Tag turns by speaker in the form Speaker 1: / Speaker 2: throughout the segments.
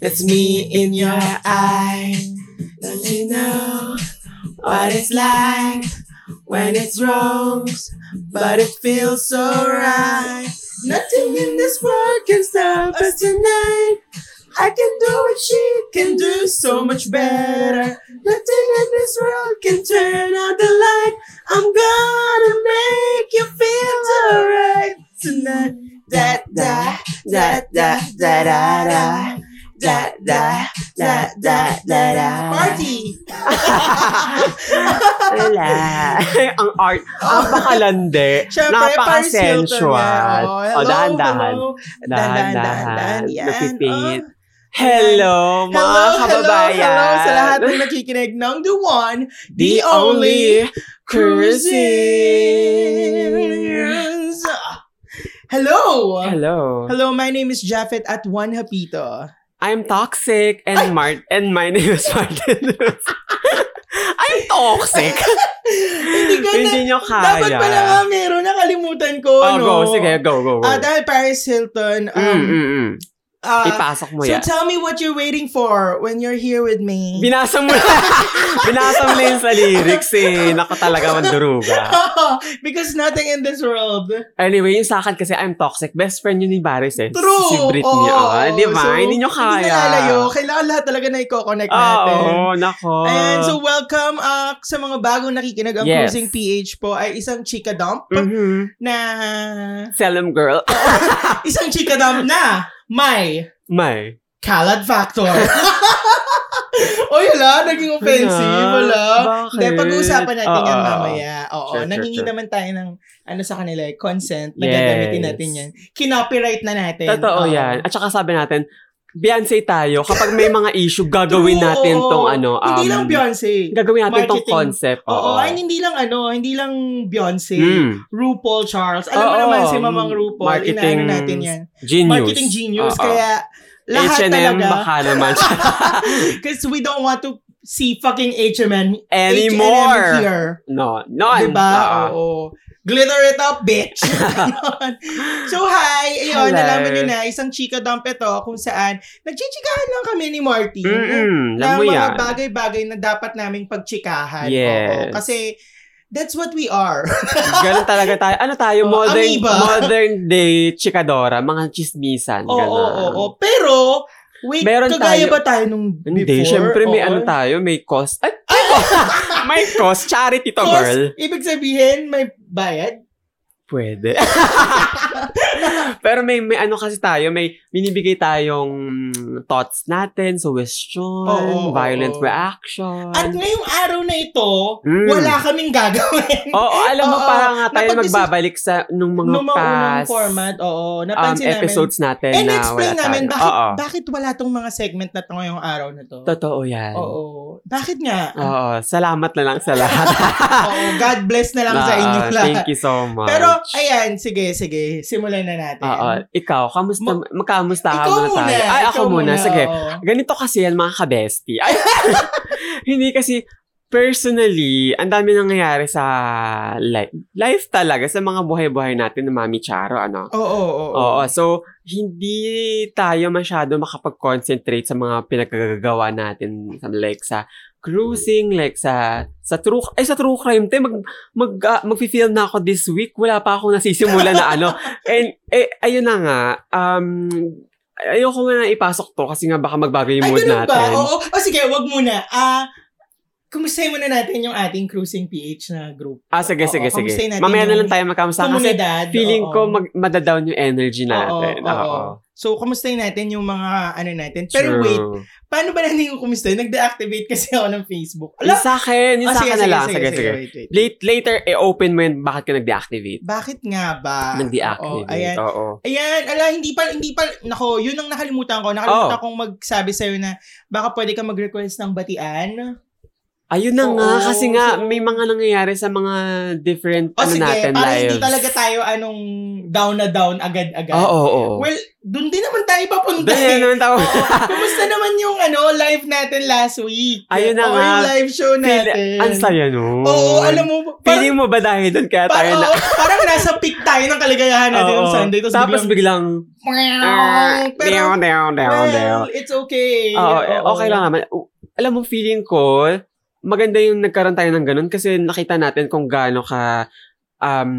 Speaker 1: It's me in your eye. Don't you know what it's like when it's wrong, but it feels so right. Nothing in this world can stop us tonight. I can do what she can do so much better. Nothing in this world can turn out the light. I'm gonna make you feel alright tonight. Da da da da da da da. Da da da da da da. Party!
Speaker 2: Wala. ang art. Ah,
Speaker 1: Ah.
Speaker 2: Napakalandi. Napaka-sensual. O, dahan-dahan. Dahan-dahan. Napipit. Hello,
Speaker 1: Oh.
Speaker 2: mga
Speaker 1: Hello, hello,
Speaker 2: kababayan.
Speaker 1: hello sa lahat ng nakikinig ng The One,
Speaker 2: The only cruising.
Speaker 1: Cruisers. Hello!
Speaker 2: Hello.
Speaker 1: Hello, my name is Japheth at Juan Hapito.
Speaker 2: I'm toxic and Mart and my name is Martin. Lewis. I'm toxic.
Speaker 1: Hindi ka na,
Speaker 2: Hindi nyo kaya.
Speaker 1: dapat pala nga meron, nakalimutan ko,
Speaker 2: Oh,
Speaker 1: no?
Speaker 2: go. Sige, go, go, go.
Speaker 1: Ah, dahil Paris Hilton, um,
Speaker 2: Mm, mm, mm.
Speaker 1: ah,
Speaker 2: Ipasok mo
Speaker 1: so
Speaker 2: yan.
Speaker 1: tell me what you're waiting for when you're here with me.
Speaker 2: Binasa mo na. Binasa mo na yung sa lyrics eh. Nako talaga manduruga.
Speaker 1: Because nothing in this world.
Speaker 2: Anyway, yung sa akin kasi I'm toxic. Best friend yun ni Baris eh.
Speaker 1: True!
Speaker 2: Si Britney.
Speaker 1: Oo,
Speaker 2: ah. Di ba?
Speaker 1: so,
Speaker 2: hindi nyo kaya. Ah,
Speaker 1: Hindi nalalayo. Kailangan lahat talaga na i-connect natin.
Speaker 2: Oo, nako.
Speaker 1: Ayan, so welcome ah, sa mga bagong nakikinig. Ang
Speaker 2: Yes.
Speaker 1: Cruising PH po ay isang chika dump
Speaker 2: Mhm.
Speaker 1: na...
Speaker 2: Tell 'em, girl.
Speaker 1: Isang chika dump na may
Speaker 2: May.
Speaker 1: kalad factor. o yun lang, naging offensive. Wala.
Speaker 2: Bakit?
Speaker 1: Hindi, pag-uusapan natin yan
Speaker 2: Oo, oo,
Speaker 1: mamaya. Oo,
Speaker 2: Sure, sure,
Speaker 1: nangingi
Speaker 2: sure.
Speaker 1: naman tayo ng ano sa kanila, eh, consent.
Speaker 2: Yes.
Speaker 1: Nagagamitin natin yan. Kinopyright na natin.
Speaker 2: Totoo
Speaker 1: Oo.
Speaker 2: yan. At saka sabi natin, Beyonce tayo. Kapag may mga issue, gagawin
Speaker 1: True,
Speaker 2: natin
Speaker 1: oo.
Speaker 2: tong ano.
Speaker 1: Hindi
Speaker 2: um,
Speaker 1: lang Beyonce.
Speaker 2: Gagawin natin tong
Speaker 1: Marketing.
Speaker 2: concept.
Speaker 1: Oo, ay hindi lang ano, hindi lang Beyonce,
Speaker 2: Mm.
Speaker 1: RuPaul Charles. Alam mo
Speaker 2: Oo,
Speaker 1: naman si Mamang RuPaul,
Speaker 2: marketing
Speaker 1: inaano natin 'yan.
Speaker 2: Genius.
Speaker 1: Marketing genius
Speaker 2: Oo.
Speaker 1: kaya lahat
Speaker 2: H&M
Speaker 1: talaga.
Speaker 2: baka naman siya.
Speaker 1: Because we don't want to see fucking H&M H&M
Speaker 2: Anymore.
Speaker 1: here.
Speaker 2: No, none.
Speaker 1: Diba?
Speaker 2: Oo.
Speaker 1: Oo. Glitter it up, bitch! Ganon. so, hi! Ayun,
Speaker 2: Hello.
Speaker 1: nalaman nyo na, isang chika dump ito kung saan nagchichikahan lang kami ni Martin.
Speaker 2: Mm-mm.
Speaker 1: ng
Speaker 2: Alam mo
Speaker 1: mga
Speaker 2: yan.
Speaker 1: bagay-bagay na dapat naming pagtsikahan.
Speaker 2: Yes.
Speaker 1: Oo, kasi that's what we are.
Speaker 2: Ganun talaga tayo. Ano tayo?
Speaker 1: Oh,
Speaker 2: Modern,
Speaker 1: amoeba.
Speaker 2: modern day chikadora. Mga chismisan.
Speaker 1: Oo,
Speaker 2: ganun.
Speaker 1: oo, oo. Pero, wait,
Speaker 2: Meron
Speaker 1: kagaya
Speaker 2: tayo-
Speaker 1: ba tayo nung
Speaker 2: Hindi,
Speaker 1: before?
Speaker 2: syempre may
Speaker 1: Oo.
Speaker 2: ano tayo, may cost. Ay, may cost. may cost. Charity to,
Speaker 1: Cause,
Speaker 2: girl.
Speaker 1: Ibig sabihin, may bayad?
Speaker 2: Pwede. Pero may may ano kasi tayo, may binibigay tayong thoughts natin, suggestion,
Speaker 1: Oo, oo,
Speaker 2: violent
Speaker 1: oo.
Speaker 2: reaction.
Speaker 1: At ngayong araw na ito,
Speaker 2: Mm.
Speaker 1: wala kaming gagawin.
Speaker 2: Oo, alam mo,
Speaker 1: Oo,
Speaker 2: parang nga tayo
Speaker 1: napag-isip-
Speaker 2: magbabalik sa nung mga
Speaker 1: Nung mga unang
Speaker 2: past
Speaker 1: format, oo,
Speaker 2: um,
Speaker 1: napansin namin.
Speaker 2: episodes natin
Speaker 1: And
Speaker 2: na
Speaker 1: explain
Speaker 2: wala
Speaker 1: namin
Speaker 2: tayo.
Speaker 1: bakit,
Speaker 2: Oo,
Speaker 1: bakit wala tong mga segment na to ngayong araw na to.
Speaker 2: totoo yan. Oo.
Speaker 1: Oo. Bakit nga?
Speaker 2: salamat na lang sa lahat.
Speaker 1: Oo, God bless na lang sa
Speaker 2: Oo,
Speaker 1: inyo lahat.
Speaker 2: Ah, Thank you so much.
Speaker 1: Pero, ayan, sige, sige. Simulan na natin.
Speaker 2: Oo, ikaw, kamusta,
Speaker 1: Mo-
Speaker 2: magkamusta ka
Speaker 1: Ikaw
Speaker 2: muna
Speaker 1: muna.
Speaker 2: tayo? Ay,
Speaker 1: ikaw
Speaker 2: ako muna, sige.
Speaker 1: oo.
Speaker 2: Ganito kasi yan mga kabesti. Ay, hindi kasi personally, ang dami nangyayari sa life. Life talaga, sa mga buhay-buhay natin na Mami Charo, ano?
Speaker 1: Oo, oo, oo.
Speaker 2: Oo, so hindi tayo masyado makapag-concentrate sa mga pinagkagagawa natin. Sa- Like sa cruising, like sa sa true ay sa true crime te mag mag ah, magfi-film na ako this week wala pa ako nasisimula na ano and eh, ayun na nga um ayoko nga na ipasok to kasi nga baka magbago yung
Speaker 1: Ay,
Speaker 2: mood
Speaker 1: ganun ba?
Speaker 2: natin
Speaker 1: Oo. O sige, wag muna. Ah, kumustahin muna natin yung ating Cruising PH na group.
Speaker 2: ah sige
Speaker 1: Oo,
Speaker 2: sige sige
Speaker 1: kamustahin natin
Speaker 2: mamaya na
Speaker 1: yung
Speaker 2: lang tayo magkamusta kasi
Speaker 1: Komunidad.
Speaker 2: feeling
Speaker 1: oo.
Speaker 2: ko mag madadown yung energy natin
Speaker 1: Oo, oo.
Speaker 2: oo
Speaker 1: So, kumustahin natin yung mga ano natin. Pero
Speaker 2: True.
Speaker 1: wait, paano ba natin yung kumustahin? Nag-deactivate kasi ako ng Facebook.
Speaker 2: Yung
Speaker 1: Ala!
Speaker 2: sa akin, yung
Speaker 1: Ah,
Speaker 2: sa akin na lang. Sige, sige.
Speaker 1: wait, wait.
Speaker 2: Late, later, i-open mo yun. Bakit ka nag-deactivate?
Speaker 1: Bakit nga ba? Oo,
Speaker 2: Nag-deactivate.
Speaker 1: Ah, oh, ayan.
Speaker 2: Oo.
Speaker 1: Ayan, ala, hindi pa, hindi pa, nako, yun ang
Speaker 2: Oh.
Speaker 1: nakalimutan ko. Nakalimutan kong magsabi sa'yo na baka pwede ka mag-request ng batian.
Speaker 2: Ayun na nga,
Speaker 1: Oo,
Speaker 2: kasi nga,
Speaker 1: so-
Speaker 2: may mga nangyayari sa mga different,
Speaker 1: O
Speaker 2: ano
Speaker 1: sige,
Speaker 2: natin,
Speaker 1: para
Speaker 2: lives.
Speaker 1: hindi talaga tayo anong down na down agad-agad.
Speaker 2: Oo, oo, oo.
Speaker 1: Well, dun din naman tayo papunta eh.
Speaker 2: Dahil naman tao.
Speaker 1: Oo. Kumusta naman yung ano live natin last week?
Speaker 2: Ayun
Speaker 1: Oo,
Speaker 2: na nga.
Speaker 1: yung live show
Speaker 2: Feel-
Speaker 1: natin.
Speaker 2: Ang saya nun.
Speaker 1: Oo, alam mo. Parang,
Speaker 2: Feeling mo ba dahil doon kaya tayo
Speaker 1: parang,
Speaker 2: na...
Speaker 1: oo, parang nasa peak tayo ng kaligayahan natin
Speaker 2: Oo.
Speaker 1: yung Sunday. Tapos,
Speaker 2: Tapos
Speaker 1: biglang,
Speaker 2: biglang... ah,
Speaker 1: meow. pero,
Speaker 2: down, down, down, down.
Speaker 1: well, it's okay.
Speaker 2: Oo, eh,
Speaker 1: Oo.
Speaker 2: okay lang naman. U- Alam mo, feeling ko, maganda yung nagkaroon tayo ng ganun kasi nakita natin kung gaano ka um,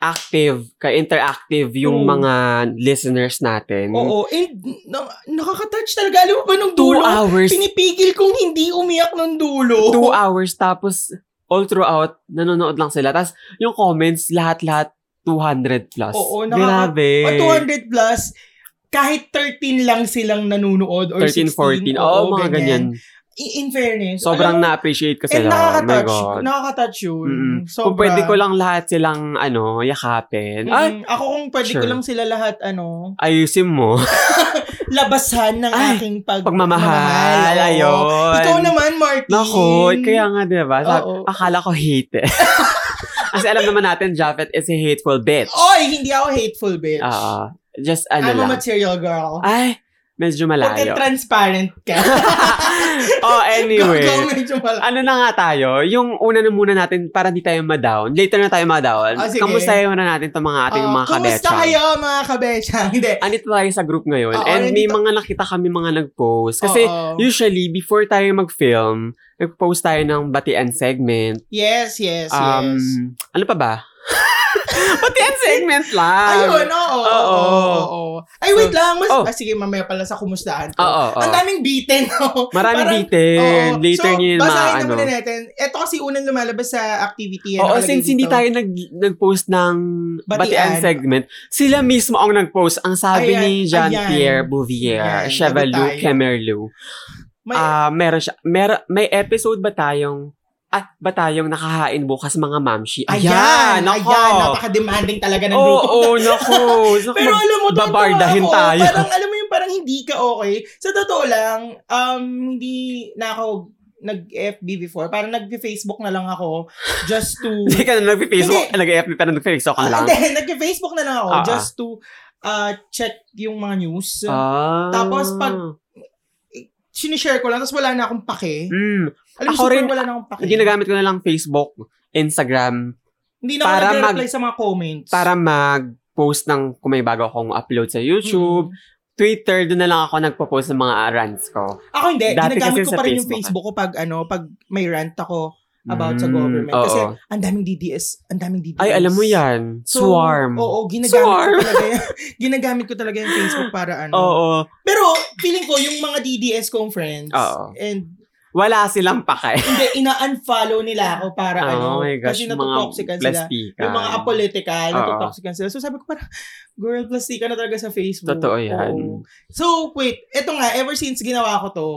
Speaker 2: active, ka-interactive yung
Speaker 1: Mm.
Speaker 2: mga listeners natin.
Speaker 1: Oo, and na, nakaka-touch talaga. Alam mo ba nung
Speaker 2: Two
Speaker 1: dulo?
Speaker 2: hours.
Speaker 1: Pinipigil kong hindi umiyak nung dulo.
Speaker 2: Two hours, tapos all throughout, nanonood lang sila. Tapos yung comments, lahat-lahat, 200 plus.
Speaker 1: Oo, nakaka- Ah,
Speaker 2: Grabe.
Speaker 1: O 200 plus, kahit 13 lang silang nanonood or
Speaker 2: 13,
Speaker 1: 16.
Speaker 2: 14. Oo, mga ganyan.
Speaker 1: I- In fairness.
Speaker 2: Sobrang
Speaker 1: alam mo,
Speaker 2: na-appreciate ko
Speaker 1: And
Speaker 2: sila. Oh my
Speaker 1: nakaka-touch.
Speaker 2: God.
Speaker 1: Nakaka-touch yun.
Speaker 2: Mm-mm.
Speaker 1: Sobra.
Speaker 2: Kung pwede ko lang lahat silang, ano, yakapin.
Speaker 1: Mm-mm.
Speaker 2: Ay,
Speaker 1: ako kung pwede ko
Speaker 2: Sure.
Speaker 1: lang sila lahat, ano,
Speaker 2: ayusin mo.
Speaker 1: labasan ng
Speaker 2: Ay,
Speaker 1: aking pag-
Speaker 2: Pagmamahal,
Speaker 1: Oo.
Speaker 2: ayun.
Speaker 1: Ikaw naman, Martin.
Speaker 2: Nako, kaya nga, di ba? Sabi-
Speaker 1: Oo.
Speaker 2: Akala ko hate eh. Kasi alam naman natin, Japheth is a hateful bitch.
Speaker 1: Oy, hindi ako hateful, bitch.
Speaker 2: Ah, just
Speaker 1: I'm
Speaker 2: ano
Speaker 1: a
Speaker 2: lang.
Speaker 1: material girl.
Speaker 2: Ay, medyo
Speaker 1: Pagka
Speaker 2: malayo.
Speaker 1: transparent ka.
Speaker 2: oh, anyway.
Speaker 1: Ikaw medyo mala-
Speaker 2: Ano na nga tayo, yung una na muna natin para hindi tayo ma-down. Later na tayo ma-down.
Speaker 1: Ah, sige. Ah,
Speaker 2: Kamusta muna natin itong mga ating
Speaker 1: Oo,
Speaker 2: mga
Speaker 1: Kumusta
Speaker 2: kabetsang?
Speaker 1: kayo, mga kabetsang? Hindi.
Speaker 2: Andito tayo sa group ngayon.
Speaker 1: Oo,
Speaker 2: And may
Speaker 1: nandito-
Speaker 2: mga nakita kami mga nag-post. Kasi
Speaker 1: Oo.
Speaker 2: usually, before tayo mag-film, nag-post tayo ng batian segment.
Speaker 1: yes, yes,
Speaker 2: Um,
Speaker 1: yes.
Speaker 2: Ano pa ba? batian segment lang.
Speaker 1: Ayun, oo.
Speaker 2: um, Oo.
Speaker 1: Oo. oo, oo. Ay, wait lang. Mas,
Speaker 2: Oh.
Speaker 1: ah, sige, mamaya pala sa kumustahan. ko.
Speaker 2: Oo, oo.
Speaker 1: Ang daming bitin, no?
Speaker 2: Maraming
Speaker 1: Parang-
Speaker 2: bitin.
Speaker 1: Oo. so,
Speaker 2: Later nyo yun
Speaker 1: basahin na
Speaker 2: maano.
Speaker 1: muna natin. Ito kasi unang lumalabas sa activity. yan,
Speaker 2: ano. Oo,
Speaker 1: nakalagay
Speaker 2: since
Speaker 1: dito.
Speaker 2: hindi tayo nag, nag-post ng batian.
Speaker 1: Batian.
Speaker 2: segment, sila mismo ang nag-post. Ang sabi
Speaker 1: Ayan,
Speaker 2: ni
Speaker 1: ayan.
Speaker 2: Jean-Pierre
Speaker 1: Ayan,
Speaker 2: Bouvier,
Speaker 1: sabi
Speaker 2: Chevalou,
Speaker 1: tayo.
Speaker 2: Kemerlou.
Speaker 1: May,
Speaker 2: Ah, meron siya. Mer- may episode ba tayong at ba tayong nakahain bukas mga mamshi?
Speaker 1: ayan, ayan,
Speaker 2: nako.
Speaker 1: napaka-demanding talaga ng
Speaker 2: Oo,
Speaker 1: grupo.
Speaker 2: oh, nako. Naku,
Speaker 1: Pero alam mo, totoo
Speaker 2: babardahin
Speaker 1: ako,
Speaker 2: tayo.
Speaker 1: Parang, alam mo yung parang hindi ka okay. Sa totoo lang, um, hindi na ako nag-FB before. Parang nag-Facebook na lang ako just to...
Speaker 2: Hindi ka na nag-Facebook,
Speaker 1: Hindi.
Speaker 2: nag-FB pero nag-Facebook ka na lang.
Speaker 1: Hindi, nag-Facebook na lang ako
Speaker 2: Ah, ah.
Speaker 1: just to uh, check yung mga news.
Speaker 2: Ah.
Speaker 1: Tapos pag- Sinishare ko lang, tapos wala na akong pake.
Speaker 2: Mm,
Speaker 1: Alam mo,
Speaker 2: Ako
Speaker 1: super
Speaker 2: rin,
Speaker 1: wala na akong pake.
Speaker 2: ginagamit ko na lang Facebook, Instagram,
Speaker 1: Hindi na ako
Speaker 2: para
Speaker 1: nag-reply sa mga comments.
Speaker 2: para mag-post ng kung may bago akong upload sa YouTube.
Speaker 1: Mm.
Speaker 2: Twitter, doon na lang ako nagpo-post ng mga rants ko.
Speaker 1: Ako hindi, ginagamit
Speaker 2: Dati kasi
Speaker 1: ko
Speaker 2: sa
Speaker 1: pa rin yung
Speaker 2: Facebook,
Speaker 1: Facebook ko pag ano, pag may rant ako about sa
Speaker 2: Mm,
Speaker 1: government.
Speaker 2: oo.
Speaker 1: Kasi ang daming DDS, ang daming DDS.
Speaker 2: Ay, alam mo yan.
Speaker 1: So,
Speaker 2: Swarm.
Speaker 1: Oo,
Speaker 2: Oo.
Speaker 1: ginagamit
Speaker 2: Swarm. Oh.
Speaker 1: ko talaga yan. ginagamit ko talaga yung Facebook para ano. Pero feeling ko yung mga DDS kong friends
Speaker 2: Oo.
Speaker 1: and
Speaker 2: Wala silang pake.
Speaker 1: hindi ina-unfollow nila ako para ano
Speaker 2: Oh my gosh,
Speaker 1: kasi
Speaker 2: mga
Speaker 1: natotoxican sila.
Speaker 2: plastikan.
Speaker 1: Yung mga apolitical,
Speaker 2: Oo.
Speaker 1: natotoxican sila. So sabi ko parang, girl, plastika na talaga sa Facebook.
Speaker 2: Totoo yan.
Speaker 1: Oo. So wait, eto nga, ever since ginawa ko to,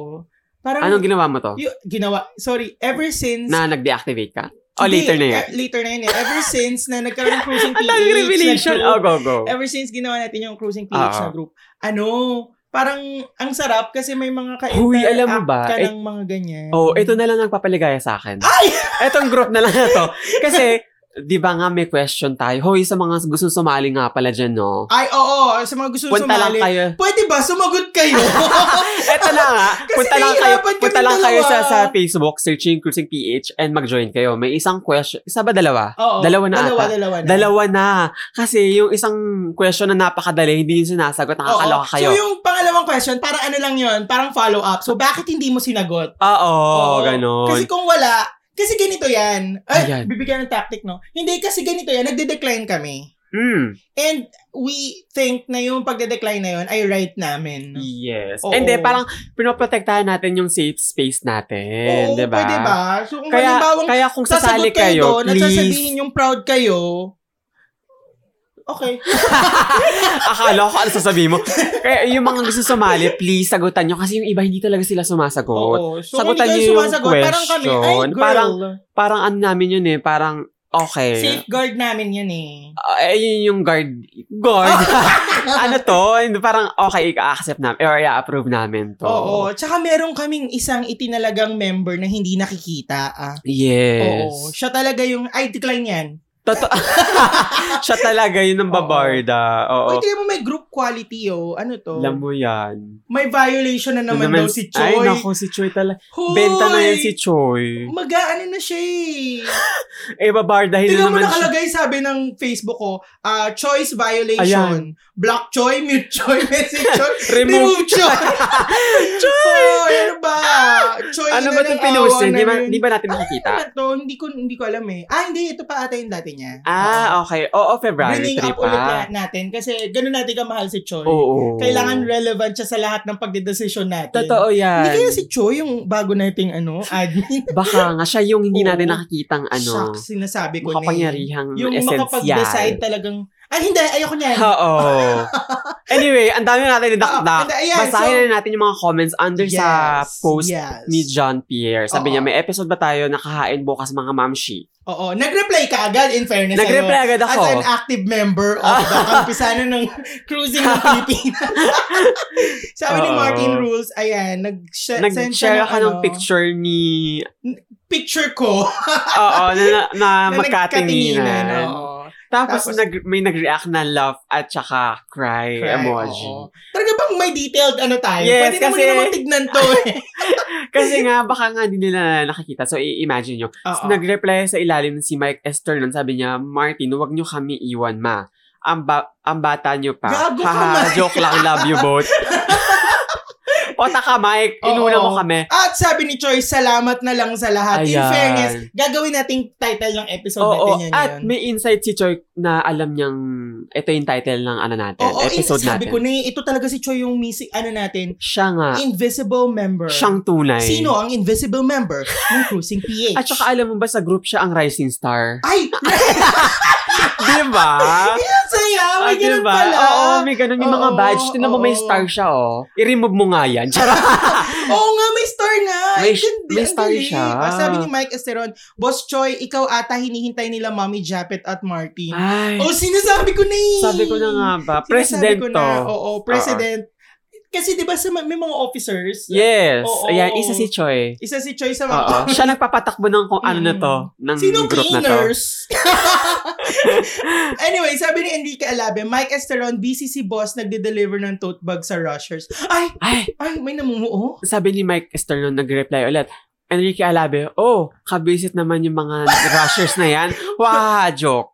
Speaker 1: parang
Speaker 2: Anong ginawa mo to?
Speaker 1: yu- ginawa, sorry, ever since
Speaker 2: Na nag-deactivate ka? O
Speaker 1: Hindi,
Speaker 2: Oh, later na yan?
Speaker 1: eh, later na yun. eh. Ever since na nagkaroon ng cruising
Speaker 2: Ang daming
Speaker 1: PH na
Speaker 2: revelation.
Speaker 1: group,
Speaker 2: Oh, go, go.
Speaker 1: ever since ginawa natin yung cruising PH
Speaker 2: Ah.
Speaker 1: na group, ano, parang ang sarap kasi may mga ka
Speaker 2: Huy, alam mo ba,
Speaker 1: ka
Speaker 2: eh,
Speaker 1: ng mga ganyan.
Speaker 2: Oh, ito na lang ang papaligaya sa akin.
Speaker 1: Ay!
Speaker 2: Etong group na lang na to. Kasi, di ba nga may question tayo? Hoy, sa mga gusto sumali nga pala dyan, no?
Speaker 1: Ay, oo, sa mga gusto
Speaker 2: Punta lang
Speaker 1: sumali.
Speaker 2: kayo.
Speaker 1: Pwede ba sumagot kayo?
Speaker 2: Eto na nga.
Speaker 1: Kasi
Speaker 2: punta lang kayo,
Speaker 1: nahihirapan
Speaker 2: punta
Speaker 1: kami
Speaker 2: lang kayo sa,
Speaker 1: dalawa.
Speaker 2: sa Facebook, searching Cruising PH, and mag-join kayo. May isang question. Isa ba dalawa?
Speaker 1: oo,
Speaker 2: Dalawa na
Speaker 1: dalawa,
Speaker 2: ata.
Speaker 1: Dalawa na.
Speaker 2: Dalawa na. Kasi yung isang question na napakadali, hindi yung sinasagot,
Speaker 1: Oo.
Speaker 2: nakakaloka kayo.
Speaker 1: So yung pangalawang question, parang ano lang yun, parang follow-up. So bakit hindi mo sinagot?
Speaker 2: Ah, Oo,
Speaker 1: Oo.
Speaker 2: ganon.
Speaker 1: Kasi kung wala, kasi ganito yan. Ay,
Speaker 2: Ayan.
Speaker 1: bibigyan ng tactic, no? Hindi, kasi ganito yan. Nagde-decline kami.
Speaker 2: mm,
Speaker 1: And we think na yung pagde-decline na yun ay right namin.
Speaker 2: yes.
Speaker 1: Ano? Oo.
Speaker 2: And then, parang pinoprotektahan natin yung safe space
Speaker 1: Oo,
Speaker 2: natin. di ba?
Speaker 1: pwede ba? So kung
Speaker 2: diba? Kaya,
Speaker 1: halimbawang
Speaker 2: kaya kung
Speaker 1: sasagot
Speaker 2: sasali
Speaker 1: kayo,
Speaker 2: kayo,
Speaker 1: doon at sasabihin
Speaker 2: please.
Speaker 1: yung proud kayo, okay.
Speaker 2: Akala ko ano sasabihin mo. Kaya yung mga gusto sumali, please sagutan nyo. Kasi yung iba, hindi talaga sila sumasagot.
Speaker 1: Oo. So kung
Speaker 2: Sagutan
Speaker 1: hindi
Speaker 2: niyo
Speaker 1: kayo
Speaker 2: yung
Speaker 1: sumasagot, parang kami, ay
Speaker 2: question.
Speaker 1: girl.
Speaker 2: Parang- Parang ano namin yun eh, parang Okay.
Speaker 1: Safeguard namin yun eh.
Speaker 2: Ah, eh, yun yung guard. Guard? ano to? Hindi, Parang okay, i-accept namin. Or i-approve namin to.
Speaker 1: Oo. Tsaka meron kaming isang itinalagang member na hindi nakikita. Ah.
Speaker 2: Yes.
Speaker 1: Oo. Siya talaga yung, ay, decline yan.
Speaker 2: Totoo. Siya talaga yun ng babarda.
Speaker 1: Uy,
Speaker 2: Oo.
Speaker 1: tingnan mo may group quality, oh. Ano to?
Speaker 2: Alam mo yan.
Speaker 1: May violation na naman, daw si Choi.
Speaker 2: Ay, nako, si Choi talaga.
Speaker 1: Hoy!
Speaker 2: Benta na yan si Choi.
Speaker 1: Mag-aano na siya eh.
Speaker 2: Eh, babardahin na
Speaker 1: Tingnan mo
Speaker 2: naman siya.
Speaker 1: nakalagay sabi ng Facebook ko, ah, choice violation. Block Choi, mute Choi, message Choi,
Speaker 2: Remove.
Speaker 1: remove Choi. Choi! ano ba? Choi
Speaker 2: Ano
Speaker 1: na
Speaker 2: ba
Speaker 1: ng
Speaker 2: itong pinost?
Speaker 1: awa
Speaker 2: Di ba,
Speaker 1: na yun.
Speaker 2: di ba natin
Speaker 1: Ano
Speaker 2: makikita?
Speaker 1: na to? Hindi ko, hindi ko alam eh. Ah, hindi. Ito pa ata yung dati niya.
Speaker 2: Ah, okay. Oo, February
Speaker 1: Bringing up
Speaker 2: 3
Speaker 1: ulit
Speaker 2: pa.
Speaker 1: lahat natin kasi ganun natin kamahal si Choi.
Speaker 2: Oo.
Speaker 1: Kailangan relevant siya sa lahat ng pagdedesisyon natin.
Speaker 2: Totoo yan.
Speaker 1: Hindi kaya si Choi yung bago nating ano, admin?
Speaker 2: Baka nga siya yung hindi
Speaker 1: Oo.
Speaker 2: natin nakikitang ano.
Speaker 1: Shucks, sinasabi ko na
Speaker 2: makapangyarihang
Speaker 1: eh. Yung makapag-decide
Speaker 2: esensyal.
Speaker 1: talagang, ay hindi, ayoko niyan.
Speaker 2: Oo. anyway, ang dami
Speaker 1: Ah,
Speaker 2: natin nadakdak.
Speaker 1: hindi, ayan,
Speaker 2: Basahin
Speaker 1: so-
Speaker 2: na natin yung mga comments under sa
Speaker 1: Yes,
Speaker 2: post
Speaker 1: yes.
Speaker 2: ni John Pierre. Sabi
Speaker 1: Oo.
Speaker 2: niya, may episode ba tayo nakahain bukas mga mamshi?
Speaker 1: Oo, nag-reply ka agad in fairness.
Speaker 2: Nag-reply agad
Speaker 1: sa'yo. As an
Speaker 2: ako.
Speaker 1: active member of the kampisano ng cruising ng Pilipinas. Sabi ni
Speaker 2: Oo.
Speaker 1: Martin Rules, ayan, nag-send
Speaker 2: Nag-share
Speaker 1: siya
Speaker 2: ka ng
Speaker 1: ano,
Speaker 2: picture ni...
Speaker 1: picture ko.
Speaker 2: Oo, na, na, na
Speaker 1: na nagkatinginan,
Speaker 2: Ah, magkatinginan.
Speaker 1: oo.
Speaker 2: Tapos,
Speaker 1: Tapos-
Speaker 2: nag, may nag-react na love at saka cry,
Speaker 1: Cry,
Speaker 2: emoji.
Speaker 1: oo. Talaga bang may detailed ano tayo?
Speaker 2: Yes,
Speaker 1: Pwede naman
Speaker 2: kasi-
Speaker 1: naman tignan to eh.
Speaker 2: Kasi nga, baka nga hindi nila nakikita. So, i-imagine nyo.
Speaker 1: Oo.
Speaker 2: Nag-reply sa ilalim si Mike Esther nun. Sabi niya, Martin, huwag niyo kami iwan, ma. Ang, ba- ang bata niyo pa.
Speaker 1: Gago ka,
Speaker 2: Haha,
Speaker 1: Mike.
Speaker 2: joke lang, love you both. Pota ka, Mike. Inuna
Speaker 1: Oo.
Speaker 2: mo kami.
Speaker 1: At sabi ni Choy, salamat na lang sa lahat. In
Speaker 2: Ayan.
Speaker 1: fairness, gagawin nating title ng episode
Speaker 2: Oo,
Speaker 1: natin yan.
Speaker 2: at
Speaker 1: yun.
Speaker 2: may insight si Choi na alam niyang ito yung title ng ano natin,
Speaker 1: Oo, in-
Speaker 2: episode
Speaker 1: sabi
Speaker 2: natin.
Speaker 1: ko na eh, ito talaga si Choy yung missing, ano natin,
Speaker 2: Siya nga,
Speaker 1: invisible member.
Speaker 2: siyang tunay.
Speaker 1: Sino ang invisible member ng Cruising PH?
Speaker 2: At saka alam mo ba sa group siya ang rising star?
Speaker 1: Ay!
Speaker 2: Di ba?
Speaker 1: Ang saya! May
Speaker 2: Ah,
Speaker 1: ganun
Speaker 2: diba?
Speaker 1: pala!
Speaker 2: Oo, may ganun. Yung mga
Speaker 1: Oo,
Speaker 2: badge, tinan mo may
Speaker 1: oo.
Speaker 2: star siya, oh. I-remove mo nga yan. Charot.
Speaker 1: Oo nga, may star nga.
Speaker 2: May-
Speaker 1: Ay, ganda,
Speaker 2: may
Speaker 1: ang
Speaker 2: star
Speaker 1: galing.
Speaker 2: siya.
Speaker 1: Ah, sabi ni Mike Esteron, Boss Choi, ikaw ata hinihintay nila Mommy Japet at Martin.
Speaker 2: Ay,
Speaker 1: Oh, sinasabi ko na eh.
Speaker 2: sabi ko na nga ba,
Speaker 1: Sinasabi
Speaker 2: president
Speaker 1: ko
Speaker 2: to.
Speaker 1: na, Oo, president. Uh-uh. Kasi di ba sa may mga officers,
Speaker 2: Yes.
Speaker 1: Oo.
Speaker 2: Ayan, isa si Choi.
Speaker 1: isa si Choi sa mga
Speaker 2: Oo. Siya nagpapatakbo ng kung ano na to, ng
Speaker 1: Sinong
Speaker 2: group na to.
Speaker 1: cleaners? anyway, sabi ni Enrique Alabe, Mike Esteron, busy si boss, nagde-deliver ng tote bag sa rushers. Ay,
Speaker 2: Ay,
Speaker 1: ay, may namumuo.
Speaker 2: sabi ni Mike Esther nun, nag-reply ulit. Enrique Alabe, oh, kabisit naman yung mga rushers na yan. Wah, joke.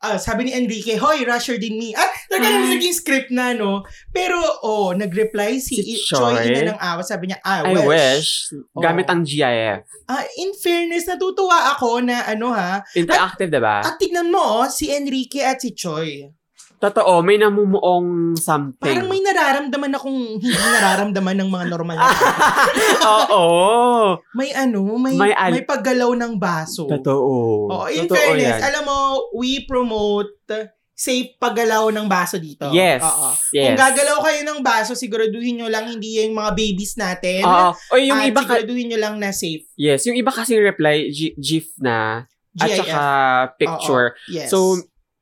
Speaker 1: Ah, sabi ni Enrique, hoy, rusher din me. At talaga naman naging script na, no? Pero, oh, nag-reply si,
Speaker 2: Si
Speaker 1: Choi,
Speaker 2: Choi.
Speaker 1: ina ng awa. Sabi niya, I,
Speaker 2: I
Speaker 1: wish.
Speaker 2: wish.
Speaker 1: Oo.
Speaker 2: Gamit ang GIF.
Speaker 1: Ah, in fairness, natutuwa ako na, ano ha,
Speaker 2: Interactive, diba?
Speaker 1: at tignan mo, oh, si Enrique at si Choi.
Speaker 2: Totoo, may namumuong something.
Speaker 1: Parang may nararamdaman akong hindi nararamdaman ng mga normal na tao.
Speaker 2: Oo.
Speaker 1: May ano, may,
Speaker 2: May
Speaker 1: may,
Speaker 2: al-
Speaker 1: paggalaw ng baso.
Speaker 2: Totoo.
Speaker 1: Oo, in
Speaker 2: Totoo
Speaker 1: fairness,
Speaker 2: yan.
Speaker 1: alam mo, we promote safe paggalaw ng baso dito.
Speaker 2: Yes.
Speaker 1: Oo. Kung
Speaker 2: Yes.
Speaker 1: gagalaw kayo ng baso, siguraduhin nyo lang hindi yung mga babies natin.
Speaker 2: Oo. O yung
Speaker 1: At
Speaker 2: iba ka,
Speaker 1: siguraduhin nyo lang na safe.
Speaker 2: yes, yung iba kasing reply, G- GIF na, at
Speaker 1: GIF.
Speaker 2: saka picture.
Speaker 1: yes.
Speaker 2: So,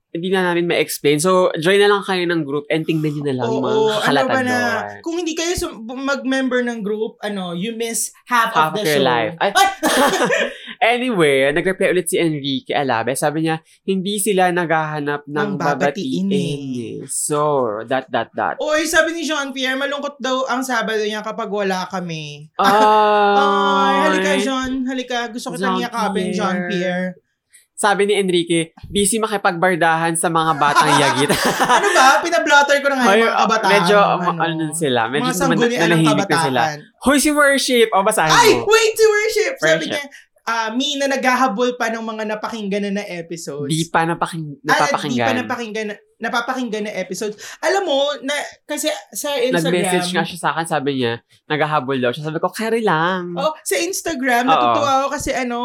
Speaker 2: hindi na namin ma-explain. So, join na lang kayo ng group and tingnan nyo na lang yung mga
Speaker 1: Oo, ano
Speaker 2: kakalatan
Speaker 1: ba na,
Speaker 2: doon.
Speaker 1: kung hindi kayo sum- mag-member ng group, ano, you miss half,
Speaker 2: Half
Speaker 1: of the
Speaker 2: of
Speaker 1: show.
Speaker 2: your life. Ay- Anyway, nag-reply ulit si Enrique Alabe. Sabi niya, hindi sila naghahanap ng
Speaker 1: Ng
Speaker 2: babatiin.
Speaker 1: babatiin
Speaker 2: eh. So, dot, dot, dot.
Speaker 1: Oy, sabi ni Jean-Pierre, malungkot daw ang Sabado niya kapag wala kami. Ay,
Speaker 2: Ay,
Speaker 1: halika, John. Halika. Gusto kitang yakapin, John Pierre.
Speaker 2: Sabi ni Enrique, busy makipagbardahan sa mga batang yagit.
Speaker 1: Ano ba? Pinablotter ko na nga
Speaker 2: Ay,
Speaker 1: yung mga kabataan.
Speaker 2: medyo, ano, ano nun sila. Medyo
Speaker 1: Mga
Speaker 2: naman
Speaker 1: sangguni ng
Speaker 2: nanahimik na
Speaker 1: kabataan.
Speaker 2: sila. Hoy, si Worship! O, basahin
Speaker 1: Ay,
Speaker 2: mo.
Speaker 1: wait to worship! Sabi
Speaker 2: Worship.
Speaker 1: niya, ah, me na naghahabol pa ng mga napakinggan na na episodes.
Speaker 2: Di pa napaking,
Speaker 1: Ah, Di pa
Speaker 2: napapakinggan.
Speaker 1: napakinggan na, napapakinggan na episodes. Alam mo, na, kasi sa Instagram,
Speaker 2: Nag-message nga siya sa akin, sabi niya, naghahabol daw siya. Sabi ko, carry lang.
Speaker 1: Oh, sa Instagram,
Speaker 2: Oo.
Speaker 1: natutuwa ako kasi ano,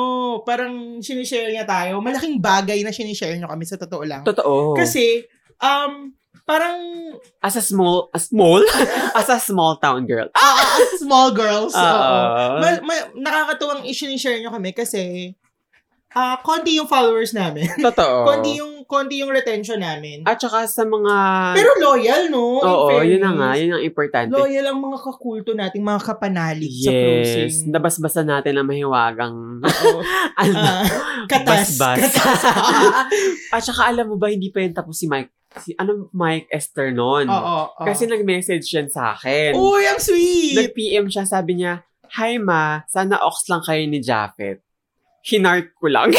Speaker 1: parang sinishare niya tayo. Malaking bagay na sinishare niyo kami sa totoo lang.
Speaker 2: Totoo.
Speaker 1: Kasi, um, parang
Speaker 2: as a small, a small? as a small town girl.
Speaker 1: Ah, as
Speaker 2: Ah,
Speaker 1: oh. small girls.
Speaker 2: Oo.
Speaker 1: oo. Ma- ma- nakakatuwang i-share nyo kami kasi ah, konti yung followers namin.
Speaker 2: Totoo.
Speaker 1: konti yung konti yung retention namin.
Speaker 2: At saka sa mga...
Speaker 1: Pero loyal, no? In
Speaker 2: Ah, Oo, yun na
Speaker 1: fairness.
Speaker 2: nga. Yun ang importante.
Speaker 1: Loyal ang mga kakulto nating mga kapanalig sa cruising.
Speaker 2: Yes. Nabasbasan natin ang mahiwagang...
Speaker 1: Oo.
Speaker 2: ano ba?
Speaker 1: Ah, katas.
Speaker 2: Basbas.
Speaker 1: Katas.
Speaker 2: At saka alam mo ba, hindi pa yun tapos si Mike. Si, ano, Mike Esther nun?
Speaker 1: Oo. oo.
Speaker 2: Kasi nag-message yan sa akin.
Speaker 1: Uy, ang sweet!
Speaker 2: Nag-PM siya, sabi niya, Hi ma, sana ox lang kayo ni Japheth. Hinart ko lang.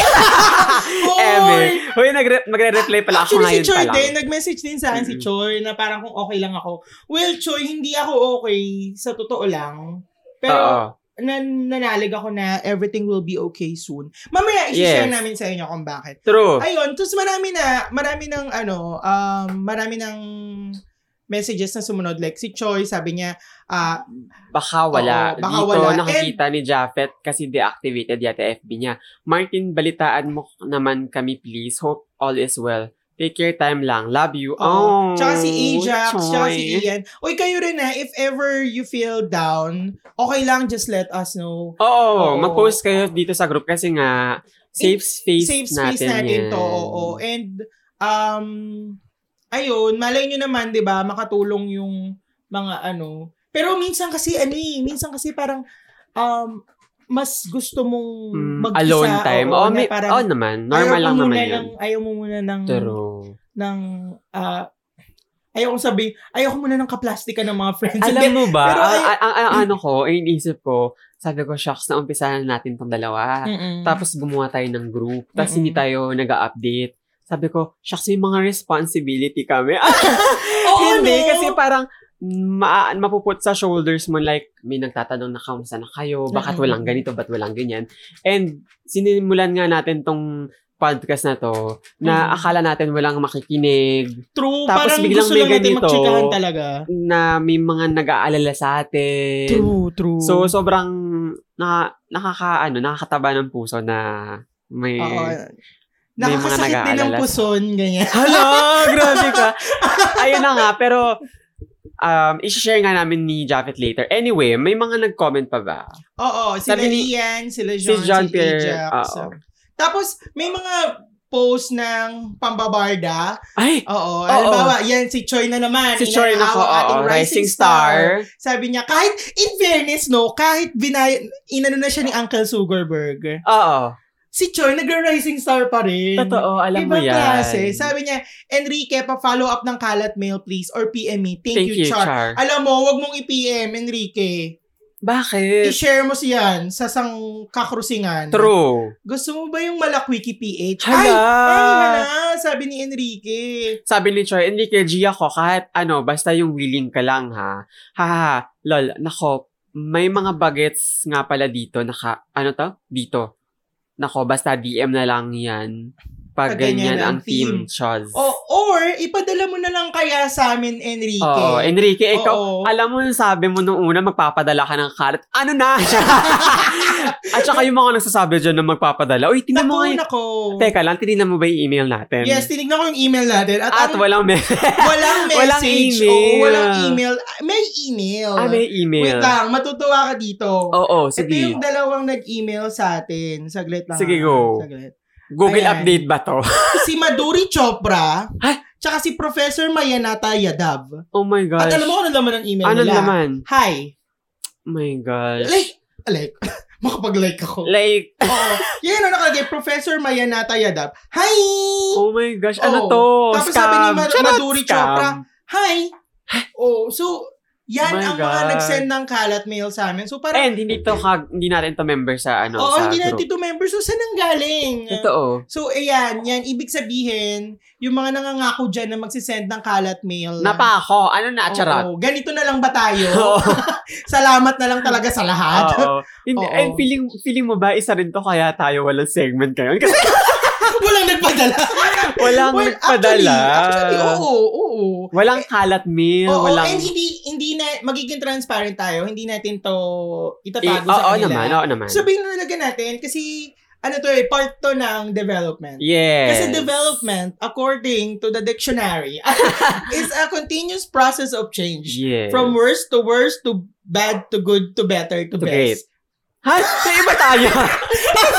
Speaker 1: Uy!
Speaker 2: Eme. Hoy, nagre- magre-reply pala ako
Speaker 1: Actually,
Speaker 2: ngayon
Speaker 1: si Choy
Speaker 2: pa lang.
Speaker 1: din, nag-message din sa akin si
Speaker 2: Mm.
Speaker 1: Choy na parang kung okay lang ako. Well, Choy, hindi ako okay sa totoo lang. Pero
Speaker 2: Oo.
Speaker 1: nan- nanalig ako na everything will be okay soon. Mamaya, i-share
Speaker 2: Yes.
Speaker 1: namin sa inyo kung bakit.
Speaker 2: True.
Speaker 1: Ayun, tapos marami na, marami ng ano, um, marami ng messages na sumunod. Like si Choy, sabi niya, ah,
Speaker 2: Baka wala.
Speaker 1: Oo, baka
Speaker 2: Dito
Speaker 1: wala.
Speaker 2: nakikita ni Japheth kasi deactivated yata FB niya. Martin, balitaan mo naman kami please. Hope all is well. Take your time lang. Love you.
Speaker 1: Oo.
Speaker 2: Oh,
Speaker 1: Tsaka si Ajax, tsaka si
Speaker 2: Choy.
Speaker 1: Ian. Uy, kayo rin na, if ever you feel down, okay lang, just let us know. Oo.
Speaker 2: Oo, mag-post kayo dito sa group kasi nga safe space,
Speaker 1: Safe space
Speaker 2: yan.
Speaker 1: natin, to, oo. And, um, ayun, malay nyo naman, di ba, makatulong yung mga ano. Pero minsan kasi, ano eh, minsan kasi parang, um, mas gusto mong
Speaker 2: Mm,
Speaker 1: mag-isa.
Speaker 2: alone time.
Speaker 1: oo,
Speaker 2: Oo,
Speaker 1: na
Speaker 2: may-
Speaker 1: parang,
Speaker 2: oo naman. Normal
Speaker 1: ayaw
Speaker 2: lang
Speaker 1: mo
Speaker 2: naman
Speaker 1: muna
Speaker 2: yun.
Speaker 1: Ng, ayaw mo muna ng,
Speaker 2: True.
Speaker 1: ng, ah, ayaw kong sabihin, ayaw ko muna ng kaplastika ng mga friends.
Speaker 2: Alam mo ba,
Speaker 1: Pero
Speaker 2: ang,
Speaker 1: ay-
Speaker 2: ang, ang- ang ano ko, ang iniisip ko, sabi ko, shocks, na umpisahan natin tong dalawa.
Speaker 1: Mm-mm.
Speaker 2: Tapos gumawa tayo ng group.
Speaker 1: Mm. Mm-mm.
Speaker 2: Tapos hindi tayo nag update Sabi ko, shocks, may mga responsibility kami. hindi,
Speaker 1: no?
Speaker 2: kasi parang ma mapuput sa shoulders mo like may nagtatanong na kamusta na kayo bakit
Speaker 1: Mm-mm.
Speaker 2: walang ganito bakit walang ganyan and sinimulan nga natin tong podcast na to
Speaker 1: Mm.
Speaker 2: na akala natin walang makikinig
Speaker 1: True,
Speaker 2: Tapos
Speaker 1: parang
Speaker 2: biglang
Speaker 1: gusto
Speaker 2: may
Speaker 1: lang natin
Speaker 2: ganito.
Speaker 1: magchikahan talaga.
Speaker 2: na may mga nag-aalala sa atin
Speaker 1: True, true.
Speaker 2: So, sobrang na, nakaka, ano, nakakataba ng puso na may...
Speaker 1: Oo.
Speaker 2: may mga
Speaker 1: Nakakasakit din ang
Speaker 2: nag-aalala.
Speaker 1: puson, ganyan.
Speaker 2: Hala, grabe ka. Ayun na nga, pero um, i-share nga namin ni Japheth later. Anyway, may mga nag-comment pa ba?
Speaker 1: Oo, sila
Speaker 2: Sabi ni-
Speaker 1: Ian, sila John, si,
Speaker 2: John Pierre,
Speaker 1: Ajax.
Speaker 2: oo.
Speaker 1: Tapos, may mga post ng pambabarda.
Speaker 2: Ay,
Speaker 1: Oo.
Speaker 2: Oo.
Speaker 1: Halimbawa, yan si Choi na naman.
Speaker 2: si Chor na ko,
Speaker 1: Inanaawa ating
Speaker 2: oo, rising star.
Speaker 1: Sabi niya, kahit, in fairness, no, kahit binay, inano na siya ni Uncle Sugarberg,
Speaker 2: Oo,
Speaker 1: si Choi nagra-rising star pa rin.
Speaker 2: totoo, alam mo
Speaker 1: Ibang
Speaker 2: yan.
Speaker 1: klase. Sabi niya, Enrique, pa-follow up ng kalat mail please or PM me. Thank,
Speaker 2: Thank you,
Speaker 1: Char.
Speaker 2: Char.
Speaker 1: Alam mo, wag mong i-PM, Enrique.
Speaker 2: Bakit?
Speaker 1: I-share mo siyan sa sang kakrusingan.
Speaker 2: True.
Speaker 1: Gusto mo ba yung malakwiki PH? Ay!
Speaker 2: Hala!
Speaker 1: Ay, hala! Sabi ni Enrique.
Speaker 2: Sabi ni Choi, Enrique G ako, kahit ano, basta yung willing ka lang ha. Haha, lol, nako, may mga bagets nga pala dito, naka, ano to? Dito. Nako, basta DM na lang yan. Pag
Speaker 1: Pag ganyan
Speaker 2: ganyan ang
Speaker 1: ang team.
Speaker 2: team, Choz.
Speaker 1: O, or, ipadala mo na lang kaya sa amin, Enrique.
Speaker 2: Oo, Enrique,
Speaker 1: Oo.
Speaker 2: ikaw, alam mo yung sabi mo nung una, magpapadala ka ng kalat. Ano na? At saka yung mga nagsasabi dyan na magpapadala. Uy, tingnan mo
Speaker 1: Naku,
Speaker 2: nga.
Speaker 1: nako.
Speaker 2: Teka lang, tinignan mo ba yung email natin?
Speaker 1: Yes, tinignan ko yung email natin. At,
Speaker 2: At
Speaker 1: ang-
Speaker 2: walang message.
Speaker 1: walang
Speaker 2: walang
Speaker 1: message.
Speaker 2: email.
Speaker 1: Oo, walang email. Ah, May email.
Speaker 2: ah, may
Speaker 1: Wait
Speaker 2: email.
Speaker 1: lang, matutuwa ka dito.
Speaker 2: Oo, sige.
Speaker 1: Ito yung dalawang nag-email sa atin. Saglit lang.
Speaker 2: Sige,
Speaker 1: ah.
Speaker 2: go.
Speaker 1: Saglit.
Speaker 2: Google
Speaker 1: Ayan.
Speaker 2: update ba to?
Speaker 1: Si Maduri Chopra,
Speaker 2: Ha?
Speaker 1: tsaka si Professor Mayanata Yadav.
Speaker 2: Oh my gosh.
Speaker 1: At alam mo kung ano laman ng email
Speaker 2: Ano
Speaker 1: nila?
Speaker 2: naman?
Speaker 1: Hi.
Speaker 2: Oh my gosh.
Speaker 1: Like, like, makapag-like ako.
Speaker 2: Like,
Speaker 1: Oo. Yan ang nakalagay, Professor Mayanata Yadav. Hi!
Speaker 2: oh my gosh, ano
Speaker 1: Oo.
Speaker 2: to?
Speaker 1: Tapos
Speaker 2: scam.
Speaker 1: sabi ni Ma-
Speaker 2: Charot,
Speaker 1: Maduri
Speaker 2: scam.
Speaker 1: Chopra, Hi! Oh, so, yan
Speaker 2: Oh my
Speaker 1: ang mga
Speaker 2: God.
Speaker 1: nag-send ng kalat mail sa amin. So, parang,
Speaker 2: And hindi to, ka, hindi natin to member sa ano,
Speaker 1: oo,
Speaker 2: sa
Speaker 1: hindi natin
Speaker 2: group.
Speaker 1: to members. So, saan ang galing?
Speaker 2: Totoo.
Speaker 1: So, ayan, yan, ibig sabihin, yung mga nangangako dyan na magsisend ng kalat mail.
Speaker 2: Napako. Ano na, charot?
Speaker 1: Oo, ganito na lang ba tayo?
Speaker 2: Oo.
Speaker 1: Salamat na lang talaga sa lahat.
Speaker 2: Oo. Hindi,
Speaker 1: Oo.
Speaker 2: and feeling, feeling mo ba, isa rin to kaya tayo walang segment ngayon? Kasi
Speaker 1: Walang nagpadala.
Speaker 2: walang
Speaker 1: Well, actually,
Speaker 2: padala.
Speaker 1: actually, oo, oo.
Speaker 2: Walang kalat meal,
Speaker 1: Oo,
Speaker 2: walang...
Speaker 1: and hindi, hindi na, magiging transparent tayo, hindi natin to
Speaker 2: Eh,
Speaker 1: itatago
Speaker 2: oo
Speaker 1: sa kanila.
Speaker 2: naman, oo naman.
Speaker 1: Sabihin na talaga natin, kasi, ano to eh, part to ng development.
Speaker 2: yes.
Speaker 1: Kasi development, according to the dictionary, is a continuous process of change.
Speaker 2: Yes.
Speaker 1: From worse to worse to bad to good to better to,
Speaker 2: To
Speaker 1: best.
Speaker 2: Ha? Sa iba tayo.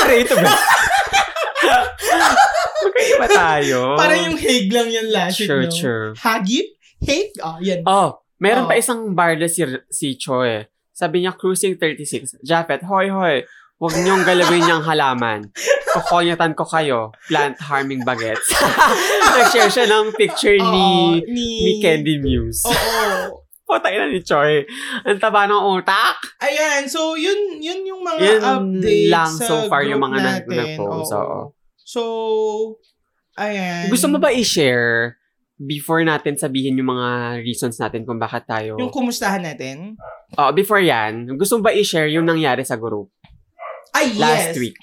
Speaker 2: Pray to God. Magkaiba tayo.
Speaker 1: Parang yung hig lang yung lashes,
Speaker 2: Oh. Sure,
Speaker 1: no?
Speaker 2: sure.
Speaker 1: Hagip? Hig? Oh, yan.
Speaker 2: Oh, meron
Speaker 1: Oh.
Speaker 2: pa isang barless si, si Cho eh. Sabi niya, cruising 36. Japet, hoy hoy, huwag niyong galawin niyang halaman. Kokonyatan ko kayo, plant harming bagets. Nag-share siya ng picture ni,
Speaker 1: Oo, Oh, ni, Oh.
Speaker 2: ni Candy Muse.
Speaker 1: Oo.
Speaker 2: Putay na ni Choi. Ang taba ng utak.
Speaker 1: Ayan, so yun yun yung mga
Speaker 2: Yun
Speaker 1: updates
Speaker 2: lang
Speaker 1: sa
Speaker 2: so far yung
Speaker 1: group
Speaker 2: mga nag-
Speaker 1: natin.
Speaker 2: nag-post,
Speaker 1: Oo.
Speaker 2: oo.
Speaker 1: So, ayan.
Speaker 2: Gusto mo ba i-share before natin sabihin yung mga reasons natin kung bakit tayo...
Speaker 1: Yung kumustahan natin?
Speaker 2: Oh, before yan, gusto mo ba i-share yung nangyari sa group
Speaker 1: Ay, yes.
Speaker 2: last week?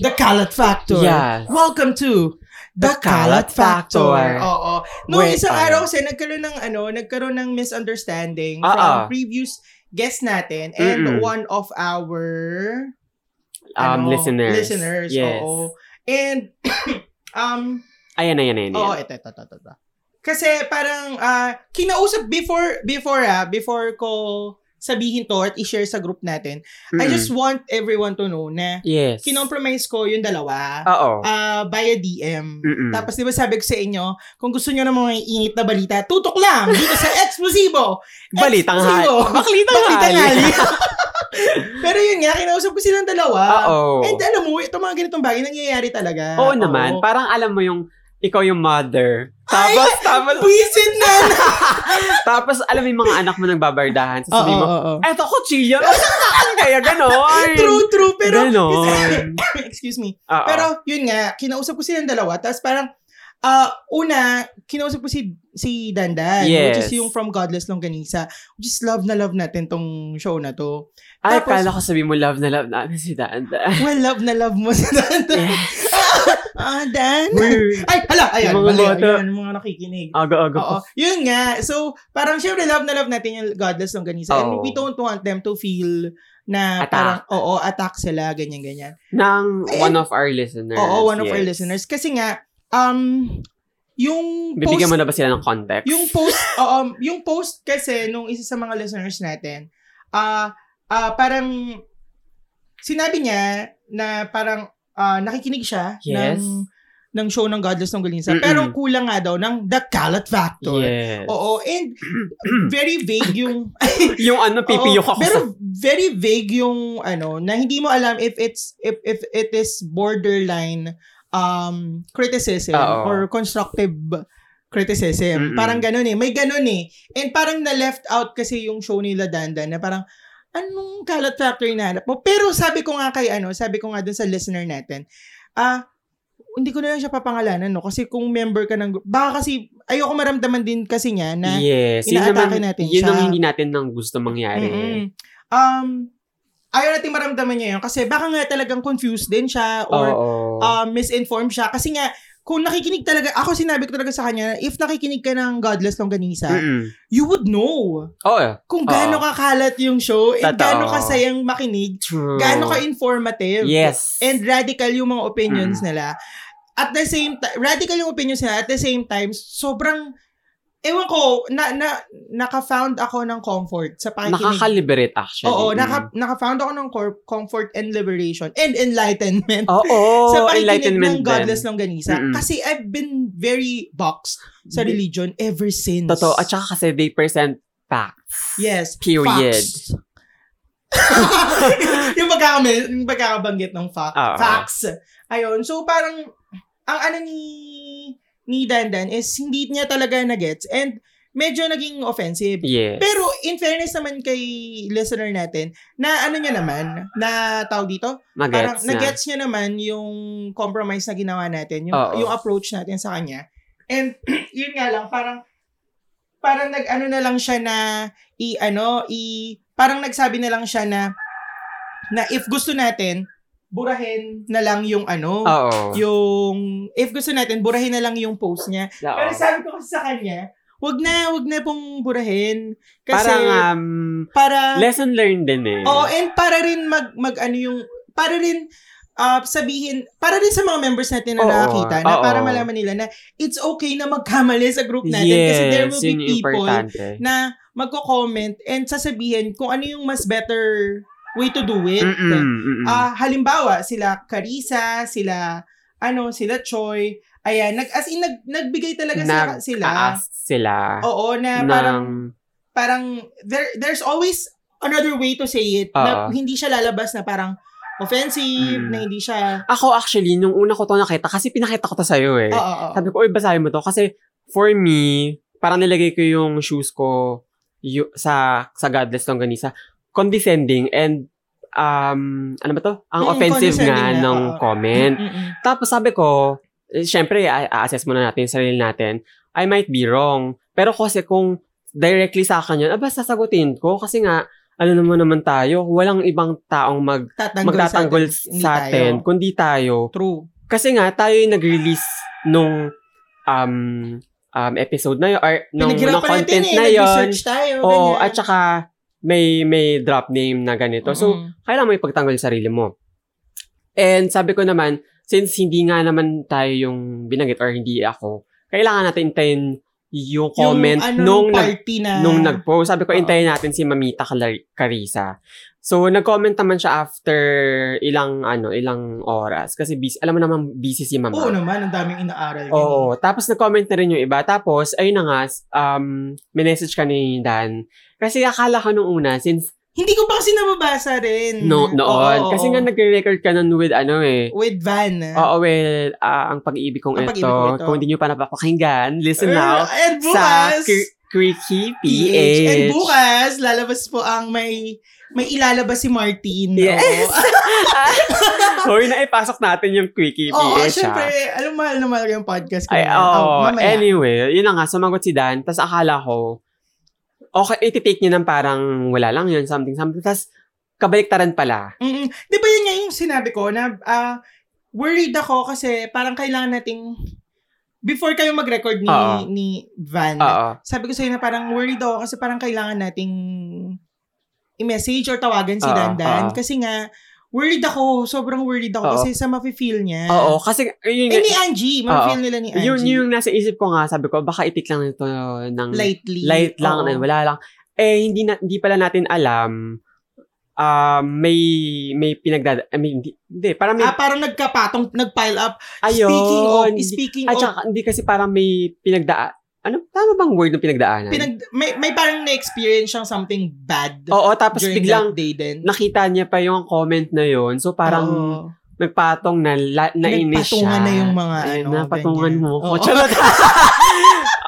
Speaker 1: The Kalat Factor.
Speaker 2: Yes.
Speaker 1: Welcome to
Speaker 2: The Kalat Factor.
Speaker 1: Oo. No,
Speaker 2: Wait,
Speaker 1: isang
Speaker 2: ano?
Speaker 1: araw kasi nagkaroon ng ano, nagkaroon ng misunderstanding
Speaker 2: Ah,
Speaker 1: from
Speaker 2: ah.
Speaker 1: previous guest natin and
Speaker 2: Mm-mm.
Speaker 1: one of our
Speaker 2: Um,
Speaker 1: ano,
Speaker 2: listeners.
Speaker 1: Listeners,
Speaker 2: Yes.
Speaker 1: oo. And um oh,
Speaker 2: Ayan, ayan, ayan.
Speaker 1: Oo,
Speaker 2: ayan.
Speaker 1: ito, ito, ito, ito. Kasi parang ah, kinausap before, before ah, before ko sabihin to at i-share sa group natin, I
Speaker 2: Mm-mm.
Speaker 1: just want everyone to know na
Speaker 2: Yes.
Speaker 1: kinompromise ko yung dalawa
Speaker 2: Oo.
Speaker 1: ah, via DM.
Speaker 2: Mm-mm.
Speaker 1: Tapos di ba sabi ko sa inyo, kung gusto nyo ng mga init na balita, tutok lang dito sa Explosivo!
Speaker 2: Balitang hali.
Speaker 1: Explosivo!
Speaker 2: Baklitang
Speaker 1: Balitang
Speaker 2: hali.
Speaker 1: hali! Pero yun nga, kinausap ko silang dalawa.
Speaker 2: Ah, Oo.
Speaker 1: And alam mo, itong mga ganitong bagay nangyayari talaga.
Speaker 2: Oo naman. Parang alam mo yung ikaw yung mother. Tapos, tapos,
Speaker 1: Visit na!
Speaker 2: tapos alam mo yung mga anak mo nagbabardahan. Tapos sabi mo,
Speaker 1: oo, oo.
Speaker 2: eto kutsilyo. Saan kaya ganon?
Speaker 1: True, true. Pero,
Speaker 2: Ganon. Ah.
Speaker 1: excuse me.
Speaker 2: Oo.
Speaker 1: Pero, yun nga, kinausap ko silang dalawa. Tapos parang, ah, una, kinausap ko si si Dandan, which
Speaker 2: Yes.
Speaker 1: is yung From Godless Longganisa. Which is love na love natin tong show na to.
Speaker 2: Ay,
Speaker 1: tapos-
Speaker 2: kala ko sabi mo love na love namin si Daan.
Speaker 1: Well, love na love mo si Dandan.
Speaker 2: Yes.
Speaker 1: Ah, Dan.
Speaker 2: Weird.
Speaker 1: Ay, hala, ayan,
Speaker 2: Yung mga
Speaker 1: mali,
Speaker 2: bata.
Speaker 1: ayan, mga nakikinig.
Speaker 2: Aga-aga
Speaker 1: Oo. Yun nga. So, parang syempre, love na love natin yung godless ng ganisa. And
Speaker 2: Oo.
Speaker 1: we don't want them to feel na
Speaker 2: Attack.
Speaker 1: parang, oo, attack sila, ganyan-ganyan.
Speaker 2: Ng
Speaker 1: Ay,
Speaker 2: one of our listeners.
Speaker 1: Oo, one of our
Speaker 2: yes.
Speaker 1: listeners. Kasi nga, um, yung post,
Speaker 2: Bibigyan mo na ba sila ng context?
Speaker 1: yung post, oo, um, yung post kasi nung isa sa mga listeners natin, ah, ah, parang, sinabi niya na parang ah, nakikinig siya
Speaker 2: Yes.
Speaker 1: ng, ng show ng Godless ng Galinsa.
Speaker 2: Mm-mm.
Speaker 1: Pero kulang nga daw ng The Kalat Factor.
Speaker 2: Yes.
Speaker 1: Oo, and very vague yung...
Speaker 2: yung ano, pipiyok
Speaker 1: Oo,
Speaker 2: ako
Speaker 1: Pero
Speaker 2: sa...
Speaker 1: very vague yung ano na hindi mo alam if it's if if it is borderline um criticism
Speaker 2: Ah, Oo.
Speaker 1: or constructive criticism.
Speaker 2: Mm-mm.
Speaker 1: Parang ganun eh. May ganun eh. And parang na left out kasi yung show nila Dandan na parang anong kalat factor yung hinahanap mo? Pero sabi ko nga kay ano, sabi ko nga dun sa listener natin, ah, hindi ko na lang siya papangalanan, no? Kasi kung member ka ng group, baka kasi, ayoko maramdaman din kasi niya na
Speaker 2: Yes. Yun
Speaker 1: inaatake
Speaker 2: naman,
Speaker 1: natin
Speaker 2: yun
Speaker 1: siya.
Speaker 2: ang hindi natin nang gusto mangyari.
Speaker 1: Mm-mm. Um, ayaw natin maramdaman niya yun kasi baka nga talagang confused din siya or
Speaker 2: Oo.
Speaker 1: um, misinformed siya. Kasi nga, kung nakikinig talaga, ako sinabi ko talaga sa kanya, if nakikinig ka ng Godless Longganisa,
Speaker 2: Mm-mm.
Speaker 1: you would know
Speaker 2: Oo. eh.
Speaker 1: kung gaano
Speaker 2: Oo.
Speaker 1: kakalat yung show and
Speaker 2: Totoo.
Speaker 1: gaano kasayang makinig,
Speaker 2: True.
Speaker 1: gaano ka-informative,
Speaker 2: Yes. Mm.
Speaker 1: and radical yung mga opinions nila. At the same time, radical yung opinions nila, at the same time, sobrang, ewan ko, na, na, naka-found ako ng comfort sa pakikinig
Speaker 2: Nakaka-liberate actually.
Speaker 1: Oo,
Speaker 2: Mm.
Speaker 1: naka, naka-found ako ng cor- comfort and liberation and enlightenment
Speaker 2: Oo.
Speaker 1: sa pakikinig
Speaker 2: Oh, enlightenment
Speaker 1: ng Godless
Speaker 2: din.
Speaker 1: Longganisa.
Speaker 2: Mm-mm.
Speaker 1: Kasi I've been very boxed sa religion ever since.
Speaker 2: Totoo. At saka kasi they present facts.
Speaker 1: Yes.
Speaker 2: Period.
Speaker 1: Facts. yung, pagkakame, yung pagkakabanggit ng fact,
Speaker 2: Oo.
Speaker 1: facts. Ayun. So, parang, ang ano ni, ni Dandan is hindi niya talaga na-gets and medyo naging offensive.
Speaker 2: Yes.
Speaker 1: Pero in fairness naman kay listener natin, na ano niya naman, na tawag dito, parang
Speaker 2: Nagets na.
Speaker 1: nagets niya naman yung compromise na ginawa natin, yung,
Speaker 2: Oo.
Speaker 1: yung approach natin sa kanya. And yun nga lang, parang parang nag-ano na lang siya na i ano, i parang nagsabi na lang siya na na if gusto natin, burahin na lang yung ano,
Speaker 2: Oo.
Speaker 1: yung if gusto natin, burahin na lang yung post niya.
Speaker 2: Oo.
Speaker 1: Pero sabi ko kasi sa kanya, wag na, wag na pong burahin. Kasi ah,
Speaker 2: Parang um,
Speaker 1: para,
Speaker 2: lesson learned din eh.
Speaker 1: oh, and para rin mag, mag ano yung, para rin ah, sabihin, para rin sa mga members natin na
Speaker 2: Oo,
Speaker 1: nakakita, na
Speaker 2: oo.
Speaker 1: para malaman nila na it's okay na magkamali sa group natin kasi there will be
Speaker 2: yun yung
Speaker 1: people
Speaker 2: importante.
Speaker 1: na magko-comment and sasabihin kung ano yung mas better way to do it.
Speaker 2: Mm-mm, mm-mm.
Speaker 1: Ah, halimbawa, sila Carissa, sila ano, sila Choi. Ayan, nag, as in, nag, nagbigay talaga sa, sila.
Speaker 2: Nag-ask sila.
Speaker 1: Oo, na
Speaker 2: ng-
Speaker 1: parang, parang, there, there's always another way to say it. Na
Speaker 2: Oo.
Speaker 1: hindi siya lalabas na parang offensive,
Speaker 2: Ah. Mm.
Speaker 1: na hindi siya,
Speaker 2: Ako actually, nung una ko to nakita, kasi pinakita ko to sa'yo eh.
Speaker 1: oo, oo.
Speaker 2: Sabi ko, uy, basahin mo to. Kasi for me, parang nilagay ko yung shoes ko yu- sa sa Godless Longganisa. Condescending and um, ano ba to? Ang
Speaker 1: Mm,
Speaker 2: offensive nga
Speaker 1: condescending na,
Speaker 2: ng
Speaker 1: oo.
Speaker 2: comment.
Speaker 1: Mm-mm.
Speaker 2: Tapos sabi ko, eh, syempre, i- i-assess muna natin yung sarili natin. I might be wrong. Pero kasi kung directly sa akin yun, aba, sasagutin ko. Kasi nga, ano naman naman tayo, walang ibang taong mag,
Speaker 1: Tatanggol
Speaker 2: magtatanggol
Speaker 1: sa atin. Hindi
Speaker 2: sa atin,
Speaker 1: tayo.
Speaker 2: kundi tayo.
Speaker 1: True.
Speaker 2: Kasi nga, tayo yung nag-release nung um, um, episode na yun, or nung,
Speaker 1: Pinaghirapan
Speaker 2: nung content
Speaker 1: natin eh,
Speaker 2: na yun.
Speaker 1: nag-research tayo.
Speaker 2: Oo,
Speaker 1: ganyan.
Speaker 2: at saka may, may drop name na ganito. So,
Speaker 1: Mm-mm.
Speaker 2: kailangan mo ipagtanggol yung sarili mo. And sabi ko naman, since hindi nga naman tayo yung binanggit or hindi ako, kailangan natin intayin yung comment
Speaker 1: Yung ano,
Speaker 2: nung, nag,
Speaker 1: party na,
Speaker 2: nung nag-post. Sabi
Speaker 1: Oo.
Speaker 2: ko, intayin natin si Mamita Calar- Carissa. So, nag-comment naman siya after ilang, ano, ilang oras. Kasi busy, alam mo naman, busy si Mama.
Speaker 1: Oo naman, ang daming inaaral.
Speaker 2: Oo. Tapos nag-comment na rin yung iba. Tapos, ayun na nga, s- um, minessage ka ni Dan. Kasi akala ko nung una, since
Speaker 1: Hindi ko pa kasi nababasa rin.
Speaker 2: no,
Speaker 1: Mm-hmm.
Speaker 2: noon,
Speaker 1: Oo, oo,
Speaker 2: kasi nga
Speaker 1: oo.
Speaker 2: nagre-record ka nun with ano eh.
Speaker 1: With Van.
Speaker 2: Oo, well, ah, ang pag-ibig kong
Speaker 1: Ang
Speaker 2: ito,
Speaker 1: Pag-ibig Kong Ito.
Speaker 2: kung hindi nyo pa napapakinggan, listen now
Speaker 1: Er, And
Speaker 2: sa
Speaker 1: bukas,
Speaker 2: Cre- Creaky
Speaker 1: PH.
Speaker 2: PH.
Speaker 1: And bukas, lalabas po ang may may ilalabas si Martin.
Speaker 2: Yes.
Speaker 1: Oo.
Speaker 2: Hoy, naipasok natin yung Creaky PH.
Speaker 1: Oo,
Speaker 2: ah.
Speaker 1: syempre, alam mahal na mahal yung podcast ko.
Speaker 2: Ay,
Speaker 1: na yan.
Speaker 2: oo.
Speaker 1: Oh, mamaya.
Speaker 2: anyway, yun na nga, sumagot si Dan. Tapos akala ko, okay, ititake niya ng parang wala lang yun, something, something. Tapos, kabaliktaran pala.
Speaker 1: Mm-mm. Di ba yun nga yung sinabi ko na ah, worried ako kasi parang kailangan nating before kayo mag-record ni,
Speaker 2: Oo.
Speaker 1: ni Van,
Speaker 2: Oo.
Speaker 1: sabi ko sa'yo na parang worried ako kasi parang kailangan nating i-message or tawagan si
Speaker 2: Oo,
Speaker 1: Dandan.
Speaker 2: oo.
Speaker 1: Kasi nga, worried ako. Sobrang worried ako
Speaker 2: Oo.
Speaker 1: kasi sa mafe-feel niya.
Speaker 2: Oo, kasi, yun,
Speaker 1: Eh,
Speaker 2: yun,
Speaker 1: ni Angie. Mafe-feel nila ni Angie.
Speaker 2: yun, yung nasa isip ko nga, sabi ko, baka itik lang ito ng
Speaker 1: Lightly.
Speaker 2: Mm. light lang,
Speaker 1: Oo.
Speaker 2: na wala lang. Eh, hindi, na, hindi pala natin alam, um, may, may pinagdada, I mean, hindi, hindi, parang may,
Speaker 1: Ah, parang nagkapatong, nag-pile up.
Speaker 2: ayun.
Speaker 1: Ah, Speaking of,
Speaker 2: hindi-
Speaker 1: speaking
Speaker 2: at
Speaker 1: of,
Speaker 2: saka, hindi kasi parang may pinagdaan, ano, tama bang word ng pinagdaanan?
Speaker 1: pinag, may, may parang na-experience siyang something bad.
Speaker 2: Oo, tapos
Speaker 1: during
Speaker 2: biglang
Speaker 1: that day din.
Speaker 2: nakita niya pa yung comment na yon. So parang
Speaker 1: Oo.
Speaker 2: nagpatong na la, nainis siya.
Speaker 1: Nagpatungan na yung mga
Speaker 2: Ayun
Speaker 1: ano.
Speaker 2: na, patungan
Speaker 1: ganyan.
Speaker 2: mo ko.
Speaker 1: Oo.
Speaker 2: Charot.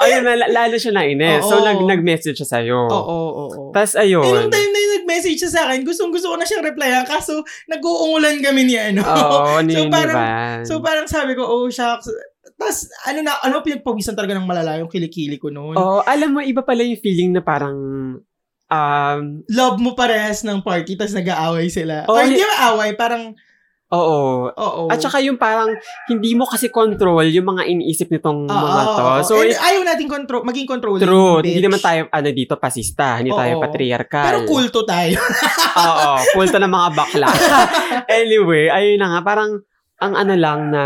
Speaker 2: Ayun na, la- lalo siya nainis.
Speaker 1: Oo.
Speaker 2: So nag, nag-message siya sa'yo.
Speaker 1: Oo, oo, oo.
Speaker 2: Tapos
Speaker 1: Eh,
Speaker 2: ayun.
Speaker 1: nung time na yung nag-message siya sa akin, gustong gusto ko na siyang replyan, kaso nag-uungulan kami ni ano.
Speaker 2: Oo, ni,
Speaker 1: So,
Speaker 2: ni
Speaker 1: parang-
Speaker 2: Van.
Speaker 1: so parang sabi ko, oh shucks. Tapos ano na, ano pinagpawisan talaga ng malala yung kilikili ko noon.
Speaker 2: Oo, alam mo, iba pala yung feeling na parang, um,
Speaker 1: Love mo parehas ng party, tapos nag-aaway sila.
Speaker 2: Oo,
Speaker 1: Or
Speaker 2: ni-
Speaker 1: hindi away, parang,
Speaker 2: oo.
Speaker 1: oo.
Speaker 2: Oh, At saka yung parang, hindi mo kasi control yung mga iniisip nitong
Speaker 1: Oo,
Speaker 2: mga to.
Speaker 1: oo, oo.
Speaker 2: So,
Speaker 1: And
Speaker 2: it-
Speaker 1: ayaw natin control, maging controlling.
Speaker 2: true.
Speaker 1: bitch.
Speaker 2: Hindi naman tayo, ano dito, pasista. Hindi tayo
Speaker 1: Oo.
Speaker 2: patriarchal.
Speaker 1: Pero kulto tayo.
Speaker 2: Oo, kulto ng mga bakla. anyway, ayun na nga, parang ang ano lang na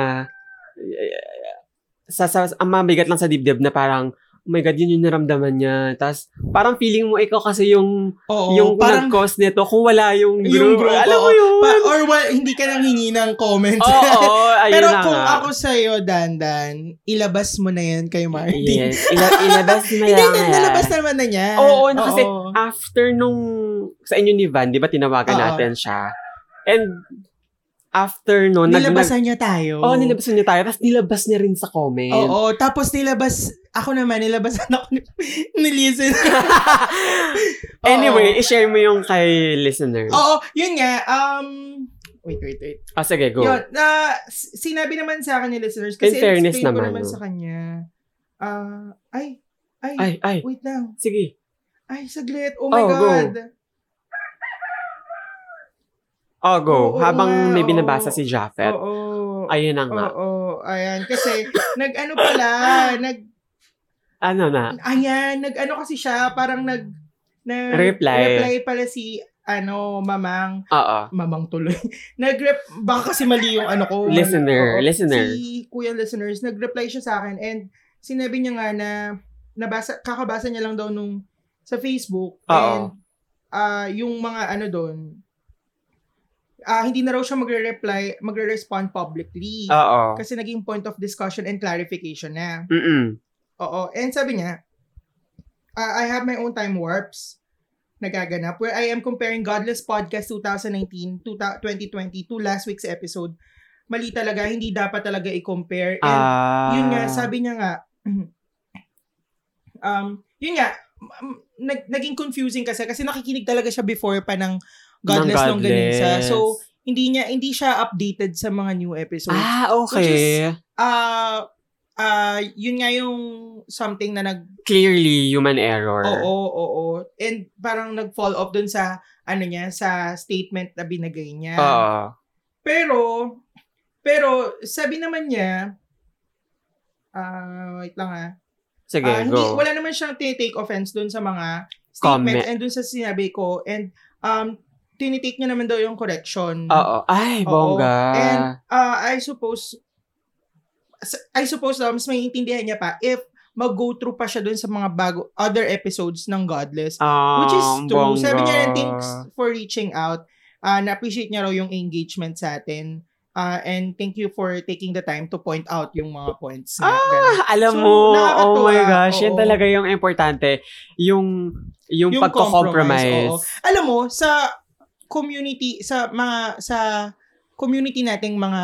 Speaker 2: eh, sa, sa ang mabigat lang sa dibdib na parang oh my God, yun yung naramdaman niya. Tapos, parang feeling mo ikaw kasi yung,
Speaker 1: Oo,
Speaker 2: yung
Speaker 1: parang,
Speaker 2: Oh, nag-cause nito kung wala yung group.
Speaker 1: Yung group,
Speaker 2: Alam mo
Speaker 1: oo.
Speaker 2: yun?
Speaker 1: pa- or wa- hindi ka nang hingi ng comments.
Speaker 2: Oo, oo, ayun
Speaker 1: Pero
Speaker 2: na
Speaker 1: kung
Speaker 2: nga.
Speaker 1: ako sa'yo, Dandan, ilabas mo na yan kay Martin.
Speaker 2: Yes, ila- ilabas mo
Speaker 1: Hindi,
Speaker 2: yan.
Speaker 1: na- nalabas naman na niya.
Speaker 2: Oo, na kasi-
Speaker 1: Oo.
Speaker 2: after nung sa inyo ni Van, di ba tinawagan
Speaker 1: Oo.
Speaker 2: natin siya? And after nun, nag- nag-
Speaker 1: nilabasan niya tayo.
Speaker 2: Oo, oh, nilabasan niya tayo. Tapos nilabas niya rin sa comment.
Speaker 1: Oo, tapos nilabas, ako naman, nilabasan ako ni, ni Lizzy.
Speaker 2: anyway, i-share mo yung kay listener.
Speaker 1: Oo, yun nga, um, wait, wait, wait.
Speaker 2: Ah, sige, go.
Speaker 1: Yun, na s- sinabi naman sa akin ni listeners, kasi
Speaker 2: In fairness
Speaker 1: explain ko
Speaker 2: naman,
Speaker 1: naman
Speaker 2: no?
Speaker 1: sa kanya, ah, ay, ay,
Speaker 2: Ay, ay.
Speaker 1: wait lang,
Speaker 2: Sige.
Speaker 1: ay, saglit, oh my
Speaker 2: Oh, go.
Speaker 1: God.
Speaker 2: Oh, go.
Speaker 1: Oo,
Speaker 2: Habang
Speaker 1: nga, oo.
Speaker 2: may binabasa si Japheth.
Speaker 1: Oo.
Speaker 2: Ayun na nga.
Speaker 1: Oo, ayan. Kasi, nag-ano pala, nag,
Speaker 2: Ano na?
Speaker 1: ayan, nag-ano kasi siya, parang nag, nag
Speaker 2: Reply.
Speaker 1: reply pala si, ano, mamang,
Speaker 2: Oo.
Speaker 1: mamang tuloy. Nagrep, baka kasi mali yung ano ko.
Speaker 2: Listener,
Speaker 1: Oo.
Speaker 2: listener.
Speaker 1: Si kuya listeners, nagreply siya sa akin and sinabi niya nga na, nabasa, kakabasa niya lang daw nung, sa Facebook.
Speaker 2: Oo.
Speaker 1: And, ah, yung mga ano doon, ah, hindi na raw siya magre-reply, magre-respond publicly.
Speaker 2: Oo.
Speaker 1: Kasi naging point of discussion and clarification na.
Speaker 2: Mm-mm.
Speaker 1: Oo. And sabi niya, "Uh, I have my own time warps nagaganap where I am comparing Godless Podcast 2019 to ta- 2020 to last week's episode. Mali talaga, hindi dapat talaga i-compare. And
Speaker 2: Ah.
Speaker 1: yun nga, sabi niya nga, um, yun nga, m- nag- naging confusing kasi kasi nakikinig talaga siya before pa ng Godless,
Speaker 2: Ng
Speaker 1: Longganisa.
Speaker 2: Godless.
Speaker 1: So, hindi niya hindi siya updated sa mga new episodes
Speaker 2: Ah,
Speaker 1: Which
Speaker 2: okay.
Speaker 1: ah ah, yun nga yung something na nag
Speaker 2: Clearly, human error.
Speaker 1: oo oo and parang nag-fall off dun sa ano niya sa statement na binigay niya.
Speaker 2: Oo.
Speaker 1: Pero pero sabi naman niya ah wait lang ha.
Speaker 2: Sige,
Speaker 1: Ah, hindi,
Speaker 2: go.
Speaker 1: wala naman siyang tinitake offense dun sa mga statements
Speaker 2: Comment.
Speaker 1: and dun sa sinabi ko and um tinitake niya naman daw yung correction.
Speaker 2: Oo. Ay,
Speaker 1: Oo.
Speaker 2: bongga.
Speaker 1: And uh, I suppose, I suppose daw, mas maiintindihan niya pa if mag-go through pa siya dun sa mga bago, other episodes ng Godless.
Speaker 2: Ah,
Speaker 1: Which is true.
Speaker 2: bongga.
Speaker 1: Sabi niya rin, thanks for reaching out. Uh, na-appreciate niya raw yung engagement sa atin. Uh, and thank you for taking the time to point out yung mga points. Na, ganun.
Speaker 2: Ah, alam
Speaker 1: So,
Speaker 2: mo,
Speaker 1: nakakatuwa,
Speaker 2: oh my gosh, yun
Speaker 1: oo.
Speaker 2: talaga yung importante. Yung, yung,
Speaker 1: Yung compromise, oo.
Speaker 2: pagko-compromise.
Speaker 1: Alam mo, sa community, sa mga, sa community nating mga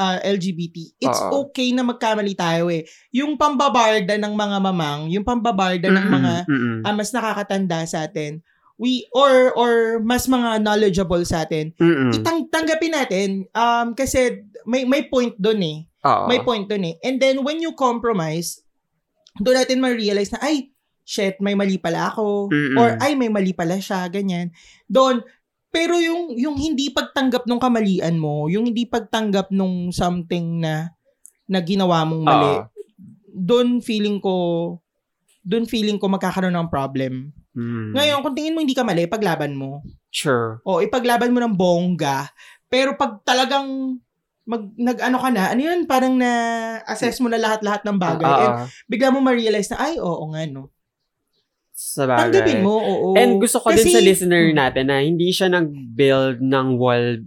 Speaker 1: ah, LGBT, it's
Speaker 2: Oo.
Speaker 1: okay na magkamali tayo eh. Yung pambabarda ng mga mamang, yung pambabarda ng
Speaker 2: Mm-mm,
Speaker 1: mga
Speaker 2: mm-mm.
Speaker 1: ah, mas nakakatanda sa atin, we, or, or mas mga knowledgeable sa atin,
Speaker 2: Mm-mm.
Speaker 1: itang, tanggapin natin, um, kasi may, may point doon eh.
Speaker 2: Oo.
Speaker 1: May point doon eh. And then, when you compromise, doon natin ma-realize na, ay, shit, may mali pala ako.
Speaker 2: Mm-mm.
Speaker 1: Or, ay, may mali pala siya, ganyan. Doon, pero yung, yung hindi pagtanggap nung kamalian mo, yung hindi pagtanggap nung something na, na ginawa mong mali,
Speaker 2: Oo.
Speaker 1: doon feeling ko, doon feeling ko magkakaroon ng problem.
Speaker 2: Mm.
Speaker 1: Ngayon, kung tingin mo hindi ka mali, paglaban mo.
Speaker 2: Sure.
Speaker 1: O, Oh, ipaglaban mo ng bongga. Pero pag talagang mag, nag-ano ka na, ano yun, parang na-assess mo na lahat-lahat ng bagay.
Speaker 2: Oo.
Speaker 1: And bigla mo ma-realize na, ay, oo nga, no.
Speaker 2: Sa bagay.
Speaker 1: Tanggapin mo, oo.
Speaker 2: And gusto ko
Speaker 1: Kasi-
Speaker 2: din sa listener natin na hindi siya nag-build ng wall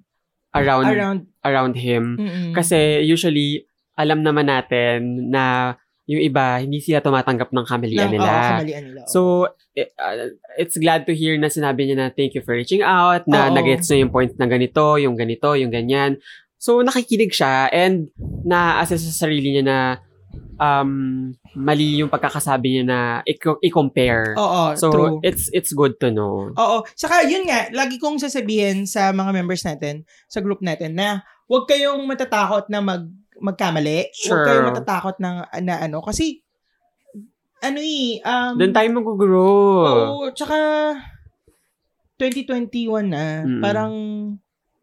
Speaker 2: around around,
Speaker 1: around,
Speaker 2: him.
Speaker 1: mm-mm.
Speaker 2: Kasi usually, alam naman natin na yung iba, hindi sila tumatanggap ng kamalian
Speaker 1: Ng-
Speaker 2: nila.
Speaker 1: oo, kamalian nila. oo.
Speaker 2: So, eh, uh, it's glad to hear na sinabi niya na thank you for reaching out, na
Speaker 1: Oo.
Speaker 2: nagets niya yung point na ganito, yung ganito, yung ganyan. So, nakikinig siya and na-assess sa sarili niya na um, mali yung pagkakasabi niya na i- i-compare.
Speaker 1: oo,
Speaker 2: so,
Speaker 1: true.
Speaker 2: it's it's good to know.
Speaker 1: oo. Saka, yun nga, lagi kong sasabihin sa mga members natin, sa group natin, na huwag kayong matatakot na mag magkamali.
Speaker 2: Sure.
Speaker 1: Huwag kayong matatakot na, na ano. Kasi, ano eh, um, oh.
Speaker 2: Doon tayo mag-grow.
Speaker 1: Oo, tsaka 2021 na,
Speaker 2: Mm-mm.
Speaker 1: parang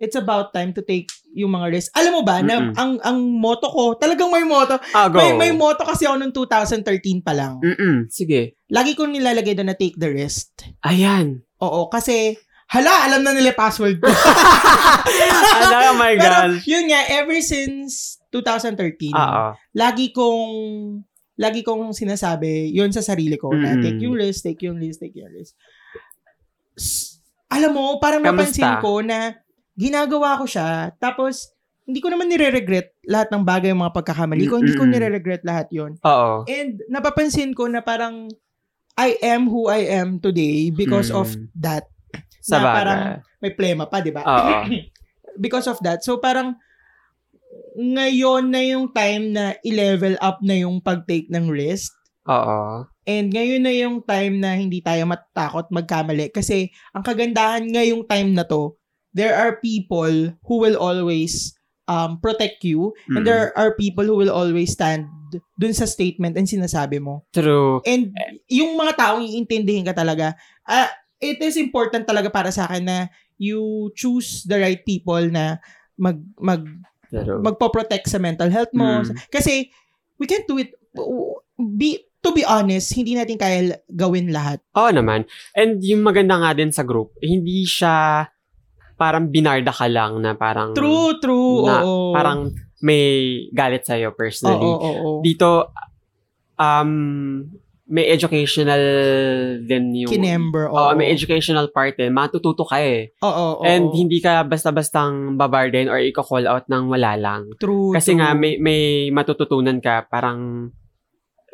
Speaker 1: it's about time to take yung mga risks. Alam mo ba, na
Speaker 2: Mm-mm.
Speaker 1: ang ang motto ko, talagang may motto.
Speaker 2: ah, go. Mm.
Speaker 1: May, may motto kasi ako noong 2013 pa lang.
Speaker 2: Mm-mm, sige.
Speaker 1: Lagi kong nilalagay doon na take the risk.
Speaker 2: Ayan.
Speaker 1: Oo, kasi, hala, alam na nila yung password ko.
Speaker 2: Ano, oh my
Speaker 1: Pero
Speaker 2: gosh.
Speaker 1: yun nga, ever since 2013,
Speaker 2: Oo.
Speaker 1: lagi kong lagi kong sinasabi yun sa sarili ko na
Speaker 2: Mm.
Speaker 1: take yung risk, take yung risk, take yung risk. S- Alam mo, parang
Speaker 2: Kamusta?
Speaker 1: napansin ko na ginagawa ko siya tapos hindi ko naman nire-regret lahat ng bagay mga pagkakamali ko. Hindi ko
Speaker 2: Mm-mm.
Speaker 1: nire-regret lahat yon
Speaker 2: Oo.
Speaker 1: And napapansin ko na parang I am who I am today because
Speaker 2: Mm. Ah.
Speaker 1: of that.
Speaker 2: Sa
Speaker 1: Na parang
Speaker 2: bagay.
Speaker 1: May plema pa, di ba?
Speaker 2: Oo.
Speaker 1: because of that. So parang ngayon na yung time na i-level up na yung pag-take ng risk.
Speaker 2: Oo.
Speaker 1: And ngayon na yung time na hindi tayo matatakot magkamali. Kasi ang kagandahan ngayong time na to, there are people who will always um, protect you. And
Speaker 2: Mm-mm.
Speaker 1: there are people who will always stand dun sa statement and sinasabi mo.
Speaker 2: True.
Speaker 1: And yung mga taong iintindihin ka talaga, ah, it is important talaga para sa akin na you choose the right people na mag mag
Speaker 2: True.
Speaker 1: magpo-protect sa mental health mo.
Speaker 2: Mm.
Speaker 1: Kasi we can't do it be to be honest, hindi natin kaya l- gawin lahat.
Speaker 2: Oo naman. And yung maganda nga din sa group, hindi siya parang binarda ka lang na parang
Speaker 1: True, true.
Speaker 2: Mm. Na-
Speaker 1: oo.
Speaker 2: parang may galit sa'yo
Speaker 1: oo,
Speaker 2: personally.
Speaker 1: oo, oo.
Speaker 2: Dito, um, may educational din yung...
Speaker 1: Kinember. Oo,
Speaker 2: Oo, Ah, may educational part eh. Matututo ka eh.
Speaker 1: Oo, oo, oo.
Speaker 2: And hindi ka basta-bastang babardin or ika-call out ng wala lang.
Speaker 1: True,
Speaker 2: Kasi
Speaker 1: true.
Speaker 2: nga, may, may matututunan ka parang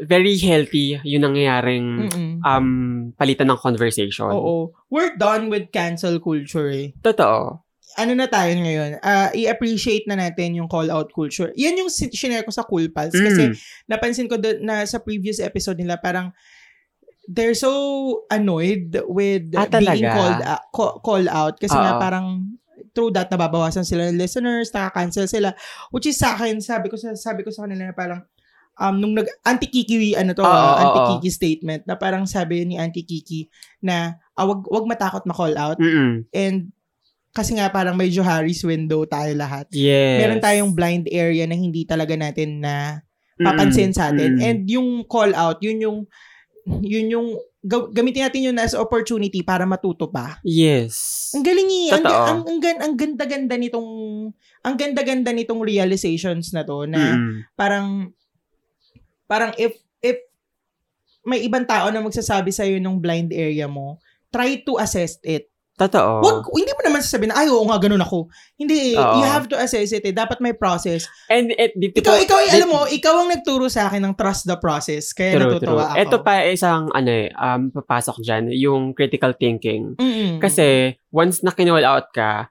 Speaker 2: very healthy yung nangyayaring
Speaker 1: Mm-mm.
Speaker 2: um, palitan ng conversation.
Speaker 1: Mm. Oo. We're done with cancel culture eh.
Speaker 2: Totoo.
Speaker 1: ano na tayo ngayon, ah, i-appreciate na natin yung call-out culture. Yan yung sin- shinare ko sa Cool Pals. Kasi
Speaker 2: Mm.
Speaker 1: napansin ko do- na sa previous episode nila, parang they're so annoyed with
Speaker 2: Ah,
Speaker 1: being
Speaker 2: talaga?
Speaker 1: called ah, co- call out. Kasi nga
Speaker 2: Oo.
Speaker 1: parang through that, nababawasan sila ng listeners, nakakancel sila. Which is sa akin, sabi ko sa, sabi ko sa kanila na parang, um, nung nag, anti-kiki, ano to, ah,
Speaker 2: Oo, oo,
Speaker 1: anti-kiki statement, na parang sabi ni anti-kiki na, ah, wag, wag matakot na call out.
Speaker 2: Mm-mm.
Speaker 1: And kasi nga parang medyo Harry's window tayo lahat.
Speaker 2: Yes.
Speaker 1: Meron tayong blind area na hindi talaga natin na papansin sa
Speaker 2: Mm,
Speaker 1: atin. And yung call out, yun yung yun yung ga- gamitin natin yun as opportunity para matuto pa.
Speaker 2: yes.
Speaker 1: Ang galing eh. Ang,
Speaker 2: Totoo.
Speaker 1: ang, ang, gan- ang ganda-ganda nitong ang ganda-ganda nitong realizations na to na
Speaker 2: Mm-mm.
Speaker 1: parang parang if if may ibang tao na magsasabi sa iyo ng blind area mo, try to assess it.
Speaker 2: Totoo.
Speaker 1: Wag, hindi mo naman sasabihin na, ay, oo nga, ganun ako. Hindi, eh.
Speaker 2: Oo.
Speaker 1: you have to assess it. Eh. Dapat may process.
Speaker 2: And it, dito
Speaker 1: Ikaw,
Speaker 2: po-
Speaker 1: ikaw, eh,
Speaker 2: dito-
Speaker 1: alam mo, ikaw ang nagturo sa akin ng trust the process. Kaya natutuwa ako.
Speaker 2: Ito pa isang ano eh, um, papasok dyan, yung critical thinking.
Speaker 1: Mm-mm.
Speaker 2: Kasi once na kinall out ka,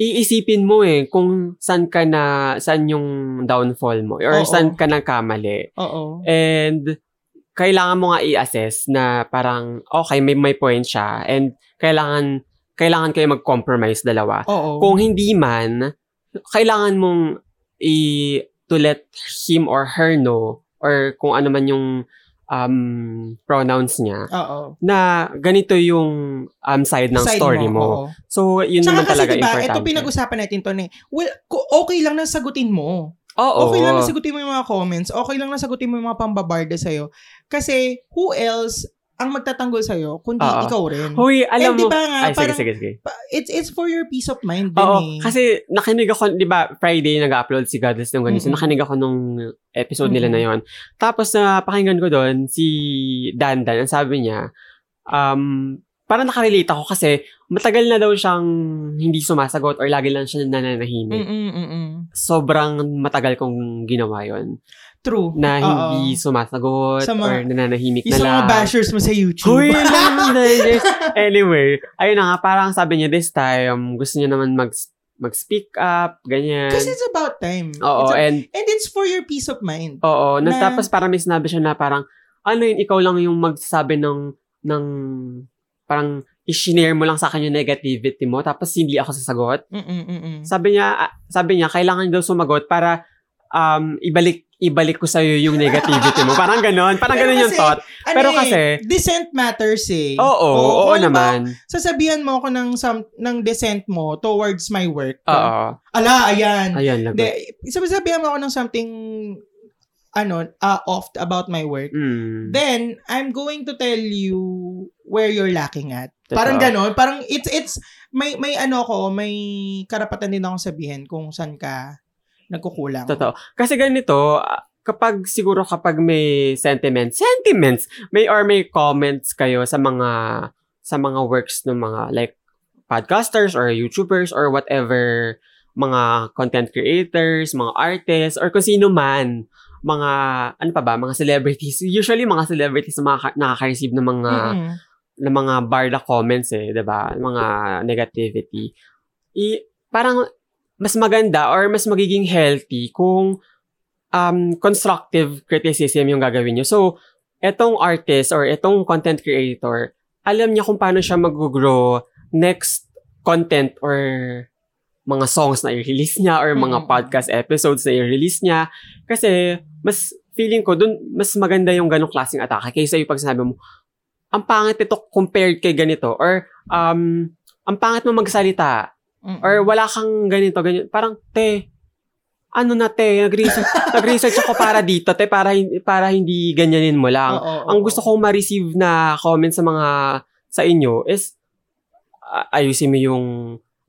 Speaker 2: iisipin mo eh kung saan ka na, saan yung downfall mo or
Speaker 1: Oo.
Speaker 2: saan ka nagkamali.
Speaker 1: oo.
Speaker 2: And kailangan mo nga i-assess na parang okay, may may point siya and kailangan kailangan kayo mag-compromise dalawa.
Speaker 1: Oo.
Speaker 2: Kung hindi man, kailangan mong i to let him or her know or kung ano man yung um, pronouns niya
Speaker 1: oo.
Speaker 2: na ganito yung um, side ng
Speaker 1: Side
Speaker 2: story
Speaker 1: oo.
Speaker 2: mo. So, yun
Speaker 1: Tsaka
Speaker 2: naman
Speaker 1: kasi,
Speaker 2: talaga
Speaker 1: diba,
Speaker 2: important.
Speaker 1: ito pinag-usapan natin to na, eh, well, ku- okay lang na sagutin mo.
Speaker 2: Oo.
Speaker 1: Okay lang na sagutin mo yung mga comments. Okay lang na sagutin mo yung mga pambabarda sa'yo. Kasi, who else ang magtatanggol sa'yo, kundi
Speaker 2: Oo.
Speaker 1: ikaw rin.
Speaker 2: Hoy,
Speaker 1: And
Speaker 2: alam
Speaker 1: di
Speaker 2: mo.
Speaker 1: ba nga, Eh,
Speaker 2: Ay, sige,
Speaker 1: diba, parang,
Speaker 2: sige, sige.
Speaker 1: pa- it's, it's for your peace of mind din
Speaker 2: Oo,
Speaker 1: eh.
Speaker 2: kasi nakinig ako, di ba, Friday nag-upload si Godless ng ganito. So,
Speaker 1: Mm-mm.
Speaker 2: nakinig ako nung episode nila
Speaker 1: Mm-mm.
Speaker 2: na yon. Tapos, na pakinggan ko doon, si Dandan, ang sabi niya, um, parang nakarelate ako kasi matagal na daw siyang hindi sumasagot or lagi lang siya nananahimik.
Speaker 1: Mm-mm, mm-mm.
Speaker 2: Sobrang matagal kong ginawa yon
Speaker 1: True.
Speaker 2: na
Speaker 1: Oo.
Speaker 2: hindi sumasagot
Speaker 1: Sa mga-
Speaker 2: or nananahimik
Speaker 1: Yung
Speaker 2: na
Speaker 1: sa mga
Speaker 2: lang.
Speaker 1: bashers mo sa YouTube.
Speaker 2: Hoy, lang, lang. anyway, ayun na nga, parang sabi niya this time, gusto niya naman mag mag-speak up, ganyan.
Speaker 1: Kasi it's about time.
Speaker 2: oo, eh.
Speaker 1: It's a-
Speaker 2: and
Speaker 1: and it's for your peace of mind.
Speaker 2: oo, na,
Speaker 1: na-
Speaker 2: tapos parang may sinabi siya na parang ano yun, ikaw lang yung magsasabi ng ng parang i-share mo lang sa akin yung negativity mo tapos hindi ako sasagot.
Speaker 1: Mm-mm, mm-mm.
Speaker 2: Sabi niya, ah, sabi niya kailangan daw sumagot para um, ibalik ibalik ko sa yung negativity mo. Parang ganon. Parang
Speaker 1: Pero
Speaker 2: ganon yung
Speaker 1: kasi-
Speaker 2: thought.
Speaker 1: Ano
Speaker 2: pero
Speaker 1: eh,
Speaker 2: kasi-
Speaker 1: Dissent matters eh.
Speaker 2: Oo, oo,
Speaker 1: kung ano ba,
Speaker 2: naman.
Speaker 1: sasabihan mo ako ng, some, ng dissent mo towards my work.
Speaker 2: Oo.
Speaker 1: Ala, ayan.
Speaker 2: Ayun,
Speaker 1: De,
Speaker 2: lagot.
Speaker 1: sasabihan mo ako ng something ano, ah, off about my work.
Speaker 2: Mm.
Speaker 1: Then, I'm going to tell you where you're lacking at.
Speaker 2: Totoo.
Speaker 1: Parang ganon. Parang it's, it's, may, may ano ko, may karapatan din akong sabihin kung saan ka nagkukulang.
Speaker 2: Totoo. Kasi ganito, ah, kapag siguro kapag may sentiments, sentiments, may or may comments kayo sa mga sa mga works ng mga like podcasters or YouTubers or whatever mga content creators, mga artists or kung sino man mga ano pa ba mga celebrities usually mga celebrities ang mga ka- nakaka-receive ng mga
Speaker 1: Mm-mm.
Speaker 2: ng mga barda comments eh, 'di ba? Mga negativity. I parang mas maganda or mas magiging healthy kung um constructive criticism yung gagawin niyo. So, etong artist or etong content creator, alam niya kung paano siya mag-grow next content or mga songs na i-release niya or
Speaker 1: Mm.
Speaker 2: mga podcast episodes na i-release niya kasi mas feeling ko dun mas maganda yung ganong klaseng atake kaysa yung pag sinabi mo ang pangit ito compared kay ganito or um ang pangit mo magsalita
Speaker 1: Mm-mm.
Speaker 2: or wala kang ganito ganyan parang te ano na te nag-research, nag-research ako para dito te para hin- para hindi ganyanin mo
Speaker 1: Oo,
Speaker 2: lang
Speaker 1: oo,
Speaker 2: ang
Speaker 1: oo.
Speaker 2: gusto kong ma-receive na comment sa mga sa inyo is a- ayusin mo yung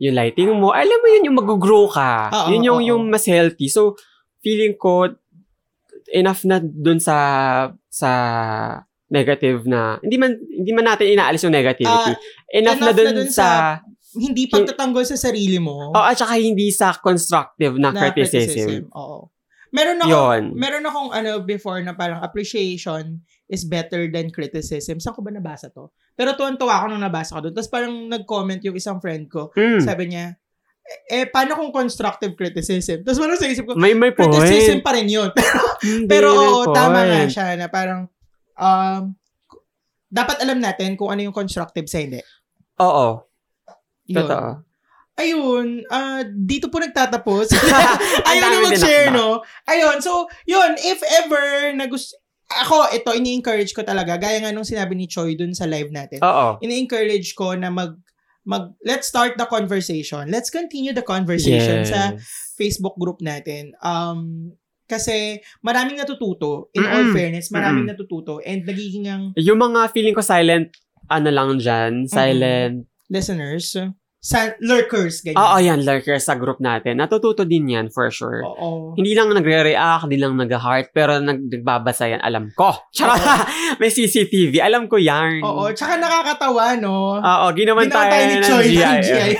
Speaker 2: yung lighting mo. Alam mo yun yung mag-grow ka.
Speaker 1: Oo,
Speaker 2: yun yung
Speaker 1: oo.
Speaker 2: yung mas healthy. So feeling ko enough na dun sa sa negative na, hindi man, hindi man natin inaalis yung negativity.
Speaker 1: Ah,
Speaker 2: enough, na dun, sa,
Speaker 1: hindi pagtatanggol sa sarili mo.
Speaker 2: oh, at saka hindi sa constructive na, ah, criticism.
Speaker 1: Oo. Meron ako,
Speaker 2: Yun.
Speaker 1: meron akong ano before na parang appreciation is better than criticism. Saan ko ba nabasa to? Pero tuwan-tuwa ako nung nabasa ko doon. Tapos parang nag-comment yung isang friend ko.
Speaker 2: Mm.
Speaker 1: Sabi niya, eh, eh, paano kung constructive criticism? Tapos parang sa isip ko,
Speaker 2: May may point.
Speaker 1: criticism pa rin yun.
Speaker 2: Hindi,
Speaker 1: Pero
Speaker 2: may
Speaker 1: oo, tama nga
Speaker 2: point.
Speaker 1: siya na parang, um, dapat alam natin kung ano yung constructive sa hindi.
Speaker 2: Oo,
Speaker 1: Yun.
Speaker 2: totoo.
Speaker 1: Ayun, ah, dito po nagtatapos.
Speaker 2: Ang
Speaker 1: Ayun
Speaker 2: dami
Speaker 1: na
Speaker 2: din
Speaker 1: mag-share,
Speaker 2: nakba.
Speaker 1: no? Ayun, so, yun, if ever na gusto, ako, ito, ini-encourage ko talaga, gaya nga nung sinabi ni Choi dun sa live natin,
Speaker 2: Oo.
Speaker 1: ini-encourage ko na mag, mag, let's start the conversation. Let's continue the conversation sa Facebook group natin. Um, kasi maraming natututo. In all
Speaker 2: Mm-mm.
Speaker 1: fairness, maraming natututo. And nagiging ang
Speaker 2: Yung mga feeling ko silent, ano lang
Speaker 1: Mm-hmm.
Speaker 2: dyan, silent.
Speaker 1: listeners, sa lurkers, ganyan.
Speaker 2: Oo, yan, lurkers sa group natin. Natututo din yan, for sure.
Speaker 1: Oo.
Speaker 2: Hindi lang nagre-react, hindi lang nag-heart, pero nag- nagbabasa yan, alam ko. Charot! May CCTV, alam ko yan.
Speaker 1: Oo. Tsaka nakakatawa, no?
Speaker 2: Oo, ginawan
Speaker 1: Ginawa
Speaker 2: tayo,
Speaker 1: tayo ni
Speaker 2: ng
Speaker 1: Choi ng
Speaker 2: GIF.
Speaker 1: GIF.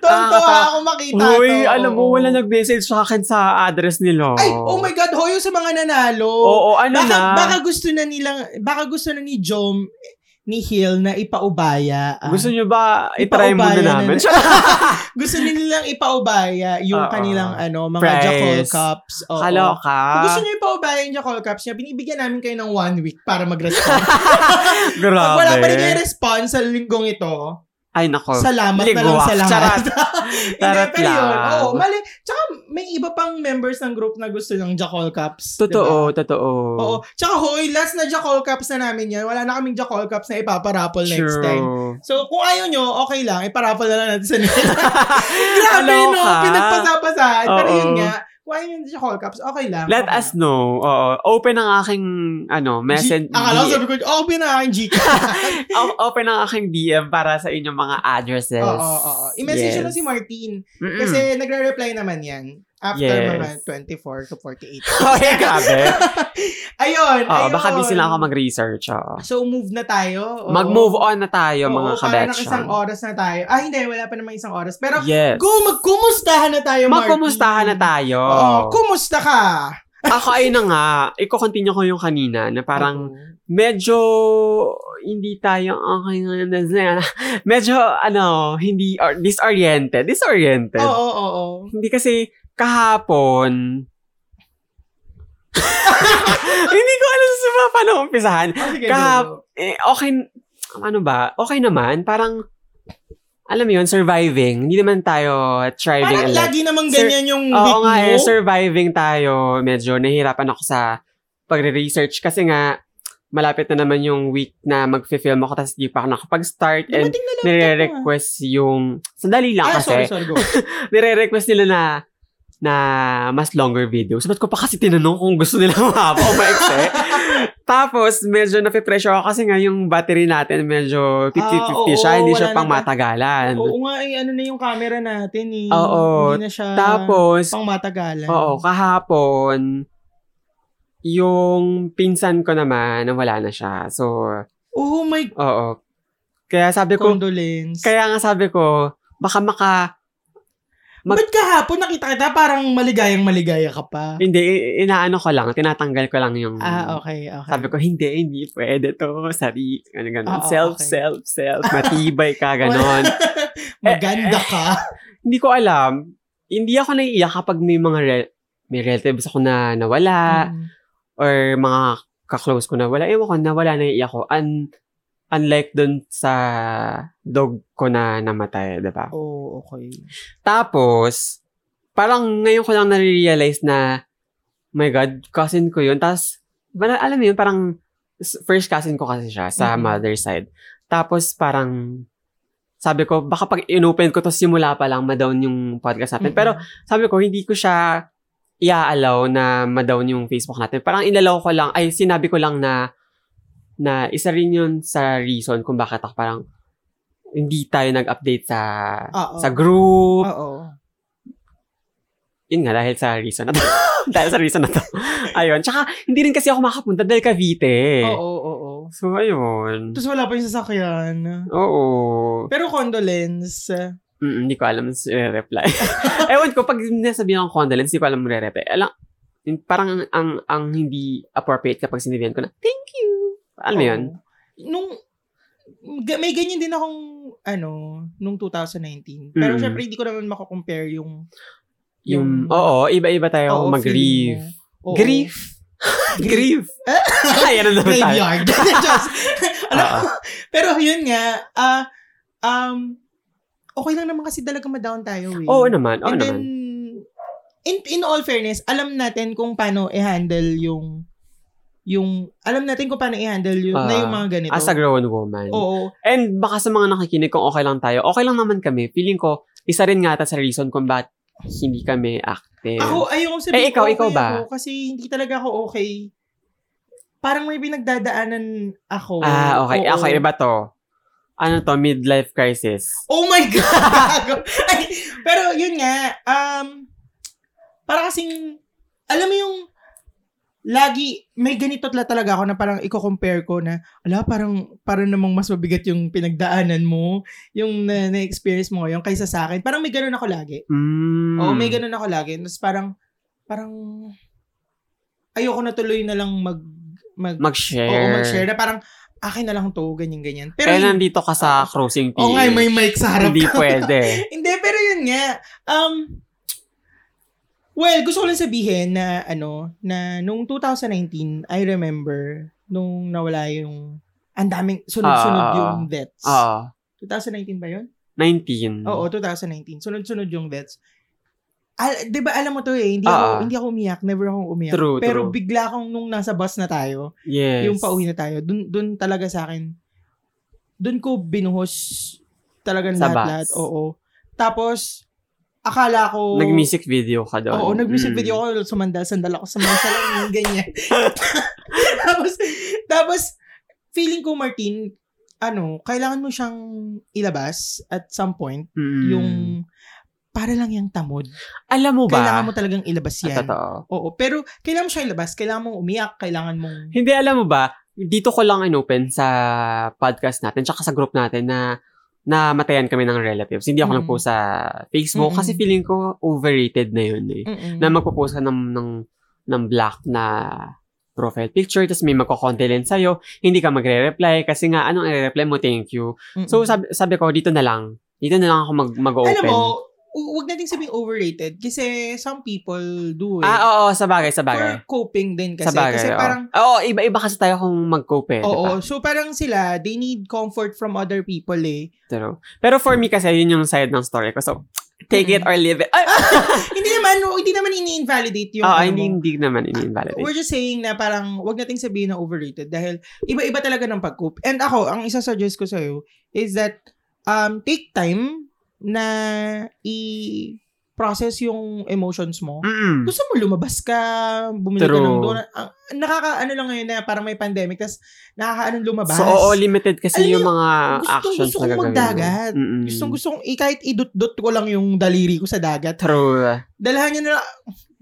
Speaker 1: Tontuwa
Speaker 2: Nakakatawa.
Speaker 1: ako makita to.
Speaker 2: Uy, Ah, alam mo,
Speaker 1: Oo.
Speaker 2: wala nag-message sa akin sa address nila.
Speaker 1: Ay, oh my God, hoyo sa mga nanalo.
Speaker 2: Oo, ano
Speaker 1: baka,
Speaker 2: na?
Speaker 1: baka gusto na nilang, baka gusto na ni Jom, ni Hill na ipaubaya. ah.
Speaker 2: Gusto nyo ba itry muna
Speaker 1: Ipaubayan na
Speaker 2: namin?
Speaker 1: na- gusto nilang ipaubaya yung
Speaker 2: Oo.
Speaker 1: kanilang
Speaker 2: ah.
Speaker 1: ano, mga
Speaker 2: Prize.
Speaker 1: Jackal Cups. Oo.
Speaker 2: Kaloka.
Speaker 1: Kung gusto niyo ipaubaya yung Jackal Cups niya, binibigyan namin kayo ng one week para mag-respond.
Speaker 2: Grabe.
Speaker 1: Pag wala pa rin kayo response sa linggong ito,
Speaker 2: Ay, nako.
Speaker 1: salamat na lang
Speaker 2: Ligwak.
Speaker 1: sa lahat.
Speaker 2: Charot.
Speaker 1: Hindi,
Speaker 2: Charot
Speaker 1: pero yun.
Speaker 2: lang.
Speaker 1: Oo, mali. Tsaka may iba pang members ng group na gusto ng Jackal Cups.
Speaker 2: Totoo,
Speaker 1: diba?
Speaker 2: totoo.
Speaker 1: Oo. Tsaka hoy, last na Jackal Cups na namin yan. Wala na kaming Jackal Cups na ipaparapol next
Speaker 2: True.
Speaker 1: time. So, kung ayaw nyo, okay lang. Iparapol na lang natin sa next Grabe,
Speaker 2: Hello,
Speaker 1: no?
Speaker 2: ka.
Speaker 1: Pinagpasapasahan. Pero
Speaker 2: Oo.
Speaker 1: yun nga, kung ayaw nyo ng Jackal Cups, okay lang.
Speaker 2: Let
Speaker 1: Okay
Speaker 2: us know. Oo. Open ang aking, ano, message.
Speaker 1: G- Akala ko sabi ko, oh, pinakain Gcash.
Speaker 2: O- open ang aking DM para sa inyong mga addresses.
Speaker 1: Oo, oo, oo. I-message yes. na si Martin. Kasi nagre-reply naman yan after
Speaker 2: Mm. Yes.
Speaker 1: mga 24 to 48.
Speaker 2: Ay, grabe.
Speaker 1: Ayun,
Speaker 2: Oo,
Speaker 1: ayun.
Speaker 2: baka busy lang ako mag-research. oo.
Speaker 1: So, move na tayo. Oo.
Speaker 2: Mag-move on na tayo,
Speaker 1: Oo, parang
Speaker 2: mga
Speaker 1: naka
Speaker 2: kabeksyon.
Speaker 1: isang oras na tayo. Ah, hindi, wala pa namang isang oras. Pero,
Speaker 2: Yes.
Speaker 1: go, magkumustahan na tayo, Martin.
Speaker 2: Magkumustahan na tayo.
Speaker 1: Oo, kumusta ka?
Speaker 2: Ako ay na nga, iko-continue ko yung kanina na parang medyo hindi tayo okay na medyo ano, hindi or, disoriented,
Speaker 1: Oo,
Speaker 2: disoriented.
Speaker 1: oo, oo. oo.
Speaker 2: Hindi kasi kahapon hindi ko alam sa mga paano umpisahan.
Speaker 1: Oh, sige,
Speaker 2: Kahap-
Speaker 1: go, go.
Speaker 2: Eh, okay, ano ba? Okay naman, parang, alam mo yun, surviving. Hindi naman tayo thriving.
Speaker 1: Parang
Speaker 2: and
Speaker 1: lagi namang
Speaker 2: Sir-
Speaker 1: ganyan yung week
Speaker 2: Oo nga eh,
Speaker 1: mo.
Speaker 2: surviving tayo. Medyo nahihirapan ako sa pagre-research kasi nga, malapit na naman yung week na mag-film ako tapos di pa ako nakapag-start and
Speaker 1: Dumating na lang ako,
Speaker 2: nire-request yung... Sandali
Speaker 1: ah.
Speaker 2: lang
Speaker 1: Ah, sorry,
Speaker 2: kasi.
Speaker 1: sorry, go.
Speaker 2: Nire-request nila na na mas longer video. So, ba't ko pa kasi tinanong kung gusto nila mahaba o maikse? Tapos, medyo nape-pressure ako kasi nga yung battery natin medyo 50-50 siya.
Speaker 1: Ah, oo,
Speaker 2: hindi
Speaker 1: wala
Speaker 2: siya
Speaker 1: na
Speaker 2: pang
Speaker 1: tayo.
Speaker 2: matagalan.
Speaker 1: Oo nga, eh, ano na yung camera natin eh.
Speaker 2: Oo.
Speaker 1: Hindi na siya
Speaker 2: Tapos,
Speaker 1: pang matagalan.
Speaker 2: Oo, kahapon, yung pinsan ko naman, wala na siya. So,
Speaker 1: Oh my
Speaker 2: oo. Kaya sabi ko,
Speaker 1: condolence.
Speaker 2: kaya nga sabi ko, baka maka, mag-
Speaker 1: Ba't kahapon nakita kita parang maligayang maligaya ka pa?
Speaker 2: hindi, i- inaano ko lang, tinatanggal ko lang yung,
Speaker 1: Ah, okay, okay.
Speaker 2: Hmm. sabi ko, hindi, hindi pwede to, sari, ano ganon,
Speaker 1: Oo,
Speaker 2: self,
Speaker 1: Ah, okay.
Speaker 2: self, self, matibay ka, ganon.
Speaker 1: Maganda ka.
Speaker 2: hindi ko alam, hindi ako naiiyak kapag may mga, re- may relatives ako na nawala,
Speaker 1: Mm.
Speaker 2: or mga kaklose ko na wala. Ewan ko, nawala na yung iyak ko. Un- unlike dun sa dog ko na namatay, di ba?
Speaker 1: Oh, okay.
Speaker 2: Tapos, parang ngayon ko lang nare-realize na, my God, cousin ko yun. Tapos, wala- alam mo yun, parang s- first cousin ko kasi siya sa
Speaker 1: Mhm.
Speaker 2: mother side. Tapos, parang, sabi ko, baka pag inopen ko to simula pa lang, madown yung podcast natin. Pero, sabi ko, hindi ko siya i-allow na madown yung Facebook natin. Parang inalaw ko lang, ay sinabi ko lang na na isa rin yun sa reason kung bakit ako parang hindi tayo nag-update sa
Speaker 1: Oo.
Speaker 2: sa group.
Speaker 1: Oo.
Speaker 2: Yun nga, dahil sa reason. na to. dahil sa reason na to. Ayun. Tsaka, hindi rin kasi ako makapunta dahil Cavite.
Speaker 1: Oo, oo, oo.
Speaker 2: So, ayun.
Speaker 1: Tapos wala pa yung sasakyan.
Speaker 2: Oo.
Speaker 1: Pero condolence.
Speaker 2: Mm, hindi ko alam si reply. Ewan ko, pag nasabihan ng condolence, hindi ko alam re-reply. Alam, yung- parang ang, ang, ang hindi appropriate kapag sinabihan ko na, thank you. Alam mo yun?
Speaker 1: Oo. Nung, ga- may ganyan din akong, ano, nung 2019. Pero
Speaker 2: Mm.
Speaker 1: syempre, hindi ko naman makakompare yung, Yung-
Speaker 2: Yung, oo, iba-iba tayo
Speaker 1: oo,
Speaker 2: mag-grief.
Speaker 1: feeling mo. Oo.
Speaker 2: Grief. Grief. Ayan na naman tayo.
Speaker 1: Graveyard. Diyos. Alam
Speaker 2: Oo.
Speaker 1: mo, pero yun nga, ah, um, okay lang naman kasi talaga ma-down tayo eh.
Speaker 2: Oo ano? naman, oo
Speaker 1: And then,
Speaker 2: naman.
Speaker 1: in, in all fairness, alam natin kung paano i-handle yung yung alam natin kung paano i-handle yung
Speaker 2: Ah,
Speaker 1: na yung mga ganito.
Speaker 2: As a grown woman.
Speaker 1: Oo.
Speaker 2: And baka sa mga nakikinig kung okay lang tayo, okay lang naman kami. Feeling ko, isa rin nga ata sa reason kung bakit hindi kami active.
Speaker 1: Ako, ayoko sabihin
Speaker 2: Eh, ikaw,
Speaker 1: okay
Speaker 2: ikaw ba?
Speaker 1: ako kasi hindi talaga ako okay. Parang may pinagdadaanan ako.
Speaker 2: ah, okay.
Speaker 1: Oo.
Speaker 2: Okay, iba to. Ano to? Midlife crisis.
Speaker 1: Oh my God! Ay, pero yun nga, um, para kasing, alam mo yung, lagi, may ganito tla- talaga ako na parang i-compare ko na, ala, parang, parang namang mas mabigat yung pinagdaanan mo, yung na, na-experience mo ngayon kaysa sa akin. Parang may ganun ako lagi.
Speaker 2: Mm.
Speaker 1: Oo, may ganun ako lagi. Tapos parang, parang, ayoko na tuloy na lang mag, mag,
Speaker 2: Mag-share.
Speaker 1: oo, mag-share na parang, akin na lang to, ganyan-ganyan.
Speaker 2: Pero
Speaker 1: Pero, yun-
Speaker 2: nandito ka sa crossing
Speaker 1: oo nga, may mic sa harap
Speaker 2: Hindi
Speaker 1: ko.
Speaker 2: pwede.
Speaker 1: Hindi, pero yun nga. Um, well, gusto ko lang sabihin na, ano, na nung 2019, I remember, nung nawala yung, ang daming, sunod-sunod
Speaker 2: Ah, Hmm.
Speaker 1: yung deaths.
Speaker 2: Oo.
Speaker 1: 2019 ba yun?
Speaker 2: 19.
Speaker 1: Oo, 2019. Sunod-sunod yung deaths. Al, 'di ba alam mo to eh, hindi ako
Speaker 2: Ah.
Speaker 1: hindi ako umiyak, never akong umiyak.
Speaker 2: True,
Speaker 1: pero
Speaker 2: true.
Speaker 1: bigla akong nung nasa bus na tayo,
Speaker 2: Yes.
Speaker 1: yung pauwi na tayo, dun dun talaga sa akin dun ko binuhos talagang
Speaker 2: Sa bus.
Speaker 1: lahat-lahat. Oo. Tapos akala ko
Speaker 2: Nag-music video ka doon.
Speaker 1: Oo, nag-music
Speaker 2: Mm.
Speaker 1: video ako, sumandal, sandal ako sa mga salamin, ganyan. tapos, tapos, feeling ko, Martin, ano, kailangan mo siyang ilabas at some point,
Speaker 2: Mm.
Speaker 1: yung, para lang yung tamod.
Speaker 2: Alam mo ba?
Speaker 1: Kailangan mo talagang ilabas
Speaker 2: Ah,
Speaker 1: yan.
Speaker 2: Totoo.
Speaker 1: Oo, pero kailangan mo siya ilabas, kailangan mong umiyak, kailangan mong,
Speaker 2: Hindi, alam mo ba, dito ko lang inopen sa podcast natin, tsaka sa group natin na namatayan kami ng relatives. Hindi ako
Speaker 1: Mm.
Speaker 2: nagpo sa Facebook
Speaker 1: Mm-mm.
Speaker 2: kasi feeling ko overrated na yun eh.
Speaker 1: Mm-mm.
Speaker 2: Na magpo-post ka ng, ng, ng black na profile picture, tapos may magkakontilin sa'yo, hindi ka magre-reply kasi nga, anong i-reply mo, thank you.
Speaker 1: Mm-mm.
Speaker 2: So, sabi, sabi ko, dito na lang. Dito na lang ako mag, mag-open.
Speaker 1: alam mo, u- wag natin sabihin overrated, kasi some people do it.
Speaker 2: ah, oo, sa bagay, sa bagay.
Speaker 1: For coping din kasi.
Speaker 2: sa bagay,
Speaker 1: kasi
Speaker 2: oo.
Speaker 1: parang,
Speaker 2: oo, iba-iba kasi tayo kung mag-cope eh. diba?
Speaker 1: Oo, so parang sila, they need comfort from other people eh.
Speaker 2: True. Pero for me kasi, yun yung side ng story ko. So, take it or leave it. Ay,
Speaker 1: hindi naman, no, hindi naman ini-invalidate yung
Speaker 2: Oo,
Speaker 1: ano
Speaker 2: hindi,
Speaker 1: mo.
Speaker 2: hindi naman ini-invalidate.
Speaker 1: We're just saying na parang wag nating sabihin na overrated dahil iba-iba talaga ng pag-cope. And ako, ang isa suggest ko sa'yo is that um, take time na i-process yung emotions mo.
Speaker 2: Mm-mm.
Speaker 1: Gusto mo lumabas ka, bumili
Speaker 2: Mm. True.
Speaker 1: ka ng donut. Ang- ang Nakaka, ano lang ngayon na parang may pandemic, tas nakaka ano lumabas.
Speaker 2: So, oo, limited kasi
Speaker 1: Alam
Speaker 2: yung mga
Speaker 1: gustong-
Speaker 2: actions
Speaker 1: gusto
Speaker 2: na
Speaker 1: kong
Speaker 2: gagawin mo.
Speaker 1: magdagat.
Speaker 2: Mm-mm.
Speaker 1: Gustong gusto kong, eh, kahit idut-dut ko lang yung daliri ko sa dagat.
Speaker 2: True.
Speaker 1: dalahan niya na lang,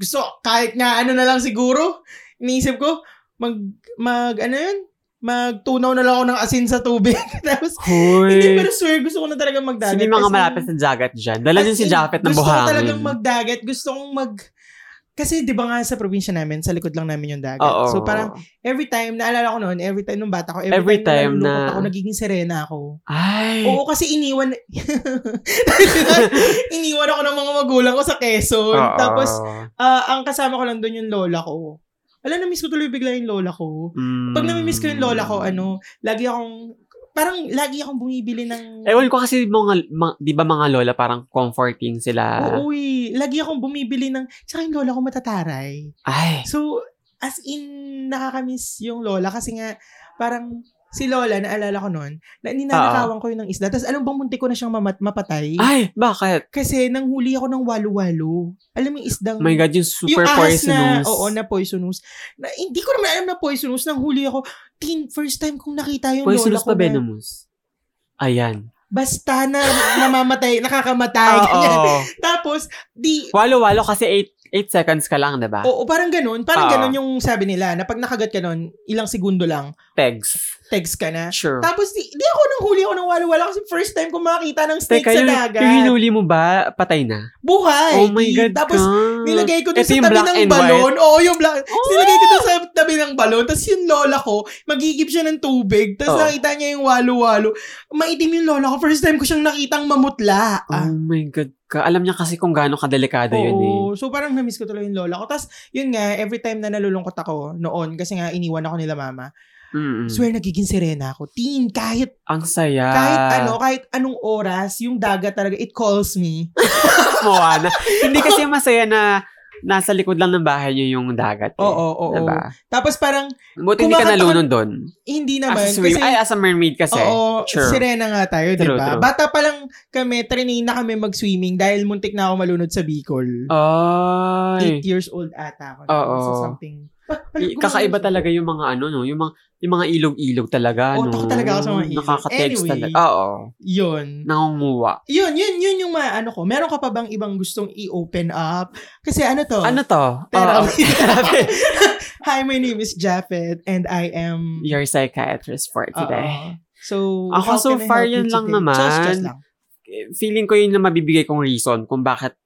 Speaker 1: gusto, kahit nga ano na lang siguro, iniisip ko, mag, mag, ano yun, magtunaw na lang ako ng asin sa tubig. Tapos,
Speaker 2: Hoy.
Speaker 1: hindi, pero swear, gusto ko na talaga magdagat.
Speaker 2: Sino yung mga
Speaker 1: As in,
Speaker 2: malapit sa dagat dyan? Dala
Speaker 1: as
Speaker 2: din si
Speaker 1: in,
Speaker 2: Japheth ng
Speaker 1: Gusto ko
Speaker 2: buhangin.
Speaker 1: talagang magdagat. Gusto kong mag, kasi di ba nga sa probinsya namin, sa likod lang namin yung dagat.
Speaker 2: Oo.
Speaker 1: So parang every time, naalala ko noon, every time nung bata ko, every,
Speaker 2: Every
Speaker 1: time, na,
Speaker 2: time na- Mm.
Speaker 1: nalulungkot ako, nagiging serena ako.
Speaker 2: Ay.
Speaker 1: Oo, kasi iniwan, iniwan ako ng mga magulang ko sa Quezon.
Speaker 2: Oo.
Speaker 1: Tapos, Ah, ang kasama ko lang doon yung lola ko. Alam, na-miss ko tuloy bigla yung lola ko.
Speaker 2: Mm.
Speaker 1: Pag nami-miss ko yung lola ko, ano, lagi akong, parang lagi akong bumibili ng,
Speaker 2: Ewan ko kasi mga, mga- di ba mga lola parang comforting sila.
Speaker 1: oo eh, lagi akong bumibili ng, tsaka yung lola ko matataray.
Speaker 2: Ay.
Speaker 1: So, as in, nakakamiss yung lola kasi nga, parang, si lola, naalala ko noon, na ninanakawan ko yun ng isda. Tapos alam bang muntik ko na siyang mamat- mapatay?
Speaker 2: Ay, bakit?
Speaker 1: Kasi nanghuli ako ng walo-walo. Alam mo yung isdang...
Speaker 2: Oh my God, yung
Speaker 1: yung
Speaker 2: super
Speaker 1: ahas
Speaker 2: poisonous.
Speaker 1: na, oo, na poisonous. Na, hindi ko naman alam na poisonous. Nang huli ako, teen, first time kong nakita yung lola
Speaker 2: Poisonous
Speaker 1: ko
Speaker 2: pa
Speaker 1: na,
Speaker 2: venomous. Ayan.
Speaker 1: basta na namamatay, nakakamatay. ganyan.
Speaker 2: Oo.
Speaker 1: Tapos, di,
Speaker 2: Walo-walo kasi eight, 8 seconds ka lang, di ba?
Speaker 1: Oo, parang ganun. Parang
Speaker 2: Ah.
Speaker 1: ganun yung sabi nila na pag nakagat ka nun, ilang segundo lang,
Speaker 2: Pegs.
Speaker 1: text ka na.
Speaker 2: Sure.
Speaker 1: Tapos, di, di ako nang huli ako nang wala-wala kasi first time ko makakita ng snake
Speaker 2: Teka,
Speaker 1: sa
Speaker 2: yung,
Speaker 1: dagat.
Speaker 2: yung hinuli mo ba, patay na?
Speaker 1: Buhay.
Speaker 2: oh my
Speaker 1: di.
Speaker 2: God.
Speaker 1: Tapos,
Speaker 2: God.
Speaker 1: nilagay ko dun
Speaker 2: Ito
Speaker 1: sa
Speaker 2: yung
Speaker 1: tabi
Speaker 2: black
Speaker 1: ng
Speaker 2: and Oh!
Speaker 1: balon. Oo, yung black. Nilagay ko dun sa tabi ng balon. Tapos yung lola ko, magigib siya ng tubig. Tapos
Speaker 2: Oo.
Speaker 1: nakita niya yung walo-walo. Maitim yung lola ko. First time ko siyang nakitang mamutla.
Speaker 2: Oh my God ka. Alam niya kasi kung gaano kadelikado yun eh.
Speaker 1: Oo. So parang namiss ko tuloy yung lola ko. Tapos yun nga, every time na nalulungkot ako noon, kasi nga iniwan ako nila mama,
Speaker 2: Mm-mm.
Speaker 1: swear nagiging serena ako. Teen, kahit,
Speaker 2: Ang saya.
Speaker 1: kahit ano, kahit anong oras, yung dagat talaga, it calls me.
Speaker 2: Moana. Hindi kasi masaya na nasa likod lang ng bahay niyo yung dagat. Eh.
Speaker 1: Oo, oo, oo.
Speaker 2: Diba?
Speaker 1: Tapos parang,
Speaker 2: Buti hindi ka
Speaker 1: Kumakanta ka-
Speaker 2: nalunod doon.
Speaker 1: hindi naman.
Speaker 2: As a swim.
Speaker 1: kasi,
Speaker 2: Ay, as a mermaid kasi.
Speaker 1: Oo,
Speaker 2: Sure.
Speaker 1: sirena nga tayo, di
Speaker 2: True,
Speaker 1: ba?
Speaker 2: true.
Speaker 1: Bata pa lang kami, trainee na kami mag-swimming dahil muntik na ako malunod sa Bicol.
Speaker 2: Ay.
Speaker 1: Eight years old ata ako.
Speaker 2: Oo.
Speaker 1: So something. Ah,
Speaker 2: I-
Speaker 1: balik ko
Speaker 2: Kakaiba
Speaker 1: na-
Speaker 2: talaga yung mga ano, no? Yung mga, yung mga ilog-ilog talaga,
Speaker 1: Oo,
Speaker 2: no?
Speaker 1: takot talaga ako sa mga ilog.
Speaker 2: Nakaka-text
Speaker 1: Anyway.
Speaker 2: talaga. Oo.
Speaker 1: Yun.
Speaker 2: Nangunguwa.
Speaker 1: Yun, yun, yun yung mga ano ko. Meron ka pa bang ibang gustong i-open up? Kasi ano to?
Speaker 2: Ano to? Oo.
Speaker 1: Therapy. Hi, my name is Japheth and I am...
Speaker 2: Your psychiatrist for
Speaker 1: Oo.
Speaker 2: today.
Speaker 1: So,
Speaker 2: Ako,
Speaker 1: how
Speaker 2: so
Speaker 1: can I
Speaker 2: far
Speaker 1: help
Speaker 2: yun
Speaker 1: you
Speaker 2: lang
Speaker 1: today?
Speaker 2: naman.
Speaker 1: Just, just lang.
Speaker 2: Feeling ko yun na mabibigay kong reason kung bakit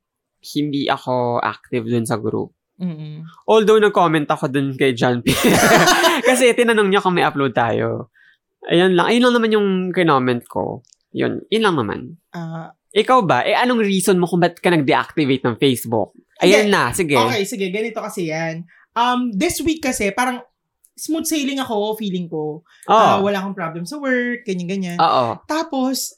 Speaker 2: hindi ako active dun sa group.
Speaker 1: Mm-mm.
Speaker 2: Although, nag-comment ako dun kay John P. Kasi tinanong niya kung may upload tayo. Ayun lang. Ayun lang naman yung kinoment ko. Yun. Yun lang naman.
Speaker 1: Ah,
Speaker 2: Ikaw ba? Eh, anong reason mo kung ba't ka nag-deactivate ng Facebook? Ayan
Speaker 1: Hindi.
Speaker 2: na. Sige.
Speaker 1: Okay, sige, ganito kasi yan. Um, this week kasi, parang smooth sailing ako, feeling ko. Ah,
Speaker 2: Oo.
Speaker 1: wala akong problem sa work, ganyan-ganyan.
Speaker 2: Oo.
Speaker 1: Tapos,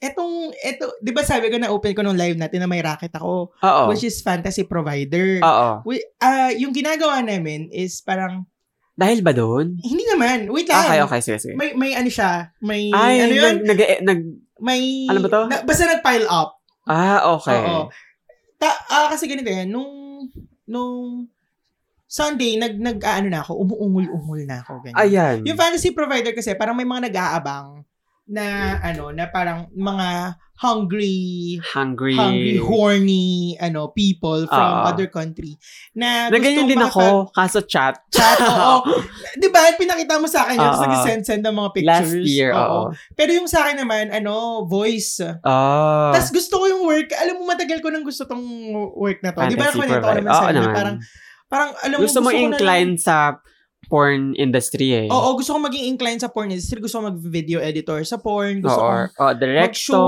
Speaker 1: etong, eto, di ba sabi ko na open ko nung live natin na may racket ako,
Speaker 2: Oo.
Speaker 1: which is fantasy provider.
Speaker 2: Oo.
Speaker 1: Wi- ah, yung ginagawa namin is parang,
Speaker 2: Dahil ba doon?
Speaker 1: hindi naman, wait lang.
Speaker 2: Ah, Okay, okay. Sige, sige.
Speaker 1: May, may ano siya, may,
Speaker 2: Ay,
Speaker 1: ano yun?
Speaker 2: nag, nag, eh, nag,
Speaker 1: May,
Speaker 2: Ano ba to?
Speaker 1: na- basta nag-pile up.
Speaker 2: ah, okay.
Speaker 1: Oo. Ta- ah, kasi ganito yan, nung, nung Sunday, nag, nag, ah, ano na ako, umuungol-ungol na ako. Ganyan.
Speaker 2: Ayan.
Speaker 1: Yung fantasy provider kasi, parang may mga nag-aabang na, ano, na parang mga hungry,
Speaker 2: Hungry.
Speaker 1: hungry, horny, ano, people from
Speaker 2: Oo.
Speaker 1: other country. Na,
Speaker 2: Na ganyan
Speaker 1: gustong
Speaker 2: din
Speaker 1: makipag-
Speaker 2: ako, kaso chat.
Speaker 1: Chat, oo. Di ba? Pinakita mo sa akin yun, tapos
Speaker 2: Oo.
Speaker 1: nag-send-send ng mga pictures.
Speaker 2: Ah, Last year, oo.
Speaker 1: Pero yung sa akin naman, ano, voice.
Speaker 2: Oh.
Speaker 1: Tapos gusto ko yung work. Alam mo, matagal ko nang gusto tong work na to. oh, Di ba
Speaker 2: Fantasy
Speaker 1: naman ito
Speaker 2: provider.
Speaker 1: naman sa
Speaker 2: Ah, Oo
Speaker 1: inyo?
Speaker 2: naman.
Speaker 1: Parang, parang, alam mo,
Speaker 2: gusto mo
Speaker 1: ko na lang-
Speaker 2: incline sa porn industry eh.
Speaker 1: Oo, gusto ko maging inclined sa porn industry. Gusto ko mag-video editor sa porn. Gusto ko
Speaker 2: Or, oh, director.
Speaker 1: mag-shoot.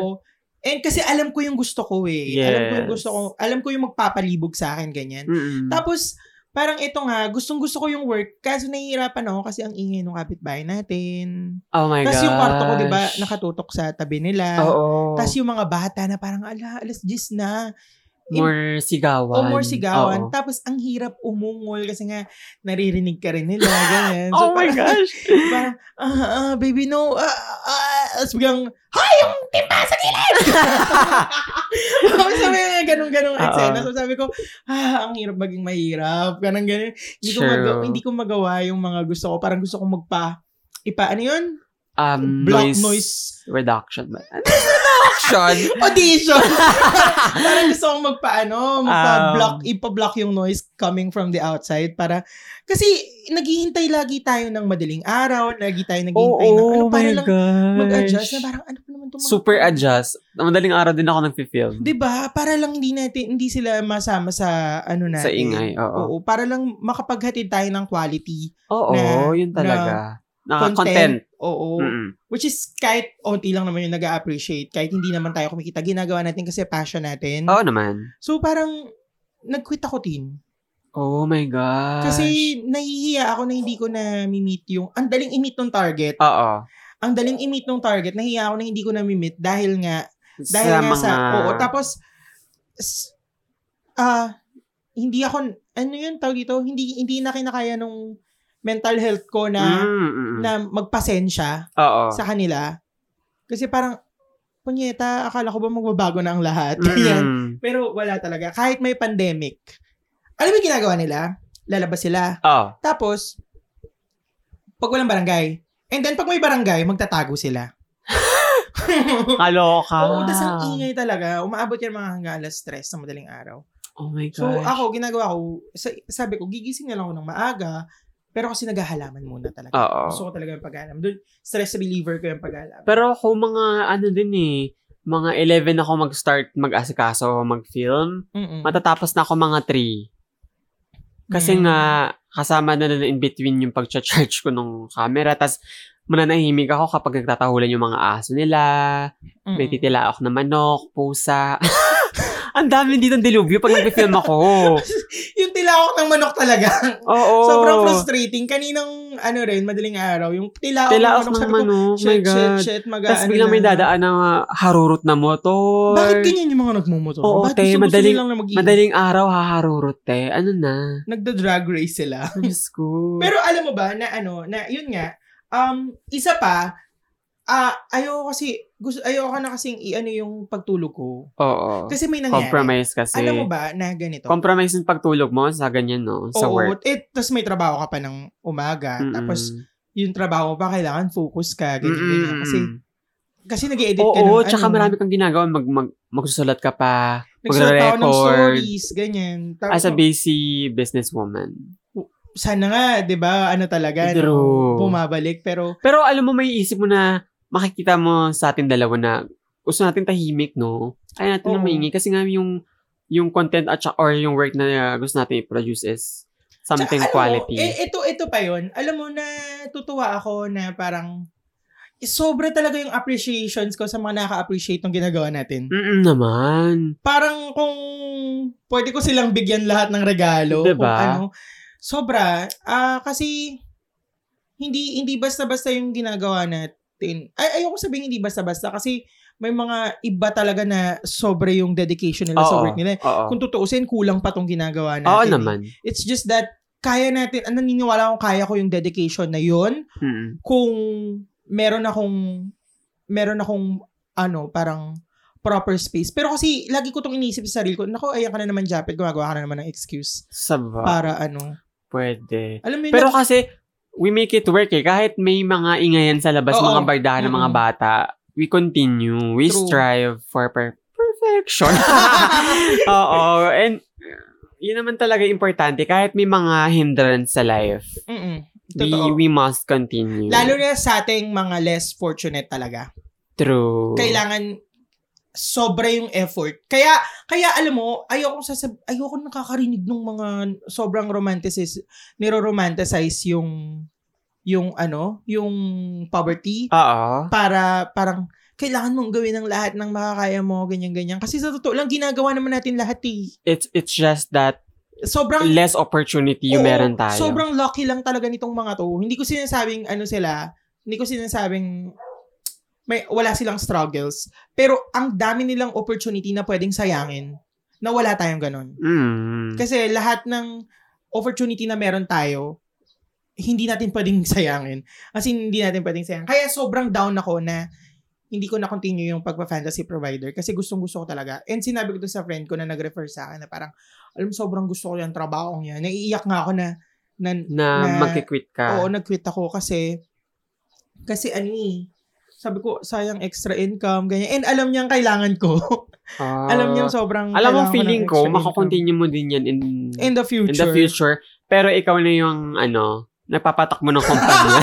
Speaker 1: Oo. And kasi alam ko yung gusto ko eh. Alam ko yung
Speaker 2: Yes. Mm.
Speaker 1: gusto ko. Alam ko yung magpapalibog sa akin, ganyan.
Speaker 2: Mm-mm.
Speaker 1: Tapos, parang ito nga, gustong gusto ko yung work. Kaso nahihirapan ako kasi ang ingay ng kapitbahay natin.
Speaker 2: oh my
Speaker 1: Tapos
Speaker 2: gosh.
Speaker 1: yung kwarto ko, di ba, nakatutok sa tabi nila.
Speaker 2: Oo.
Speaker 1: Tapos yung mga bata na parang, ala, alas 10 na.
Speaker 2: more sigawan.
Speaker 1: O Oh, more sigawan.
Speaker 2: Oo.
Speaker 1: Tapos ang hirap umungol kasi nga naririnig ka rin nila. Ganyan.
Speaker 2: Oh my
Speaker 1: parang-
Speaker 2: gosh.
Speaker 1: parang, ah, ah, baby, no. Ah, ah, ah. Tapos biglang, hoy, yung timba sa gilid! Tapos sabi nga, ganun, ganun,
Speaker 2: Oo.
Speaker 1: eksena. So sabi ko, ah, ang hirap maging mahirap. Ganun, ganun. Hindi ko,
Speaker 2: True.
Speaker 1: mag- hindi ko magawa yung mga gusto ko. Parang gusto ko magpa, ipa, ano yun?
Speaker 2: um,
Speaker 1: Black
Speaker 2: noise,
Speaker 1: noise.
Speaker 2: reduction ba? Ano yung reduction?
Speaker 1: Audition! parang gusto ko magpa, ano, magpa-block,
Speaker 2: Um.
Speaker 1: ipa-block yung noise coming from the outside para, kasi naghihintay lagi tayo ng madaling araw, lagi tayo naghihintay ng, ano, paano lang
Speaker 2: Oh, gosh.
Speaker 1: mag-adjust na parang ano pa naman itong mga-
Speaker 2: Super adjust. Madaling araw din ako nagpi-film.
Speaker 1: 'Di ba? Para lang hindi natin hindi sila masama sa ano natin.
Speaker 2: Sa ingay, oo.
Speaker 1: Oo, para lang makapaghatid tayo ng quality
Speaker 2: Oo,
Speaker 1: na-
Speaker 2: yun talaga. Na,
Speaker 1: content.
Speaker 2: content.
Speaker 1: Oo.
Speaker 2: Mm-mm.
Speaker 1: Which is kahit onti lang naman yung nag-appreciate, kahit hindi naman tayo kumikita, ginagawa natin kasi passion natin.
Speaker 2: Oo naman.
Speaker 1: So parang nag-quit ako tin.
Speaker 2: Oh my gosh.
Speaker 1: Kasi nahihiya ako na hindi ko na meet yung ang daling i-meet ng target.
Speaker 2: Oo.
Speaker 1: Ang daling i-meet ng target, nahihiya ako na hindi ko na meet dahil nga Dahil
Speaker 2: sa
Speaker 1: nga
Speaker 2: mga...
Speaker 1: sa, oo, tapos, s- ah, hindi ako, ano yun, tawag dito, hindi, hindi na kinakaya nung mental health ko na,
Speaker 2: Mm, Mm-mm.
Speaker 1: na magpasensya
Speaker 2: Oo.
Speaker 1: sa kanila. Kasi parang, punyeta, akala ko ba magbabago na ang lahat?
Speaker 2: Mm-mm.
Speaker 1: Ganyan. Pero wala talaga. Kahit may pandemic. Alam mo yung ginagawa nila? Lalabas sila.
Speaker 2: Oo.
Speaker 1: Tapos, pag walang barangay, and then pag may barangay, magtatago sila.
Speaker 2: Kaloka. Ah.
Speaker 1: Oo, tas ang ingay talaga. Umaabot yan mga hanggang alas stress sa madaling araw.
Speaker 2: Oh my gosh.
Speaker 1: So ako, ginagawa ko, sa- sabi ko, gigising na lang ako ng maaga, pero kasi naghahalaman muna talaga.
Speaker 2: Oo.
Speaker 1: Gusto ko talaga yung paghalaman. Doon, stress reliever ko yung paghalaman.
Speaker 2: Pero ako mga ano din eh, mga 11 ako mag-start mag-asikaso, mag-film.
Speaker 1: Mm-mm.
Speaker 2: Matatapos na ako mga 3. Kasi
Speaker 1: Mm.
Speaker 2: nga, kasama na na in between yung pag-charge ko ng camera. Tapos, mananahimik ako kapag nagtatahulan yung mga aso nila.
Speaker 1: Mm-mm.
Speaker 2: May titilaok na manok, pusa. Ang dami dito ng dilubyo pag nag-film ako.
Speaker 1: Yung tilaok ng manok talaga.
Speaker 2: Oo.
Speaker 1: Sobrang frustrating. Kaninang, ano rin, madaling araw, yung tilaok,
Speaker 2: Tilaok
Speaker 1: ng manok. Sabi ko,
Speaker 2: ng manok. Oh my
Speaker 1: shit, shit,
Speaker 2: God.
Speaker 1: shit, mag
Speaker 2: Tapos biglang may dadaan na harurot na motor.
Speaker 1: Bakit ganyan yung mga nagmumotor?
Speaker 2: Oo,
Speaker 1: Bakit
Speaker 2: te,
Speaker 1: gusto,
Speaker 2: madaling-
Speaker 1: gusto nilang na mag
Speaker 2: Madaling araw haharurot eh. Ano na?
Speaker 1: Nagda-drag race sila.
Speaker 2: Ang Diyos ko.
Speaker 1: Pero alam mo ba na ano, na yun nga, um, isa pa, ah ayoko kasi, gusto, ayoko na kasing i-ano yung pagtulog ko.
Speaker 2: Oo.
Speaker 1: Kasi may nangyari.
Speaker 2: Compromise kasi.
Speaker 1: Alam mo ba na ganito?
Speaker 2: Compromise yung pagtulog mo sa ganyan, no? Sa
Speaker 1: Oo,
Speaker 2: work.
Speaker 1: eh, tapos may trabaho ka pa ng umaga.
Speaker 2: Mm-mm.
Speaker 1: Tapos, yung trabaho pa, kailangan focus ka, ganyan,
Speaker 2: Mm-mm.
Speaker 1: ganyan. Kasi, kasi nag-edit ka ng,
Speaker 2: Oo, tsaka
Speaker 1: ano,
Speaker 2: marami kang ginagawa. Mag, mag, magsusulat ka pa.
Speaker 1: nagsulat ako ng
Speaker 2: magre-record. Ah,
Speaker 1: stories, ganyan. Tapos,
Speaker 2: As a busy businesswoman.
Speaker 1: sana nga, di ba, ano talaga, no,
Speaker 2: True.
Speaker 1: bumabalik. Pero,
Speaker 2: Pero alam mo, may isip mo na makikita mo sa atin dalawa na gusto natin tahimik, no? Ayaw natin
Speaker 1: Oo.
Speaker 2: na maingi kasi nga yung yung content at saka- or yung work na uh, gusto natin i-produce is something
Speaker 1: tsaka, alam mo,
Speaker 2: quality.
Speaker 1: eh, ito, ito pa yon Alam mo, na tutuwa ako na parang, eh, sobra talaga yung appreciations ko sa mga naka-appreciate ng ginagawa natin.
Speaker 2: Mm naman.
Speaker 1: Parang kung pwede ko silang bigyan lahat ng regalo.
Speaker 2: Diba?
Speaker 1: Kung ano. Sobra. Ah, kasi, hindi hindi basta-basta yung ginagawa natin. Ay, ayoko sabihin hindi basta-basta kasi may mga iba talaga na sobra yung dedication nila sa
Speaker 2: Oo,
Speaker 1: work nila. eh.
Speaker 2: Oo.
Speaker 1: kung tutuusin, kulang pa tong ginagawa natin.
Speaker 2: Oo
Speaker 1: eh.
Speaker 2: naman.
Speaker 1: It's just that, kaya natin, ah, naniniwala akong kaya ko yung dedication na yun
Speaker 2: Mm.
Speaker 1: kung meron akong, meron akong, ano, parang proper space. Pero kasi, lagi ko tong iniisip sa sarili ko, nako, ayan ka na naman, Japet, gumagawa ka na naman ng excuse
Speaker 2: Saba.
Speaker 1: para ano.
Speaker 2: Pwede.
Speaker 1: Alam mo yun,
Speaker 2: Ah. Pero kasi, we make it work eh. Kahit may mga ingayan sa labas,
Speaker 1: Oo.
Speaker 2: mga bardahan ng mga
Speaker 1: Mm-mm.
Speaker 2: bata, we continue. We
Speaker 1: True.
Speaker 2: strive for per- perfection. Oo. And, yun naman talaga importante. Kahit may mga hindrance sa life,
Speaker 1: Mm-mm.
Speaker 2: we,
Speaker 1: Totoo.
Speaker 2: we must continue.
Speaker 1: Lalo na sa ating mga less fortunate talaga.
Speaker 2: True.
Speaker 1: Kailangan sobra yung effort. Kaya kaya alam mo, ayoko sasab ayoko nakakarinig ng mga sobrang romanticis niroromanticize yung yung ano, yung poverty
Speaker 2: Oo.
Speaker 1: para parang kailangan mong gawin ang lahat ng makakaya mo, ganyan-ganyan. Kasi sa totoo lang, ginagawa naman natin lahat eh.
Speaker 2: It's, it's just that
Speaker 1: Sobrang
Speaker 2: less opportunity yung
Speaker 1: Oo,
Speaker 2: meron tayo.
Speaker 1: Sobrang lucky lang talaga nitong mga to. Hindi ko sinasabing ano sila, hindi ko sinasabing may wala silang struggles, pero ang dami nilang opportunity na pwedeng sayangin na wala tayong ganun.
Speaker 2: Mm.
Speaker 1: Kasi lahat ng opportunity na meron tayo, hindi natin pwedeng sayangin. As in, hindi natin pwedeng sayangin. Kaya sobrang down ako na hindi ko na-continue yung pagpa-fantasy provider kasi gustong-gusto ko talaga. And sinabi ko to sa friend ko na nag-refer sa akin na parang, alam, sobrang gusto ko yung trabahong yan. Naiiyak nga ako na, na
Speaker 2: na,
Speaker 1: na-
Speaker 2: magkikwit ka.
Speaker 1: oo, nag-quit ako kasi, kasi ano eh, sabi ko, sayang extra income, ganyan. And alam niyang kailangan ko.
Speaker 2: Ah.
Speaker 1: alam niyang sobrang
Speaker 2: Alam mo,
Speaker 1: kailangan
Speaker 2: feeling
Speaker 1: ng
Speaker 2: ko,
Speaker 1: extra income.
Speaker 2: makakontinue mo din yan in,
Speaker 1: In the future.
Speaker 2: in the future. Pero ikaw na yung, ano, nagpapatak mo ng kumpanya.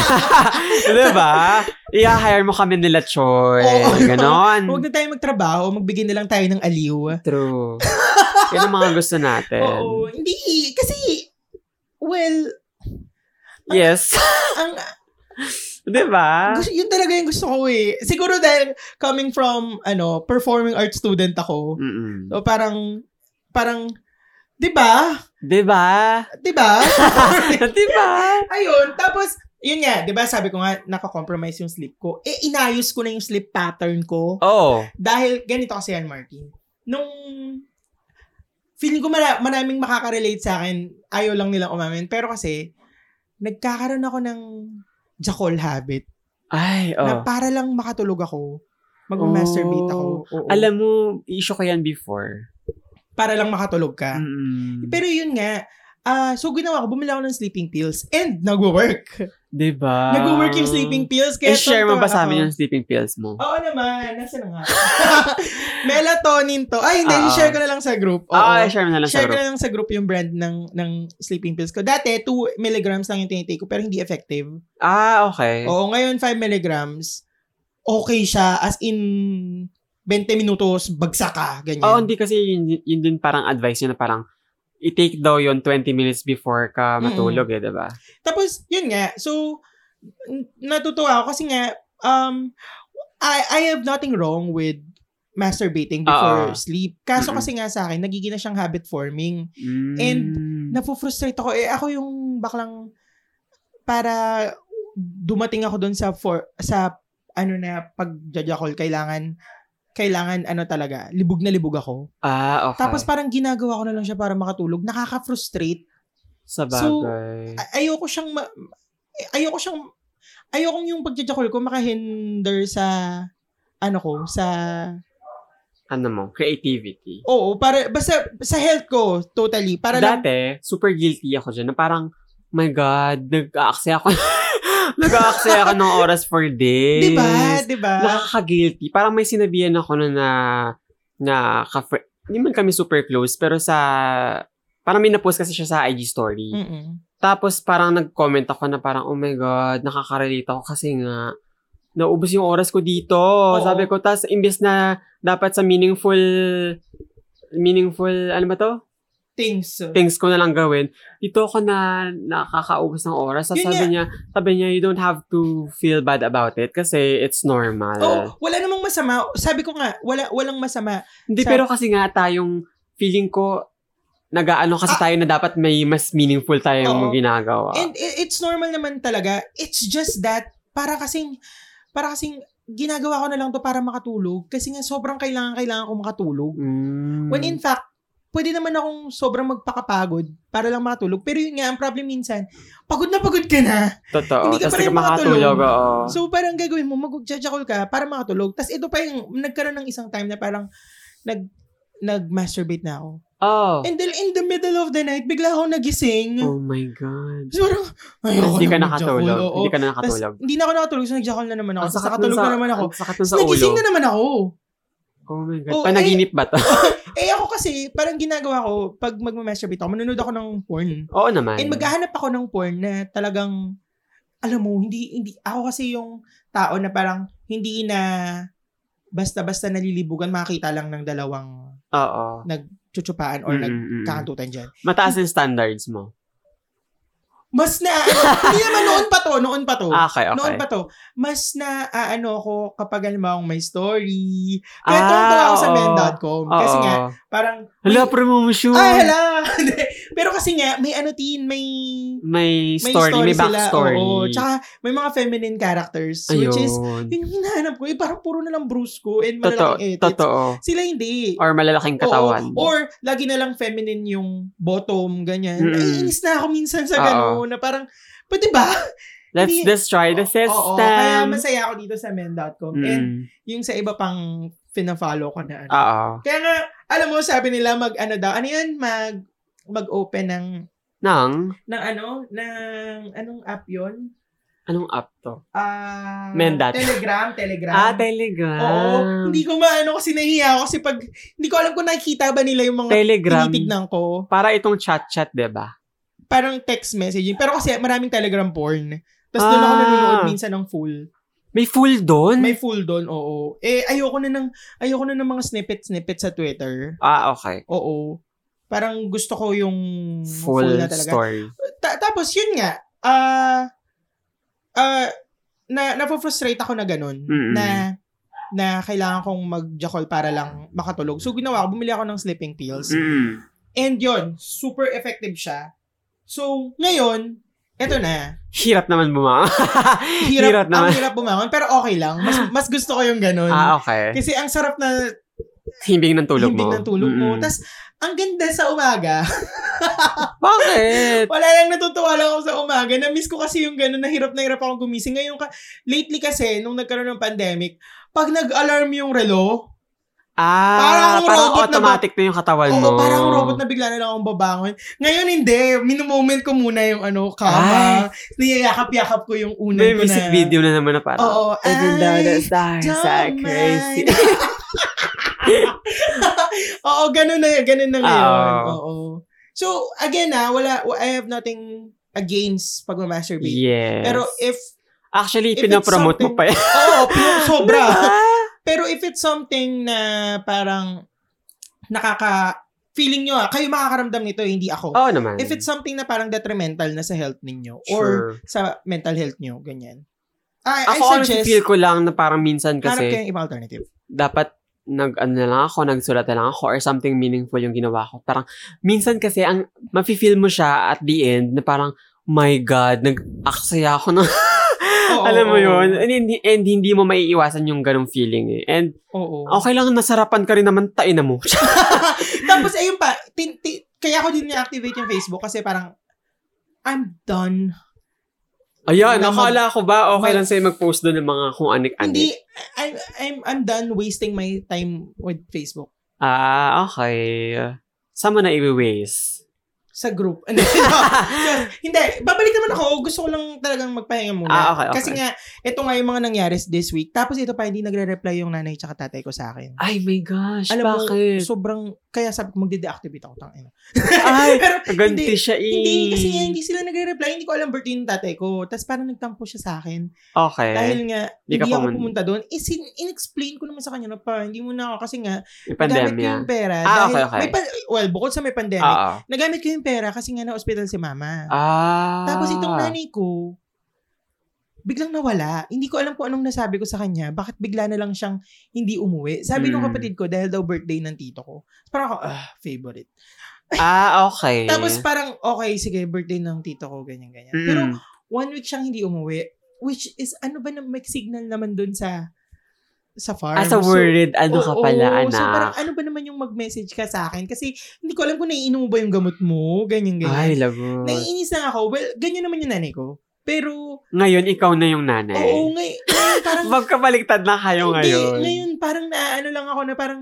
Speaker 2: diba? I-hire mo kami nila, Choy.
Speaker 1: Oo. Huwag
Speaker 2: Ganon.
Speaker 1: na tayo magtrabaho, magbigay na lang tayo ng aliw.
Speaker 2: True. Yan ang mga gusto natin.
Speaker 1: Oo, hindi. Kasi, well,
Speaker 2: Yes.
Speaker 1: ang,
Speaker 2: diba?
Speaker 1: gusto, yun talaga yung gusto ko eh. Siguro dahil coming from, ano, performing art student ako.
Speaker 2: Mm-mm.
Speaker 1: So, parang, parang, di ba?
Speaker 2: Diba?
Speaker 1: Di ba?
Speaker 2: diba?
Speaker 1: Ayun, tapos, yun nga, di ba sabi ko nga, nakakompromise yung sleep ko. Eh, inayos ko na yung sleep pattern ko.
Speaker 2: Oo.
Speaker 1: Dahil ganito kasi yan, Martin. Nung feeling ko mara- maraming makaka-relate sa akin, ayaw lang nilang umamin. Pero kasi, nagkakaroon ako ng jackal habit
Speaker 2: Ay,
Speaker 1: na
Speaker 2: oh.
Speaker 1: para lang makatulog ako, mag-masturbate
Speaker 2: Oh.
Speaker 1: ako. Oo.
Speaker 2: Alam mo, issue ko yan before.
Speaker 1: para lang makatulog ka.
Speaker 2: Mm-mm.
Speaker 1: Pero yun nga, ah, so ginawa ko, bumili ako ng sleeping pills and nagwo-work.
Speaker 2: Diba?
Speaker 1: Nag-work yung sleeping pills. Kaya
Speaker 2: I-share mo
Speaker 1: tonto
Speaker 2: ba sa
Speaker 1: ako.
Speaker 2: amin yung sleeping pills mo?
Speaker 1: Oo naman. Nasa na nga? Melatonin to. Ay, hindi.
Speaker 2: Oo.
Speaker 1: Share ko na lang sa group. Oo.
Speaker 2: Ah, i-share mo na lang sa
Speaker 1: share ko
Speaker 2: group.
Speaker 1: na lang sa group yung brand ng ng sleeping pills ko. Dati, 2 milligrams lang yung tinitake ko, pero hindi effective.
Speaker 2: Ah, okay.
Speaker 1: Oo, ngayon 5 milligrams. Okay siya. As in, 20 minutos, bagsak ka. Ganyan.
Speaker 2: Oo, hindi kasi yun, yun din parang advice yun na parang i-take daw yun 20 minutes before ka matulog eh, diba?
Speaker 1: Tapos, yun nga. So, n- natutuwa ako kasi nga, um, I, I have nothing wrong with masturbating before
Speaker 2: Oo.
Speaker 1: sleep. Kaso
Speaker 2: Mm-mm.
Speaker 1: kasi nga sa akin, nagiging na siyang habit forming.
Speaker 2: Mm.
Speaker 1: And, Napufrustrate ako. Eh, ako yung baklang para dumating ako doon sa for, sa ano na pagjajakol kailangan kailangan ano talaga libog na libog ako
Speaker 2: ah, okay.
Speaker 1: tapos parang ginagawa ko na lang siya para makatulog nakaka-frustrate
Speaker 2: sa
Speaker 1: so,
Speaker 2: bagay.
Speaker 1: ay- ayoko siyang ma- ayoko siyang ayoko yung pagjajakol ko makahinder sa ano ko sa
Speaker 2: ano mo, creativity.
Speaker 1: oo para basta sa health ko totally para lang
Speaker 2: Dati, super guilty ako dyan. Na parang, my God, nag-aaksaya ako. nag-aaksaya ako ng oras for days.
Speaker 1: 'di ba 'di ba
Speaker 2: Nakaka-guilty. Parang may sinabihan ako na na, na ka-fri- hindi man kami super close, pero sa, parang may napost kasi siya sa IG story.
Speaker 1: Mm-mm.
Speaker 2: Tapos parang nag-comment ako na parang, oh my God, nakaka-relate ako kasi nga, naubos yung oras ko dito. Sabi ko, tas imbes na dapat sa meaningful, meaningful, ano ba to?
Speaker 1: things
Speaker 2: things ko na lang gawin. Dito ako na nakakaubos ng oras. Tapos
Speaker 1: Yun
Speaker 2: sabi niya, sabi niya, you don't have to feel bad about it kasi it's normal.
Speaker 1: Oo, wala namang masama. Sabi ko nga, wala walang masama.
Speaker 2: Hindi,
Speaker 1: Sa-
Speaker 2: pero kasi nga tayong feeling ko, nag-ano kasi tayo na dapat may mas meaningful tayong
Speaker 1: Ah. Oo.
Speaker 2: ginagawa.
Speaker 1: And i- it's normal naman talaga. It's just that para kasing para kasing ginagawa ko na lang to para makatulog kasi nga sobrang kailangan kailangan ko makatulog.
Speaker 2: Mm.
Speaker 1: When in fact, pwede naman akong sobrang magpakapagod para lang makatulog. Pero yun nga, ang problem minsan, pagod na pagod ka na.
Speaker 2: Totoo.
Speaker 1: hindi ka
Speaker 2: Tapos
Speaker 1: pa rin
Speaker 2: ka makatulog. Oo.
Speaker 1: So parang gagawin mo, mag-jajakol ka para makatulog. Tapos ito pa yung nagkaroon ng isang time na parang nag nag-masturbate na ako.
Speaker 2: oh.
Speaker 1: And then in the middle of the night, bigla akong nagising.
Speaker 2: oh my God.
Speaker 1: So, parang, ayoko
Speaker 2: Hindi ka
Speaker 1: na
Speaker 2: nakatulog.
Speaker 1: mag-jackal, oo.
Speaker 2: Hindi ka na
Speaker 1: Tas,
Speaker 2: nakatulog.
Speaker 1: hindi na ako nakatulog, so nagjakol na naman ako.
Speaker 2: Ang
Speaker 1: Tapos
Speaker 2: sakit nun
Speaker 1: nakatulog
Speaker 2: sa-
Speaker 1: na naman ako.
Speaker 2: Ang sakit nun
Speaker 1: Tapos
Speaker 2: sa ulo.
Speaker 1: nagising na naman ako.
Speaker 2: Oh my God.
Speaker 1: Oh, eh.
Speaker 2: Panaginip ba to?
Speaker 1: Eh ako kasi, parang ginagawa ko, pag magmamasturbate ako, manunod ako ng porn.
Speaker 2: Oo naman.
Speaker 1: And maghahanap ako ng porn na talagang, alam mo, hindi, hindi, ako kasi yung tao na parang, hindi na, basta-basta nalilibugan, makakita lang ng dalawang
Speaker 2: Oo.
Speaker 1: chuchupaan or
Speaker 2: Mm, mm, mm.
Speaker 1: nagkakantutan dyan.
Speaker 2: Mataas yung standards mo.
Speaker 1: Mas na, hindi naman noon pa to, noon pa to.
Speaker 2: Ah, okay, okay.
Speaker 1: Oh. Noon pa to, mas na ano ako kapag alam akong may story.
Speaker 2: Ah,
Speaker 1: Kaya tuwang-tuwa ako sa
Speaker 2: oo.
Speaker 1: men.com.
Speaker 2: Oo.
Speaker 1: Kasi nga, parang,
Speaker 2: Hala, promotion.
Speaker 1: ay, hala! Hindi. Pero kasi nga, may ano tin, may,
Speaker 2: May
Speaker 1: may
Speaker 2: story, may,
Speaker 1: sila.
Speaker 2: backstory.
Speaker 1: Oo, tsaka may mga feminine characters.
Speaker 2: Ayun.
Speaker 1: Which is, yun yung hinahanap ko. Eh, parang puro na lang brusko and
Speaker 2: totoo,
Speaker 1: malalaking edits.
Speaker 2: totoo.
Speaker 1: Sila hindi.
Speaker 2: Or malalaking
Speaker 1: Oo.
Speaker 2: katawan.
Speaker 1: Or, lagi na lang feminine yung bottom, ganyan.
Speaker 2: Mm-mm.
Speaker 1: Ay, inis na ako minsan sa
Speaker 2: Oo.
Speaker 1: gano'n. Na parang, pati ba?
Speaker 2: Let's
Speaker 1: hindi-
Speaker 2: just try the system.
Speaker 1: Oo, kaya masaya ako dito sa men.com.
Speaker 2: Mm. Ah.
Speaker 1: And, yung sa iba pang fina-follow ko na. ano.
Speaker 2: Oo.
Speaker 1: Kaya nga, alam mo, sabi nila mag ano daw, ano yun, mag mag-open ng
Speaker 2: Nang,
Speaker 1: ng ano, ng anong app yun?
Speaker 2: anong app to?
Speaker 1: Ah,
Speaker 2: Men dot.
Speaker 1: Telegram, Telegram.
Speaker 2: Ah, Telegram.
Speaker 1: Oo, hindi ko maano kasi nahiya ako kasi pag hindi ko alam kung nakikita ba nila yung mga
Speaker 2: Telegram.
Speaker 1: tinitignan ko.
Speaker 2: Para itong chat-chat, di ba?
Speaker 1: Parang text messaging. Pero kasi maraming Telegram porn. Tapos doon ako
Speaker 2: Ah.
Speaker 1: nanonood minsan ng full.
Speaker 2: May full doon?
Speaker 1: May full doon, oo. Eh, ayoko na ng, ayoko na ng mga snippet-snippet sa Twitter.
Speaker 2: Ah, okay.
Speaker 1: Oo. Parang gusto ko yung Mm, full,
Speaker 2: Full,
Speaker 1: na talaga.
Speaker 2: story.
Speaker 1: Ta- tapos yun nga, ah ah na napofrustrate ako na ganun
Speaker 2: Mm-mm.
Speaker 1: na na kailangan kong mag-jackal para lang makatulog. So ginawa ko, bumili ako ng sleeping pills.
Speaker 2: Mm.
Speaker 1: And yun, super effective siya. So ngayon, eto na.
Speaker 2: Hirap naman bumangon.
Speaker 1: Hirap,
Speaker 2: Hirap naman.
Speaker 1: Ang hirap bumangon, pero okay lang. Mas, mas gusto ko yung ganun.
Speaker 2: ah, okay.
Speaker 1: Kasi ang sarap na
Speaker 2: Himbing ng tulog
Speaker 1: himbing
Speaker 2: mo.
Speaker 1: ng tulog mo.
Speaker 2: Mm-mm.
Speaker 1: Tapos, ang ganda sa umaga.
Speaker 2: Bakit?
Speaker 1: Wala lang natutuwa lang ako sa umaga. Na-miss ko kasi yung gano'n. Nahirap na hirap akong gumising. Ngayon, ka, lately kasi, nung nagkaroon ng pandemic, pag nag-alarm yung relo, Parang
Speaker 2: Ah, parang,
Speaker 1: robot na ba-
Speaker 2: automatic na, yung katawan mo.
Speaker 1: Oo, parang robot na bigla na lang akong babangon. Ngayon hindi, minumoment ko muna yung ano, kama. Niyayakap-yakap ko yung unay
Speaker 2: May
Speaker 1: ko na.
Speaker 2: music video na naman na parang.
Speaker 1: Oo.
Speaker 2: Even though the stars
Speaker 1: don't
Speaker 2: are
Speaker 1: mind.
Speaker 2: crazy.
Speaker 1: Oo, ganun na, ganun na ngayon.
Speaker 2: Oo.
Speaker 1: Oo. So, again ah, wala, I have nothing against pag-masturbate.
Speaker 2: yes.
Speaker 1: Pero if,
Speaker 2: Actually,
Speaker 1: if it's
Speaker 2: pinopromote
Speaker 1: something-
Speaker 2: mo pa yan.
Speaker 1: oo, pure sobra.
Speaker 2: Diba?
Speaker 1: Pero if it's something na parang nakaka, feeling nyo ah, kayo makakaramdam nito, hindi ako.
Speaker 2: Oo naman.
Speaker 1: If it's something na parang detrimental na sa health ninyo or
Speaker 2: Sure.
Speaker 1: sa mental health nyo, ganyan. I, I
Speaker 2: Ako, ang
Speaker 1: suggest,
Speaker 2: feel ko lang na parang minsan
Speaker 1: hanap
Speaker 2: kasi
Speaker 1: kayong ibang alternative.
Speaker 2: dapat nag ano na lang ako, nagsulat na lang ako or something meaningful yung ginawa ko. Parang minsan kasi ang mafe-feel mo siya at the end na parang my god, nag-aksaya ako ng
Speaker 1: Oo,
Speaker 2: alam mo
Speaker 1: oo,
Speaker 2: yun. And, hindi- and hindi mo maiiwasan yung ganong feeling eh. And
Speaker 1: Oo.
Speaker 2: okay lang nasarapan ka rin naman tain na mo.
Speaker 1: Tapos, ayun pa, tin, tin- kaya ko din na-activate yung Facebook kasi parang, I'm done.
Speaker 2: Ayan,
Speaker 1: Na mag-
Speaker 2: nakala ko ba
Speaker 1: mag-
Speaker 2: okay lang sa'yo mag-post doon ng mga kung
Speaker 1: Hindi,
Speaker 2: anik-anik?
Speaker 1: I, I'm, I'm done wasting my time with Facebook.
Speaker 2: Ah, okay. Saan mo na i-waste?
Speaker 1: sa group. Ano, yes, hindi, babalik naman ako. Gusto ko lang talagang magpahinga muna.
Speaker 2: Ah, okay, okay.
Speaker 1: Kasi nga, ito nga yung mga nangyari this week. Tapos ito pa, hindi nagre-reply yung nanay tsaka tatay ko sa akin.
Speaker 2: Ay my gosh,
Speaker 1: Alam mo,
Speaker 2: bakit?
Speaker 1: sobrang, kaya sabi ko, magde-deactivate ako. Tang,
Speaker 2: Ay,
Speaker 1: Pero,
Speaker 2: ganti
Speaker 1: hindi,
Speaker 2: siya eh.
Speaker 1: hindi, kasi nga, hindi sila nagre-reply. Hindi ko alam birthday ng tatay ko. Tapos parang nagtampo siya sa akin.
Speaker 2: Okay.
Speaker 1: Dahil nga,
Speaker 2: Hindi Eh, ka
Speaker 1: hindi ako
Speaker 2: pumun-
Speaker 1: pumunta doon. Is in-explain ko naman sa kanya na pa, hindi mo na ako kasi nga, nagamit
Speaker 2: May
Speaker 1: ko
Speaker 2: pandemya.
Speaker 1: yung pera.
Speaker 2: Ah,
Speaker 1: dahil,
Speaker 2: okay, Ah. okay.
Speaker 1: May pan- well, bukod sa may pandemic,
Speaker 2: Oo.
Speaker 1: nagamit ko yung pera kasi nga na-hospital si mama.
Speaker 2: Ah.
Speaker 1: Tapos itong nanay ko, biglang nawala. Hindi ko alam kung anong nasabi ko sa kanya. Bakit bigla na lang siyang hindi umuwi? Sabi nung
Speaker 2: Mm.
Speaker 1: kapatid ko, dahil daw birthday ng tito ko. Parang ako, ah, favorite.
Speaker 2: Ah, okay.
Speaker 1: Tapos parang, okay, sige, birthday ng tito ko, ganyan, ganyan.
Speaker 2: Mm.
Speaker 1: Pero one week siyang hindi umuwi. Which is, ano ba na may signal naman dun sa sa farm.
Speaker 2: as a
Speaker 1: So,
Speaker 2: worried, ano ka
Speaker 1: oo,
Speaker 2: pala,
Speaker 1: So parang
Speaker 2: anak?
Speaker 1: ano ba naman yung mag-message ka sa akin? Kasi hindi ko alam kung naiinom mo ba yung gamot mo, ganyan, ganyan.
Speaker 2: Ay, lagot.
Speaker 1: Naiinis lang ako. Well, ganyan naman yung nanay ko. Pero,
Speaker 2: Ngayon, ikaw na yung nanay.
Speaker 1: oo, ngay- ngayon parang,
Speaker 2: Magkabaliktad na kayo
Speaker 1: hindi,
Speaker 2: ngayon.
Speaker 1: ngayon parang naano lang ako na parang,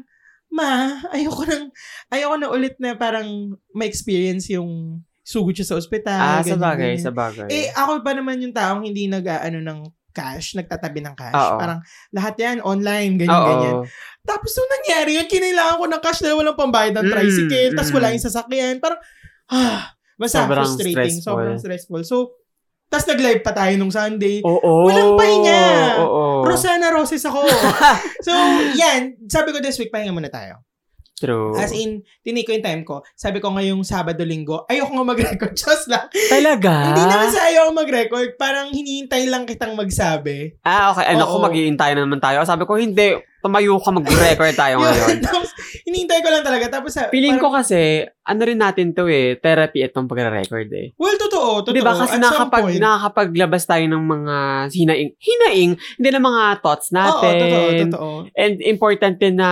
Speaker 1: ma, ayoko nang, ayoko na ulit na parang ma-experience yung sugod siya sa ospital.
Speaker 2: Ah,
Speaker 1: ganyan,
Speaker 2: sa bagay,
Speaker 1: ganyan.
Speaker 2: sa bagay.
Speaker 1: Eh, ako pa naman yung taong hindi nag, ano, ng cash, nagtatabi ng cash.
Speaker 2: Oo.
Speaker 1: Parang, lahat yan, online, ganyan,
Speaker 2: Oo.
Speaker 1: ganyan. Tapos nung nangyari yun, kinailangan ko ng cash dahil walang pambayad ng
Speaker 2: Mm,
Speaker 1: tricycle, tas
Speaker 2: mm.
Speaker 1: wala yung sasakyan. Parang, ah, basta
Speaker 2: Sobrang
Speaker 1: frustrating.
Speaker 2: stressful.
Speaker 1: Sobrang stressful. So, tas nag-live pa tayo nung Sunday.
Speaker 2: Oo.
Speaker 1: Walang pahinga.
Speaker 2: Oo.
Speaker 1: Rosana Roses ako. so, yan. Sabi ko this week, pahinga muna tayo.
Speaker 2: True.
Speaker 1: As in, tinake ko yung time ko. Sabi ko ngayong Sabado, Linggo, ayoko nga mag-record. Just lang.
Speaker 2: Talaga?
Speaker 1: Hindi naman sa ayoko mag-record. Parang hinihintay lang kitang magsabi.
Speaker 2: Ah, okay. Ano
Speaker 1: Oo.
Speaker 2: ko, mag-iintay na naman tayo. Sabi ko, hindi. Tumayo ka, mag-record tayo ngayon.
Speaker 1: Yun. Tapos, hinihintay ko lang talaga. Tapos, sa-
Speaker 2: Feeling
Speaker 1: parang-
Speaker 2: ko kasi, ano rin natin to eh, therapy itong pagre-record eh.
Speaker 1: Well, totoo. totoo.
Speaker 2: Di ba? diba,
Speaker 1: At some
Speaker 2: Kasi nakakapag,
Speaker 1: point-
Speaker 2: nakakapaglabas tayo ng mga hinaing, hinaing, hindi na mga thoughts natin.
Speaker 1: Oo, totoo, totoo.
Speaker 2: And important din na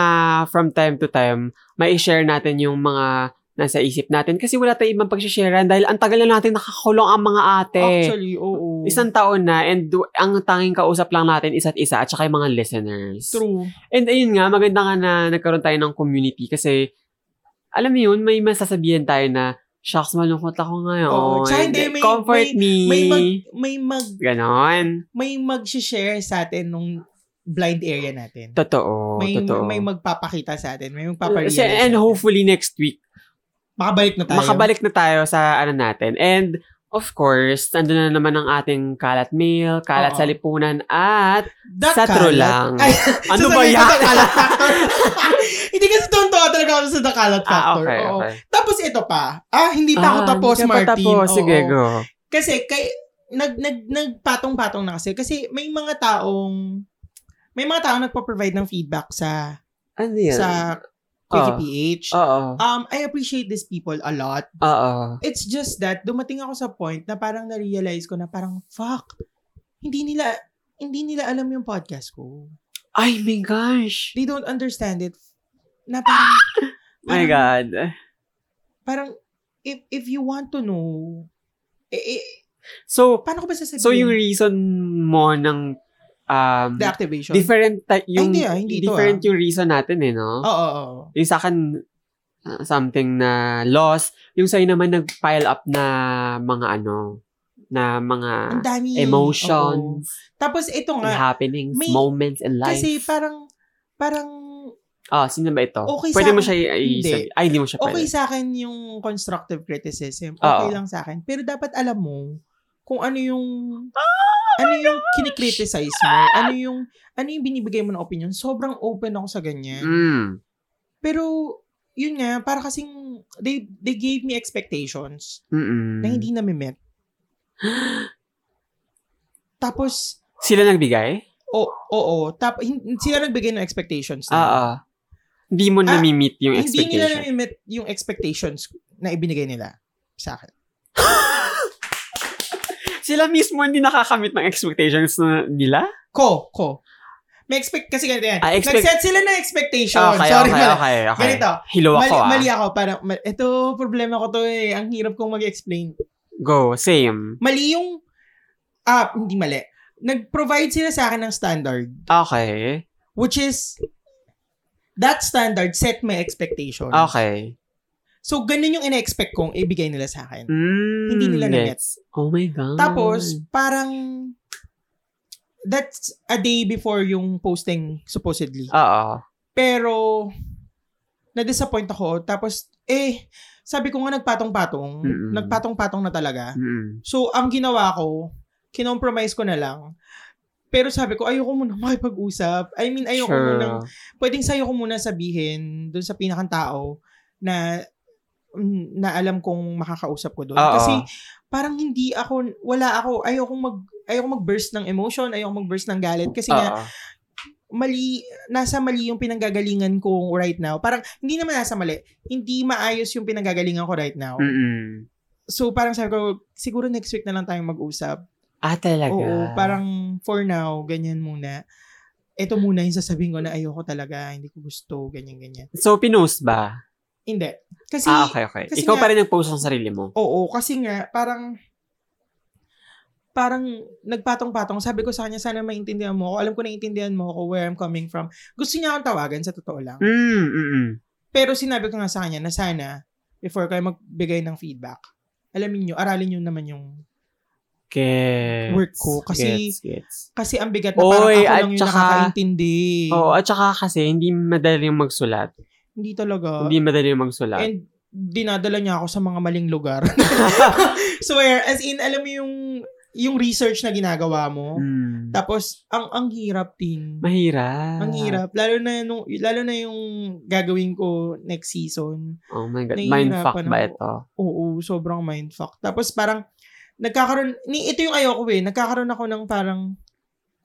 Speaker 2: from time to time, mai-share natin yung mga nasa isip natin. Kasi wala tayong ibang pagsisharean dahil ang tagal na natin nakakulong ang mga ate.
Speaker 1: Actually, oo.
Speaker 2: Isang taon na and w- ang tanging kausap lang natin isa't isa at saka yung mga listeners.
Speaker 1: true.
Speaker 2: And ayun nga, maganda nga na nagkaroon tayo ng community kasi alam mo yun, may masasabihan tayo na shucks, malungkot ako ngayon.
Speaker 1: Oo, tsaka hindi, may-
Speaker 2: Comfort me.
Speaker 1: May mag may mag
Speaker 2: Ganon.
Speaker 1: may mag-share sa atin nung blind area natin.
Speaker 2: Totoo.
Speaker 1: may
Speaker 2: totoo.
Speaker 1: may magpapakita sa atin, may magpaparealize.
Speaker 2: Kasi-
Speaker 1: sa atin.
Speaker 2: and hopefully next week,
Speaker 1: makabalik na tayo.
Speaker 2: makabalik na tayo sa ano natin. And of course, nandun na naman ang ating kalat mail,
Speaker 1: Oo.
Speaker 2: kalat sa lipunan, at
Speaker 1: The
Speaker 2: sa true
Speaker 1: Kalat-
Speaker 2: lang.
Speaker 1: Ay,
Speaker 2: Ano
Speaker 1: sasabihin
Speaker 2: ba
Speaker 1: ko,
Speaker 2: yan?
Speaker 1: The Kalat Factor. Hindi kasi tonto talaga ako sa The Kalat
Speaker 2: ah,
Speaker 1: Factor.
Speaker 2: okay,
Speaker 1: oo.
Speaker 2: okay.
Speaker 1: Tapos ito pa. Ah, hindi pa ako
Speaker 2: Ah,
Speaker 1: tapos,
Speaker 2: hindi ka pa
Speaker 1: Martin.
Speaker 2: tapos.
Speaker 1: Oo.
Speaker 2: Sige, go.
Speaker 1: Kasi kay nag nag nagpatong-patong na kasi kasi may mga taong may mga taong nagpo-provide ng feedback sa
Speaker 2: Ano yan?
Speaker 1: sa Quickie
Speaker 2: Ah.
Speaker 1: PH.
Speaker 2: Oo.
Speaker 1: Um I appreciate these people a lot.
Speaker 2: Oo.
Speaker 1: It's just that dumating ako sa point na parang na-realize ko na parang fuck. Hindi nila hindi nila alam yung podcast ko.
Speaker 2: Ay, my gosh.
Speaker 1: They don't understand it. Na parang
Speaker 2: My
Speaker 1: parang-
Speaker 2: God.
Speaker 1: Parang if if you want to know eh, eh,
Speaker 2: So,
Speaker 1: paano ko ba sasabihin?
Speaker 2: so yung reason mo ng um,
Speaker 1: The activation.
Speaker 2: different type yung
Speaker 1: hindi ah, hindi to
Speaker 2: different yung reason natin eh, no?
Speaker 1: Oo, oo, oo.
Speaker 2: Yung sa akin uh, something na loss, yung sa'yo naman nag-pile up na mga ano, na mga
Speaker 1: Ang dami.
Speaker 2: emotions,
Speaker 1: Oo. Tapos ito
Speaker 2: and
Speaker 1: nga,
Speaker 2: happenings,
Speaker 1: may-
Speaker 2: moments in life.
Speaker 1: kasi parang, parang
Speaker 2: ah, sino ba ito?
Speaker 1: Okay sa
Speaker 2: pwede mo
Speaker 1: akin-
Speaker 2: siya i- i-
Speaker 1: hindi.
Speaker 2: sabi- Ay, hindi mo siya
Speaker 1: okay
Speaker 2: pwede.
Speaker 1: sa akin yung constructive criticism. Okay
Speaker 2: Oo.
Speaker 1: lang sa akin. Pero dapat alam mo kung ano yung
Speaker 2: Ah,
Speaker 1: ano yung kinikriticize mo, ano yung ano yung binibigay mo ng opinion. Sobrang open ako sa ganyan.
Speaker 2: Mm.
Speaker 1: Pero yun nga, para kasing they they gave me expectations
Speaker 2: Mm-mm.
Speaker 1: na hindi na met. Tapos
Speaker 2: Sila nagbigay?
Speaker 1: o oo, tap hin- sila nagbigay ng expectations.
Speaker 2: Ah,
Speaker 1: na.
Speaker 2: ah. Hindi mo
Speaker 1: Ah,
Speaker 2: nami-meet yung
Speaker 1: Hindi nila
Speaker 2: expectation.
Speaker 1: met yung expectations na ibinigay nila sa akin.
Speaker 2: Sila mismo hindi nakakamit ng expectations na nila?
Speaker 1: Ko, ko. May expect, kasi ganito yan.
Speaker 2: Ah, expect- Ah,
Speaker 1: Nag-set sila ng expectation.
Speaker 2: Okay,
Speaker 1: Sorry,
Speaker 2: okay,
Speaker 1: mali.
Speaker 2: okay, okay.
Speaker 1: Ganito.
Speaker 2: Hilo
Speaker 1: Mali,
Speaker 2: ako ah.
Speaker 1: mali ako. Parang, ma- ito, problema ko to eh. Ang hirap kong mag-explain.
Speaker 2: Go, same.
Speaker 1: Mali yung, ah, hindi mali. Nag-provide sila sa akin ng standard,
Speaker 2: Okay.
Speaker 1: which is, that standard set my expectation.
Speaker 2: Ah, Okay.
Speaker 1: So, ganun yung ina-expect kong ibigay nila sa akin.
Speaker 2: Mm,
Speaker 1: Hindi nila na-met.
Speaker 2: gets. Oh my God.
Speaker 1: Tapos, parang, that's a day before yung posting, supposedly.
Speaker 2: Oo.
Speaker 1: Pero, na-disappoint ako. Tapos, eh, sabi ko nga nagpatong-patong.
Speaker 2: Mm-mm.
Speaker 1: Nagpatong-patong na talaga.
Speaker 2: Mm.
Speaker 1: So, ang ginawa ko, kinompromise ko na lang. Pero sabi ko, ayoko muna makipag-usap. I mean, ayoko
Speaker 2: Sure.
Speaker 1: muna. Pwedeng sa'yo ko muna sabihin dun sa pinakang tao na mm, na alam kong makakausap ko doon.
Speaker 2: Oo.
Speaker 1: Kasi parang hindi ako, wala ako, ayoko mag, ayoko mag-burst ng emotion, ayoko mag-burst ng galit. Kasi nga,
Speaker 2: Oo.
Speaker 1: mali, nasa mali yung pinanggagalingan ko right now. Parang, hindi naman nasa mali. Hindi maayos yung pinanggagalingan ko right now.
Speaker 2: Mm. Mm-mm.
Speaker 1: So, parang sabi ko, siguro next week na lang tayong mag-usap.
Speaker 2: Ah, talaga.
Speaker 1: Oo, parang for now, ganyan muna. Ito muna yung sasabihin ko na ayoko talaga, hindi ko gusto, ganyan, ganyan.
Speaker 2: So, pinost ba?
Speaker 1: Hindi. Kasi,
Speaker 2: ah, okay, okay.
Speaker 1: kasi
Speaker 2: Ikaw
Speaker 1: nga-
Speaker 2: pa rin nag-post ng sarili mo.
Speaker 1: oo, kasi nga, parang, parang nagpatong-patong. Sabi ko sa kanya, sana maintindihan mo ako. Alam ko naiintindihan mo ako where I'm coming from. Gusto niya akong tawagan, sa totoo lang.
Speaker 2: Mm, mm-mm.
Speaker 1: Pero sinabi ko nga sa kanya na sana, before kayo magbigay ng feedback, alamin nyo, aralin nyo naman yung,
Speaker 2: Gets.
Speaker 1: Work ko, kasi-
Speaker 2: Gets, gets.
Speaker 1: kasi ang bigat na parang
Speaker 2: Oy,
Speaker 1: ako
Speaker 2: at
Speaker 1: lang yung
Speaker 2: saka-
Speaker 1: nakakaintindi.
Speaker 2: Oo, at saka kasi, hindi madaling magsulat.
Speaker 1: Hindi talaga.
Speaker 2: hindi madaling magsulat.
Speaker 1: And dinadala niya ako sa mga maling lugar. Swear, as in, alam mo yung, yung research na ginagawa mo.
Speaker 2: Mm.
Speaker 1: Tapos, ang ang hirap din.
Speaker 2: Mahirap.
Speaker 1: Ang hirap. Lalo na, nung, lalo na yung gagawin ko next season.
Speaker 2: Oh my God.
Speaker 1: Nahihirapan
Speaker 2: Mindfuck ba
Speaker 1: ako.
Speaker 2: ito?
Speaker 1: Oo, sobrang mindfuck. Tapos parang, nagkakaroon, ni, ito yung ayoko eh, nagkakaroon ako ng parang,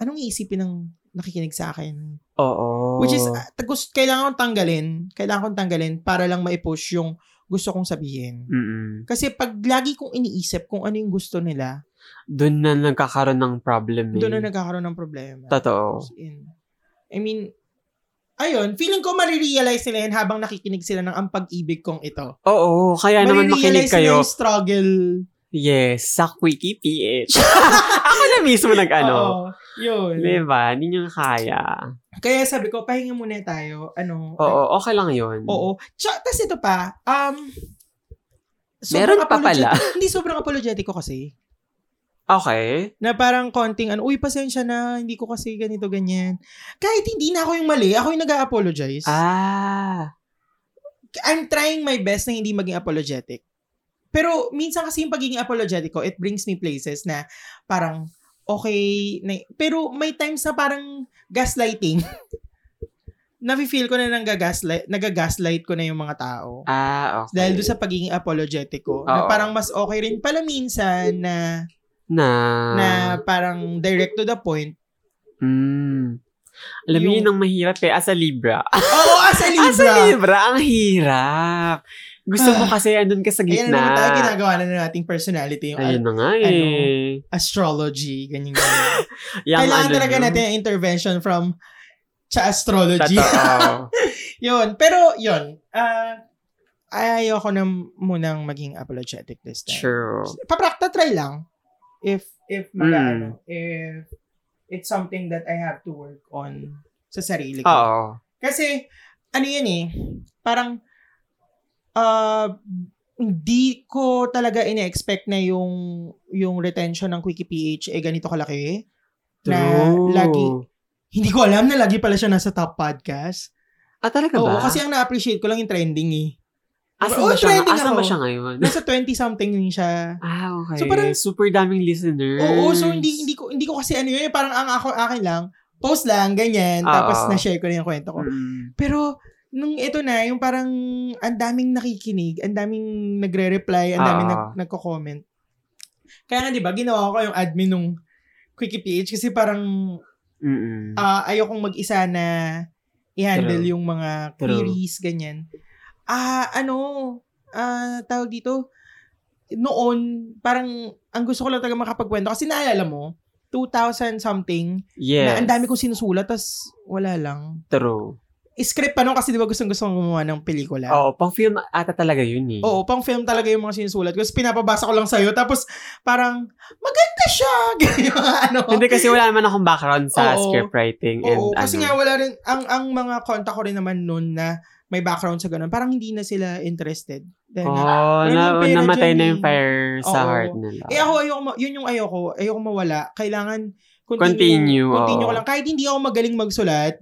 Speaker 1: anong iisipin ng nakikinig sa akin?
Speaker 2: Oo.
Speaker 1: Which
Speaker 2: Oh.
Speaker 1: is, ah, tagus, kailangan kong tanggalin, kailangan kong tanggalin para lang maipush yung gusto kong sabihin.
Speaker 2: Mm-mm.
Speaker 1: Kasi pag lagi kong iniisip kung ano yung gusto nila,
Speaker 2: Doon na nagkakaroon ng problem eh.
Speaker 1: doon na nagkakaroon ng problema.
Speaker 2: Totoo.
Speaker 1: As in, I mean, ayun, feeling ko marirealize nila yan habang nakikinig sila ng ang pag-ibig kong ito.
Speaker 2: Oo, kaya naman makinig
Speaker 1: Marirealize
Speaker 2: kayo.
Speaker 1: nila yung struggle
Speaker 2: Yes, sa Quickie PH. Ako na mismo nag-ano.
Speaker 1: Oo, yun.
Speaker 2: Diba? Hindi nyo kaya.
Speaker 1: Kaya sabi ko, pahinga muna tayo. Ano?
Speaker 2: Oo, okay lang
Speaker 1: Ay,
Speaker 2: yun.
Speaker 1: oo. Tsa- tas ito pa, um,
Speaker 2: Meron pa
Speaker 1: apologetic-
Speaker 2: pala.
Speaker 1: hindi, sobrang apologetic ko kasi.
Speaker 2: Okay.
Speaker 1: Na parang konting, ano, uy, pasensya na, hindi ko kasi ganito, ganyan. Kahit hindi na ako yung mali, ako yung nag-apologize.
Speaker 2: Ah.
Speaker 1: I'm trying my best na hindi maging apologetic. Pero minsan kasi yung pagiging apologetic ko, it brings me places na parang okay. Na, pero may times na parang gaslighting. Nafe-feel ko na nagagaslight, nagagaslight ko na yung mga tao.
Speaker 2: Ah, okay.
Speaker 1: Dahil doon sa pagiging apologetic ko. Na
Speaker 2: Oo.
Speaker 1: parang mas okay rin pala minsan na,
Speaker 2: Na.
Speaker 1: na parang direct to the point.
Speaker 2: Mm. Alam mo
Speaker 1: Yung-
Speaker 2: yun ang mahirap eh. As a Libra.
Speaker 1: Oo, as a
Speaker 2: As a
Speaker 1: Libra. Ah.
Speaker 2: Libra, ang hirap. Gusto mo kasi andun ka sa
Speaker 1: Ayan na naman
Speaker 2: gitna.
Speaker 1: tayo ginagawa na ng ating personality. Yung
Speaker 2: Ayun na nga eh.
Speaker 1: Ano? astrology, ganyan ganyan.
Speaker 2: Yung
Speaker 1: Kailangan
Speaker 2: ano
Speaker 1: talaga
Speaker 2: yun.
Speaker 1: natin ang intervention from sa astrology.
Speaker 2: Totoo.
Speaker 1: yun. Pero, yun. ah, ayoko na munang maging apologetic this time.
Speaker 2: True.
Speaker 1: Paprakta, try lang. If, if, mag,
Speaker 2: Mm.
Speaker 1: ano, if, it's something that I have to work on sa sarili ko.
Speaker 2: Oo.
Speaker 1: Kasi, ano yan eh, parang, ah, hindi ko talaga ina-expect na yung, yung retention ng Quickie PH, eh, ganito kalaki. Na
Speaker 2: True.
Speaker 1: lagi, hindi ko alam na lagi pala siya nasa top podcast.
Speaker 2: Ah, talaga
Speaker 1: Oo,
Speaker 2: ba?
Speaker 1: kasi ang na-appreciate ko lang yung trending eh.
Speaker 2: asan
Speaker 1: Oo,
Speaker 2: ba siya,
Speaker 1: trending
Speaker 2: asan ba
Speaker 1: ako.
Speaker 2: siya ngayon?
Speaker 1: Nasa 20-something yun siya.
Speaker 2: Ah, okay.
Speaker 1: So, parang-
Speaker 2: super daming listeners.
Speaker 1: Oo, so hindi, hindi, ko, hindi ko kasi ano yun, parang ang ako, akin lang, post lang, ganyan,
Speaker 2: Ah,
Speaker 1: tapos
Speaker 2: ah.
Speaker 1: na-share ko na yung kwento ko.
Speaker 2: Mm.
Speaker 1: Pero, nung ito na, yung parang ang daming nakikinig, ang daming nagre-reply, ang daming
Speaker 2: Ah.
Speaker 1: nag, nagko-comment. Kaya nga, di ba, ginawa ko yung admin nung Quickie PH kasi parang
Speaker 2: Mm-mm.
Speaker 1: ah, ayokong mag-isa na i-handle
Speaker 2: Mm. True.
Speaker 1: yung mga
Speaker 2: True.
Speaker 1: queries, ganyan. Ah, ano, ah, tawag dito, noon, parang ang gusto ko lang talaga makapagkwento kasi naalala mo, 2000 something,
Speaker 2: yes.
Speaker 1: na ang dami kong sinusulat, tas wala lang
Speaker 2: True.
Speaker 1: script pa no kasi di ba gustong gusto kong gumawa ng pelikula.
Speaker 2: Oo, pang film ata talaga yun eh.
Speaker 1: Oo, pang film talaga yung mga sinusulat. ko. Tapos pinapabasa ko lang sa'yo. Tapos parang, maganda siya! Ganyan yung mga ano.
Speaker 2: Hindi kasi wala naman akong background sa
Speaker 1: Oo.
Speaker 2: script writing. and,
Speaker 1: Oo, kasi nga
Speaker 2: ano.
Speaker 1: wala rin, ang, ang mga konta ko rin naman noon na may background sa ganun, parang hindi na sila interested. Dahil na-
Speaker 2: Oo,
Speaker 1: Wala
Speaker 2: na,
Speaker 1: nang pera
Speaker 2: namatay
Speaker 1: dyan
Speaker 2: na yung
Speaker 1: eh.
Speaker 2: fire sa
Speaker 1: Oo.
Speaker 2: heart nila.
Speaker 1: eh ako, ayoko, ma- yun yung ayoko. Ayoko mawala. Kailangan
Speaker 2: Continue, oo.
Speaker 1: continue ko lang. Kahit hindi ako magaling magsulat,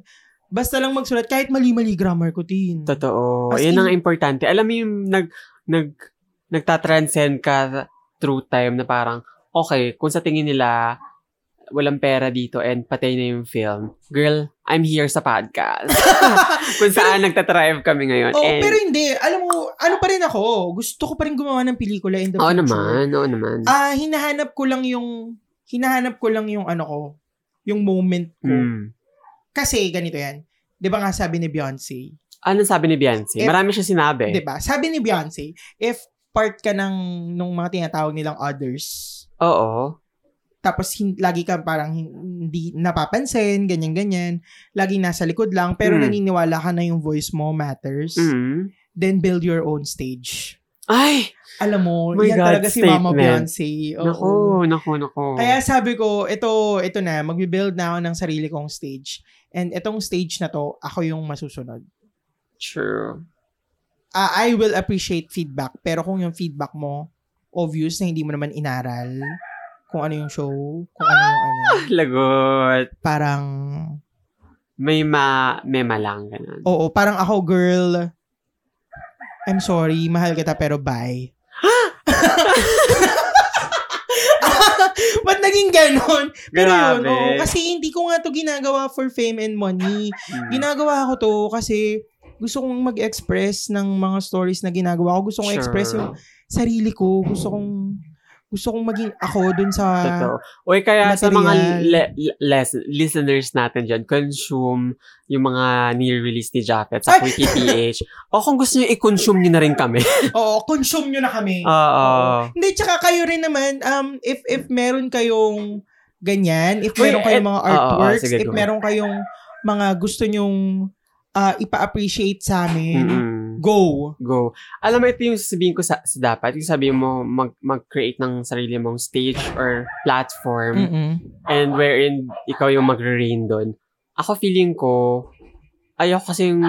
Speaker 1: basta lang magsulat, kahit mali-mali grammar ko, tin.
Speaker 2: Totoo.
Speaker 1: As
Speaker 2: Yun
Speaker 1: in-
Speaker 2: ang importante. Alam mo yung nag, nag, nagtatranscend ka through time na parang, okay, kung sa tingin nila, walang pera dito and patay na yung film. Girl, I'm here sa podcast. kung saan nagtatrive kami ngayon.
Speaker 1: Oh,
Speaker 2: and,
Speaker 1: pero hindi. Alam mo, ano pa rin ako. Gusto ko pa rin gumawa ng pelikula in the
Speaker 2: oo
Speaker 1: future.
Speaker 2: naman, oo naman.
Speaker 1: Ah, hinahanap ko lang yung hinahanap ko lang yung ano ko, yung moment ko.
Speaker 2: Hmm.
Speaker 1: Kasi ganito 'yan. 'Di ba nga sabi ni Beyonce?
Speaker 2: Anong sabi ni Beyonce?
Speaker 1: If-
Speaker 2: Marami siya sinabi.
Speaker 1: Eh, 'Di ba? Diba? Sabi ni Beyonce, if part ka ng nung mga tinatawag nilang others,
Speaker 2: Oo.
Speaker 1: tapos hin- lagi ka parang hin- hindi napapansin, ganyan-ganyan, lagi nasa likod lang, pero
Speaker 2: Mm.
Speaker 1: naniniwala ka na yung voice mo matters,
Speaker 2: Mm.
Speaker 1: then build your own stage.
Speaker 2: Ay!
Speaker 1: Alam mo,
Speaker 2: Oh My
Speaker 1: yan
Speaker 2: God,
Speaker 1: talaga si Mama
Speaker 2: statement.
Speaker 1: Beyonce. Oo.
Speaker 2: Naku, naku, naku.
Speaker 1: Kaya sabi ko, ito, ito na, magbe-build na ako ng sarili kong stage. And itong stage na to, ako yung masusunod.
Speaker 2: True.
Speaker 1: Ah, I will appreciate feedback, pero kung yung feedback mo, obvious na hindi mo naman inaral, kung ano yung show, kung ano yung ano,
Speaker 2: Lagot.
Speaker 1: parang,
Speaker 2: May ma, may malang ganun.
Speaker 1: oo, parang ako, girl, I'm sorry, mahal kita, pero bye. Ba't naging ganon? Pero yun, oo, kasi hindi ko nga to ginagawa for fame and money.
Speaker 2: Mm.
Speaker 1: Ginagawa ko to kasi gusto kong mag-express ng mga stories na ginagawa ko. Gusto kong
Speaker 2: Sure.
Speaker 1: express yung sarili ko. Gusto kong gusto kong maging ako dun sa
Speaker 2: Totoo. Uy, kaya sa mga
Speaker 1: material.
Speaker 2: le- le- les- listeners natin dyan, consume yung mga ni-release ni Japheth sa
Speaker 1: Ay!
Speaker 2: Quickie PH. o kung gusto nyo, i-consume nyo na rin kami.
Speaker 1: Oo, consume nyo na kami.
Speaker 2: Oo.
Speaker 1: Hindi, tsaka kayo rin naman, um, if, if meron kayong ganyan, if
Speaker 2: Uy,
Speaker 1: meron kayong mga
Speaker 2: eh, oo, oo,
Speaker 1: artworks,
Speaker 2: sige,
Speaker 1: if
Speaker 2: go.
Speaker 1: meron kayong mga gusto nyong ah, ipa-appreciate sa amin,
Speaker 2: Mm-mm.
Speaker 1: go.
Speaker 2: Go. Alam mo, ito yung sasabihin ko sa, sa dapat. Yung sabihin mo, mag, mag-create ng sarili mong stage or platform
Speaker 1: Mm-mm.
Speaker 2: and wherein ikaw yung magre-reign doon. Ako feeling ko, ayaw kasing,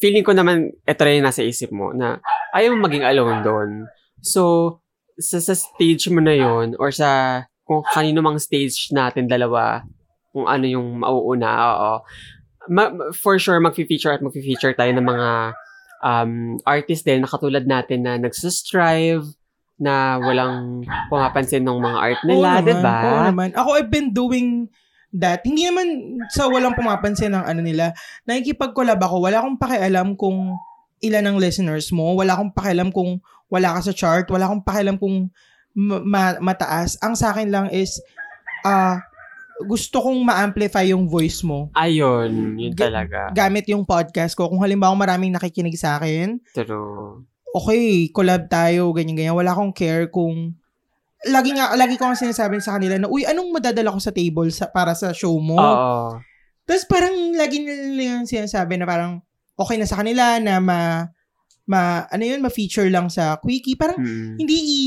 Speaker 2: feeling ko naman, eto rin yung nasa isip mo, na ayaw mo maging alone doon. So, sa, sa stage mo na yon or sa kung kanino mang stage natin dalawa, kung ano yung mauuna, oo. Ma- ma- for sure, mag-feature at mag-feature tayo ng mga um, artist din na katulad natin na nagsustrive, na walang pumapansin ng mga art nila, diba?
Speaker 1: Oo naman,
Speaker 2: di ba?
Speaker 1: Oo naman. Ako, I've been doing that. Hindi naman sa walang pumapansin ng ano nila. Nakikipag-collab ako. Wala akong pakialam kung ilan ang listeners mo. Wala akong pakialam kung wala ka sa chart. Wala akong pakialam kung ma- ma- mataas. Ang sa akin lang is, ah, gusto kong ma-amplify yung voice mo
Speaker 2: Ayun, yun
Speaker 1: Ga-
Speaker 2: talaga.
Speaker 1: gamit yung podcast ko. Kung halimbawa maraming nakikinig sa akin,
Speaker 2: True.
Speaker 1: okay, collab tayo, ganyan-ganyan. Wala akong care kung lagi nga lagi ko ang sinasabi sa kanila na uy anong madadala ko sa table sa para sa show mo
Speaker 2: Oo.
Speaker 1: tapos parang lagi nila yung sinasabi na parang okay na sa kanila na ma ma ano yun ma feature lang sa quickie parang
Speaker 2: Mm.
Speaker 1: hindi i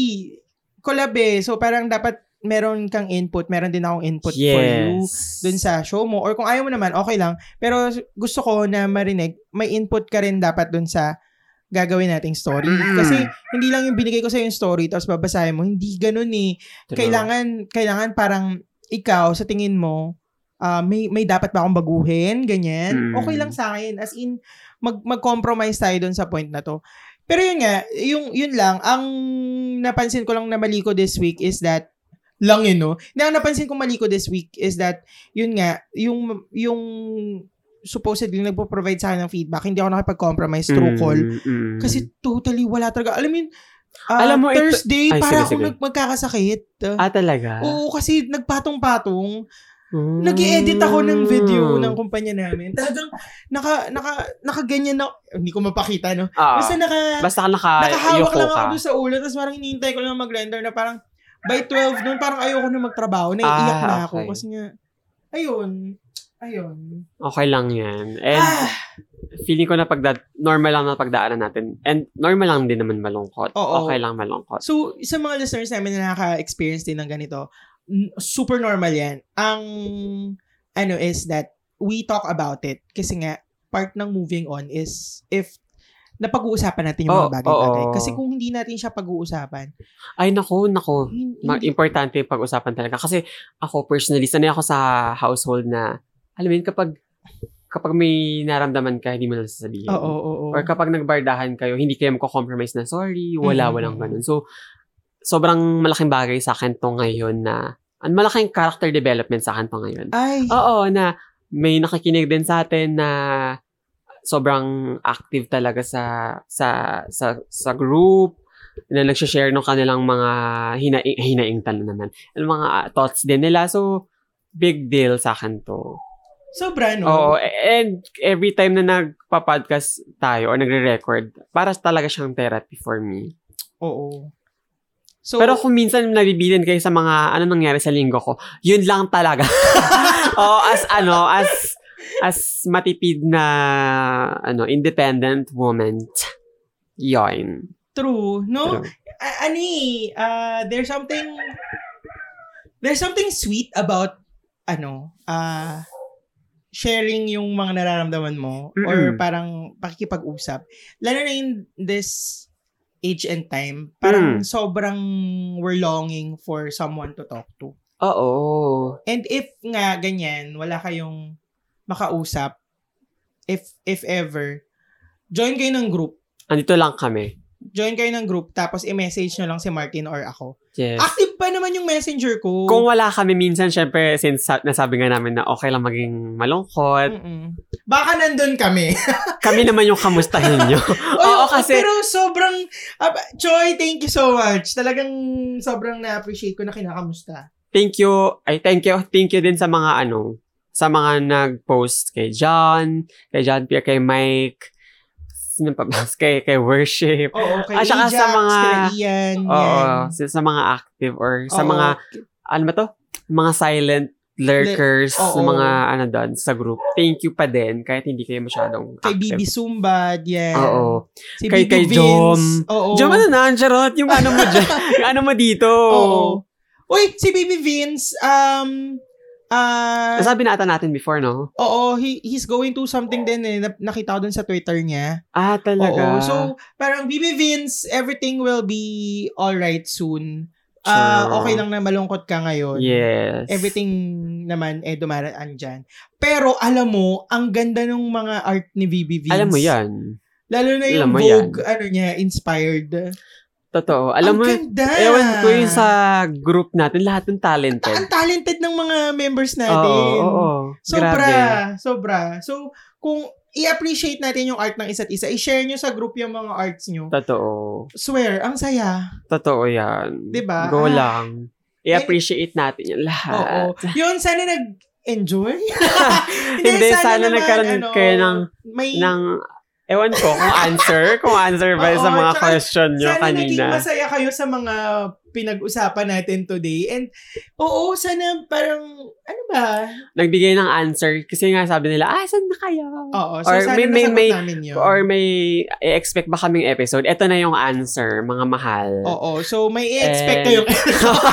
Speaker 1: collab eh so parang dapat meron kang input, meron din akong input for you
Speaker 2: yes.
Speaker 1: dun sa show mo. Or kung ayaw mo naman, okay lang. Pero gusto ko na marinig, may input ka rin dapat dun sa gagawin nating story.
Speaker 2: Mm.
Speaker 1: Kasi hindi lang yung binigay ko sa yung story tapos babasahin mo. Hindi ganun eh
Speaker 2: True.
Speaker 1: kailangan kailangan parang ikaw sa tingin mo ah, may may dapat ba akong baguhin ganyan
Speaker 2: Mm.
Speaker 1: okay lang sa akin as in mag mag-compromise tayo doon sa point na to pero yun nga yung yun lang ang napansin ko lang na mali ko this week is that lang yun no na ang napansin ko mali ko this week is that yun nga yung yung supposedly nagpo-provide sa akin ng feedback hindi ako nakipag-compromise through
Speaker 2: Mm,
Speaker 1: call
Speaker 2: mm.
Speaker 1: kasi totally wala talaga alam mo yun ah,
Speaker 2: Alam mo, ito-
Speaker 1: Thursday
Speaker 2: Ay,
Speaker 1: para
Speaker 2: sige, sige.
Speaker 1: akong nag- magkakasakit
Speaker 2: Ah, talaga?
Speaker 1: Oo, kasi nagpatong-patong.
Speaker 2: Mm.
Speaker 1: nag edit ako ng video ng kumpanya namin. Talagang naka, naka, nakaganyan na, hindi ko mapakita, no?
Speaker 2: Ah,
Speaker 1: Basta naka,
Speaker 2: basta ka naka,
Speaker 1: nakahawak
Speaker 2: yoko
Speaker 1: lang ako
Speaker 2: ka.
Speaker 1: doon sa ulo, tapos parang hinihintay ko lang mag-render na parang by 12 noon, parang ayoko na magtrabaho. Naiiyak
Speaker 2: Ah,
Speaker 1: na ako.
Speaker 2: okay.
Speaker 1: Kasi nga, ayun, ayun.
Speaker 2: Okay lang yan. And
Speaker 1: ah,
Speaker 2: feeling ko na pagda- normal lang na pagdaanan natin. And normal lang din naman malungkot.
Speaker 1: Oo.
Speaker 2: Okay lang malungkot.
Speaker 1: so, sa mga listeners namin na naka-experience din ng ganito, n- super normal yan. Ang, ano is that, we talk about it. Kasi nga, part ng moving on is if napag-uusapan natin yung
Speaker 2: Oo,
Speaker 1: mga bagay-bagay.
Speaker 2: oo.
Speaker 1: Kasi kung hindi natin siya pag-uusapan,
Speaker 2: Ay, naku, naku.
Speaker 1: hin-
Speaker 2: Ma-
Speaker 1: hindi-
Speaker 2: importante yung pag-usapan talaga. Kasi ako personally, sanay ako sa household na, alam mo yun, kapag, kapag may naramdaman ka, hindi mo na sasabihin.
Speaker 1: Oo, oo, oo.
Speaker 2: Or kapag nagbardahan kayo, hindi kayo magko-compromise na sorry, wala,
Speaker 1: Mm.
Speaker 2: walang ganun. So, sobrang malaking bagay sa akin to ngayon na, ang malaking character development sa akin to ngayon.
Speaker 1: Ay,
Speaker 2: Oo, na may nakikinig din sa atin na sobrang active talaga sa sa sa, sa group na nagsha-share ng kanilang mga hinaing hinaing talo naman. Ang mga ah, thoughts din nila. So big deal sa akin to.
Speaker 1: sobra, no?
Speaker 2: Oo, a- and every time na nagpa-podcast tayo or nagre-record, para talaga siyang therapy for me.
Speaker 1: Oo. So,
Speaker 2: Pero kung minsan nabibilin kayo sa mga ano nangyari sa linggo ko, yun lang talaga. o as ano, as as matipid na ano, independent woman. Yoin.
Speaker 1: true, no? A- ano eh, ah, there's something, there's something sweet about, ano, ah, sharing yung mga nararamdaman mo
Speaker 2: Mm-mm.
Speaker 1: or parang pakikipag-usap. Lalo na in this age and time, parang sobrang we're longing for someone to talk to.
Speaker 2: Oo.
Speaker 1: And if nga ganyan, wala kayong makausap, if if ever, join kayo ng group.
Speaker 2: Andito lang kami.
Speaker 1: Join kayo ng group, tapos i-message nyo lang si Martin or ako.
Speaker 2: Yes.
Speaker 1: Active pa naman yung messenger ko.
Speaker 2: Kung wala kami minsan, syempre, since sa- nasabi nga namin na okay lang maging malungkot,
Speaker 1: Mm-mm. Baka nandun kami.
Speaker 2: kami naman yung kamustahin nyo. Oo, kasi-
Speaker 1: Pero sobrang, ab- Choy, thank you so much. Talagang sobrang na-appreciate ko na kinakamusta.
Speaker 2: thank you, ay thank you, thank you din sa mga ano, sa mga nag-post kay John, kay John Pierre, kay Mike, sino pa ba? Kay, kay Worship.
Speaker 1: Oo, kay
Speaker 2: At
Speaker 1: Ajax,
Speaker 2: saka Ah, sa mga-
Speaker 1: kay Ian, yan.
Speaker 2: Oo, sa, sa mga active or sa
Speaker 1: Oo.
Speaker 2: mga, ano ba to? Mga silent lurkers,
Speaker 1: Le- oo.
Speaker 2: sa mga ano doon, sa group. Thank you pa din, kahit hindi kayo masyadong
Speaker 1: Kay
Speaker 2: active.
Speaker 1: BB Sumbad, yan.
Speaker 2: Oo.
Speaker 1: Si BB
Speaker 2: Kay- kay
Speaker 1: Vince.
Speaker 2: Jom.
Speaker 1: Oo.
Speaker 2: Diyan mo na naan, Charot, yung ano mo dyan, yung ano mo dito.
Speaker 1: Oo. Uy, si Baby Vince, um, ah,
Speaker 2: Nasabi na ata natin before, no?
Speaker 1: oo, he, he's going to something din eh. Na- Nakita ko dun sa Twitter niya.
Speaker 2: Ah, talaga.
Speaker 1: Oo. So, parang Baby Vince, everything will be alright soon. Ah,
Speaker 2: Sure.
Speaker 1: okay lang na malungkot ka ngayon.
Speaker 2: yes.
Speaker 1: Everything naman eh dumaraan dyan. Pero alam mo, ang ganda ng mga art ni Baby Vince.
Speaker 2: Alam mo yan.
Speaker 1: Lalo na
Speaker 2: Alam
Speaker 1: yung
Speaker 2: mo
Speaker 1: Vogue, ano niya, inspired.
Speaker 2: Totoo. Alam
Speaker 1: ang
Speaker 2: mo,
Speaker 1: ganda!
Speaker 2: ewan ko yung sa group natin, lahat
Speaker 1: Ang
Speaker 2: ng talented.
Speaker 1: talented ng mga members
Speaker 2: Oo,
Speaker 1: natin.
Speaker 2: oo, oo.
Speaker 1: Ah, Sobra,
Speaker 2: Grabe.
Speaker 1: sobra. So, kung i-appreciate natin yung art ng isa't isa, i-share nyo sa group yung mga arts nyo.
Speaker 2: Totoo.
Speaker 1: Swear, ang saya.
Speaker 2: Totoo yan.
Speaker 1: Diba?
Speaker 2: Go
Speaker 1: Ah.
Speaker 2: lang. I-appreciate natin yung lahat.
Speaker 1: Oo. Yun, sana nag-enjoy.
Speaker 2: Hindi, sana
Speaker 1: naman,
Speaker 2: nagkaroon
Speaker 1: ano,
Speaker 2: kayo ng,
Speaker 1: may,
Speaker 2: ng, ewan ko kung answer, kung answer ba
Speaker 1: Oo,
Speaker 2: sa mga
Speaker 1: tsaka
Speaker 2: question nyo
Speaker 1: sana naging
Speaker 2: kanina.
Speaker 1: masaya kayo sa mga pinag-usapan natin today. And oo, sana parang, ano ba?
Speaker 2: Nagbigay ng answer kasi nga sabi nila, ah, saan na kayo?
Speaker 1: Oo, so
Speaker 2: Or
Speaker 1: sana
Speaker 2: may- may-
Speaker 1: nasagot
Speaker 2: may-
Speaker 1: namin yun.
Speaker 2: Or may i-expect ba kaming episode? Ito na yung answer, mga mahal.
Speaker 1: oo, so may i-expect
Speaker 2: And-
Speaker 1: kayong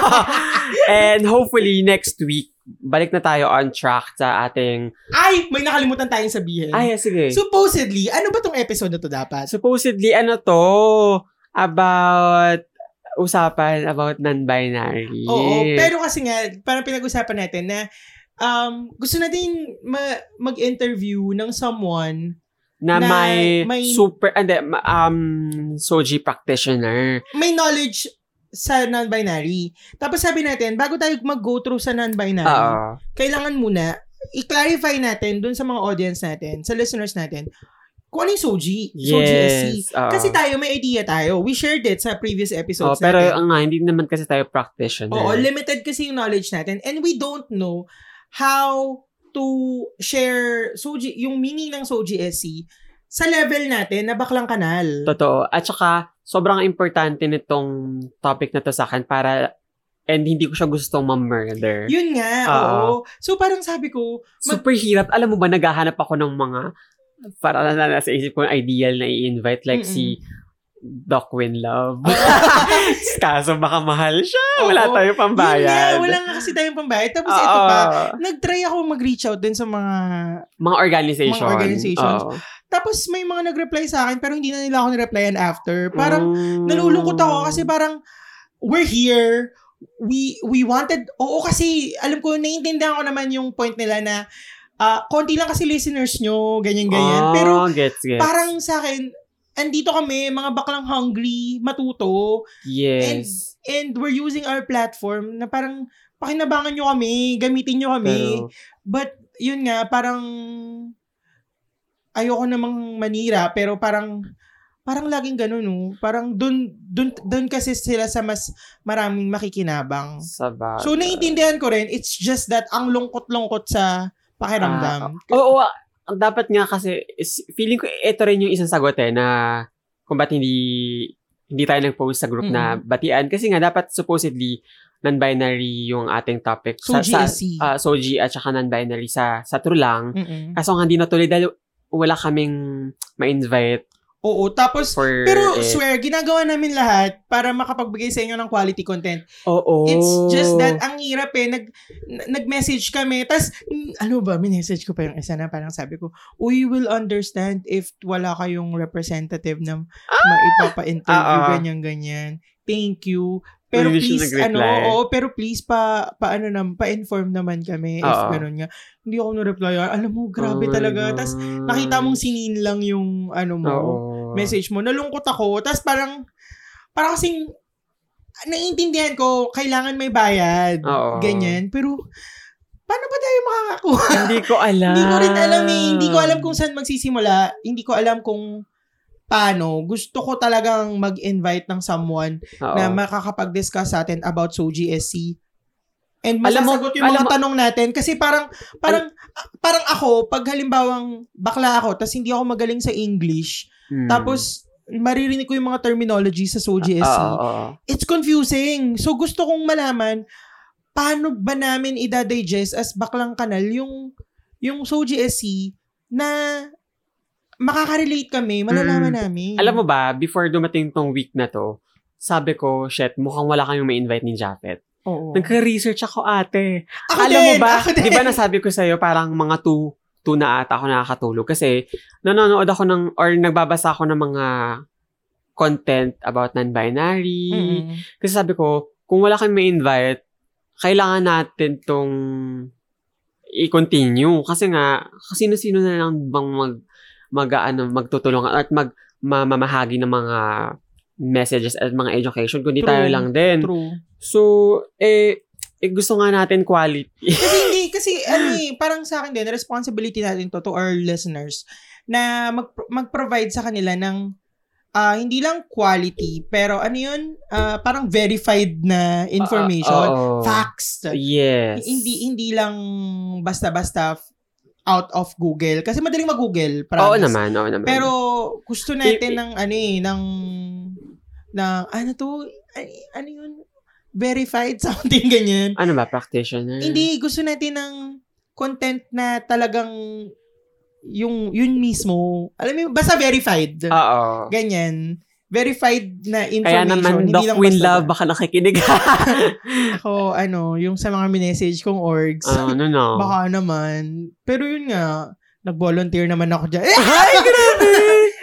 Speaker 2: And hopefully next week, balik na tayo on track sa ating...
Speaker 1: Ay, may nakalimutan tayong sabihin.
Speaker 2: Ay, sige.
Speaker 1: Supposedly, ano ba tong episode na to dapat?
Speaker 2: supposedly, ano to? About usapan about non-binary.
Speaker 1: Oo, pero kasi nga, parang pinag-usapan natin na um, gusto natin ma- mag-interview ng someone.
Speaker 2: na,
Speaker 1: na
Speaker 2: may,
Speaker 1: may-
Speaker 2: super, and um, soji practitioner.
Speaker 1: May knowledge sa non-binary. Tapos sabi natin, bago tayo mag-go through sa non-binary,
Speaker 2: Oo.
Speaker 1: kailangan muna i-clarify natin dun sa mga audience natin, sa listeners natin, kung ano yung Soji. Soji SC.
Speaker 2: Yes. oo.
Speaker 1: Kasi tayo, may idea tayo. We shared it sa previous
Speaker 2: Oo,
Speaker 1: episodes
Speaker 2: pero
Speaker 1: natin.
Speaker 2: ang nga, hindi naman kasi tayo practitioner.
Speaker 1: Oo, limited kasi yung knowledge natin. And we don't know how to share Soji, yung meaning ng Soji SC sa level natin na baklang kanal.
Speaker 2: Totoo. At saka, sobrang importante nitong topic na to sa akin para, and hindi ko siya gustong ma-murder.
Speaker 1: Yun nga,
Speaker 2: Oo.
Speaker 1: oo. So parang sabi ko,
Speaker 2: Super hirap. Alam mo ba, naghahanap ako ng mga, para na, na nasa isip ko, yung ideal na i-invite, like
Speaker 1: Mm-mm. Oh.
Speaker 2: si Doc Winlove. Kaso baka mahal siya.
Speaker 1: Oo.
Speaker 2: Wala tayo
Speaker 1: yun nga,
Speaker 2: pambayad.
Speaker 1: wala nga kasi tayong pambayad. Tapos
Speaker 2: Oo.
Speaker 1: ito pa, nag-try ako mag-reach out din sa mga...
Speaker 2: Mga organization.
Speaker 1: Mga organizations.
Speaker 2: Oo.
Speaker 1: Tapos may mga nag-reply sa akin pero hindi na nila ako ni-replyan after. Parang nalulungkot ako
Speaker 2: Hmm.
Speaker 1: kasi parang we're here. We we wanted oo kasi alam ko naiintindihan ko naman yung point nila na ah, konti lang kasi listeners nyo, ganyan ganyan.
Speaker 2: Oo,
Speaker 1: Pero
Speaker 2: Ah, gets, gets.
Speaker 1: parang sa akin andito kami mga baklang hungry, matuto
Speaker 2: yes.
Speaker 1: and we're using our platform na parang pakinabangan nyo kami, gamitin nyo kami.
Speaker 2: Pero,
Speaker 1: But yun nga parang ayoko namang manira pero parang parang laging ganun no. Parang dun dun dun kasi sila sa mas maraming makikinabang.
Speaker 2: sabag.
Speaker 1: So naiintindihan ko rin, it's just that ang lungkot-lungkot sa pakiramdam.
Speaker 2: Oo, ah, dapat nga kasi is- feeling ko ito rin yung isang sagot eh na kung ba't hindi hindi tayo nag-post sa group na
Speaker 1: Mm-hmm.
Speaker 2: batian kasi nga dapat supposedly non-binary yung ating topic
Speaker 1: so E.
Speaker 2: sa, sa
Speaker 1: GSC.
Speaker 2: ah, soji at saka non-binary sa sa true lang.
Speaker 1: Mm-mm.
Speaker 2: Kaso nga hindi natuloy dahil wala kaming ma-invite
Speaker 1: Oo, tapos
Speaker 2: for
Speaker 1: pero
Speaker 2: it.
Speaker 1: swear, ginagawa namin lahat para makapagbigay sa inyo ng quality content.
Speaker 2: Oo.
Speaker 1: It's just that
Speaker 2: Oh.
Speaker 1: ang hirap eh. Nag, n- nag-message kami. Tapos, mm, ano ba, minessage ko pa yung isa na parang sabi ko, we will understand if wala kayong representative na maipapa-interview,
Speaker 2: Ah, ah.
Speaker 1: ganyan-ganyan. Thank you. Pero
Speaker 2: Hindi siya
Speaker 1: please, ano,
Speaker 2: nag-reply.
Speaker 1: oo, pero please pa, pa ano nam, pa-inform naman kami if
Speaker 2: Oo.
Speaker 1: ganun nga. Hindi ako na-reply. Alam mo, grabe
Speaker 2: Ah, Oh my
Speaker 1: talaga. Tapos,
Speaker 2: gosh.
Speaker 1: nakita mong sinin lang yung ano mo
Speaker 2: Oo.
Speaker 1: message mo. Nalungkot ako. Tapos parang, parang kasing, naiintindihan ko, kailangan may bayad.
Speaker 2: Oo.
Speaker 1: Ganyan. Pero, paano ba tayo makakakuha?
Speaker 2: Hindi ko alam.
Speaker 1: hindi ko rin alam eh. Hindi ko alam kung saan magsisimula. Hindi ko alam kung paano. Gusto ko talagang mag-invite ng someone
Speaker 2: Oo.
Speaker 1: na makakapag-discuss sa atin about Soji SC. And
Speaker 2: Alam mo-
Speaker 1: masasagot yung mga
Speaker 2: alam mo-
Speaker 1: tanong natin kasi parang parang parang ako pag halimbawang bakla ako tapos hindi ako magaling sa English
Speaker 2: Hmm.
Speaker 1: tapos, eh. maririnig ko yung mga terminology sa SOGSC.
Speaker 2: Oo, oo.
Speaker 1: It's confusing. So, gusto kong malaman, paano ba namin idadigest as baklang kanal yung, yung SOGSC na makaka-relate kami, malalaman
Speaker 2: Mm.
Speaker 1: namin.
Speaker 2: Alam mo ba, before dumating tong week na to, sabi ko, shit, mukhang wala kaming ma-invite ni Japet.
Speaker 1: Oo.
Speaker 2: Nagka-research ako, ate.
Speaker 1: Oh. Ako
Speaker 2: Alam
Speaker 1: din,
Speaker 2: mo ba,
Speaker 1: ako din.
Speaker 2: di ba nasabi ko sa'yo, parang mga two, two na ata ako nakakatulog. Kasi, nanonood ako ng, or nagbabasa ako ng mga content about non-binary.
Speaker 1: Mm-mm.
Speaker 2: Kasi sabi ko, kung wala kang ma-invite, kailangan natin tong i-continue. Kasi nga, sino-sino na lang bang mag, mag ano, magtutulungan at mag, mamamahagi ng mga messages at mga education, kundi
Speaker 1: True.
Speaker 2: tayo lang din.
Speaker 1: True.
Speaker 2: So, eh, eh, gusto nga natin quality.
Speaker 1: Kasi hindi, kasi ano eh, parang sa akin din, responsibility natin to, to our listeners na mag- mag-provide sa kanila ng ah, hindi lang quality, pero ano yun, ah, parang verified na information,
Speaker 2: Oo.
Speaker 1: facts.
Speaker 2: Ah, oh. Yes.
Speaker 1: Hindi hindi lang basta-basta f- out of Google. Kasi madaling mag-Google, promise.
Speaker 2: Oo naman, oo naman.
Speaker 1: Pero gusto natin
Speaker 2: I-
Speaker 1: ng ano eh, ng ng ano to, ay, ano yun, verified something ganyan.
Speaker 2: Ano ba, practitioner?
Speaker 1: Hindi gusto natin ng content na talagang yung yun mismo. Alam mo, yun, basta verified.
Speaker 2: Oo.
Speaker 1: Ganyan. Verified na information.
Speaker 2: Ah. Kaya naman,
Speaker 1: hindi
Speaker 2: Doc
Speaker 1: lang
Speaker 2: Queen
Speaker 1: basta-
Speaker 2: Love, baka nakikinig.
Speaker 1: Ako, ano, yung sa mga message kong orgs.
Speaker 2: Ah, ano no?
Speaker 1: Baka naman. Pero yun nga, nag-volunteer naman ako dyan. Eh, ay, grabe!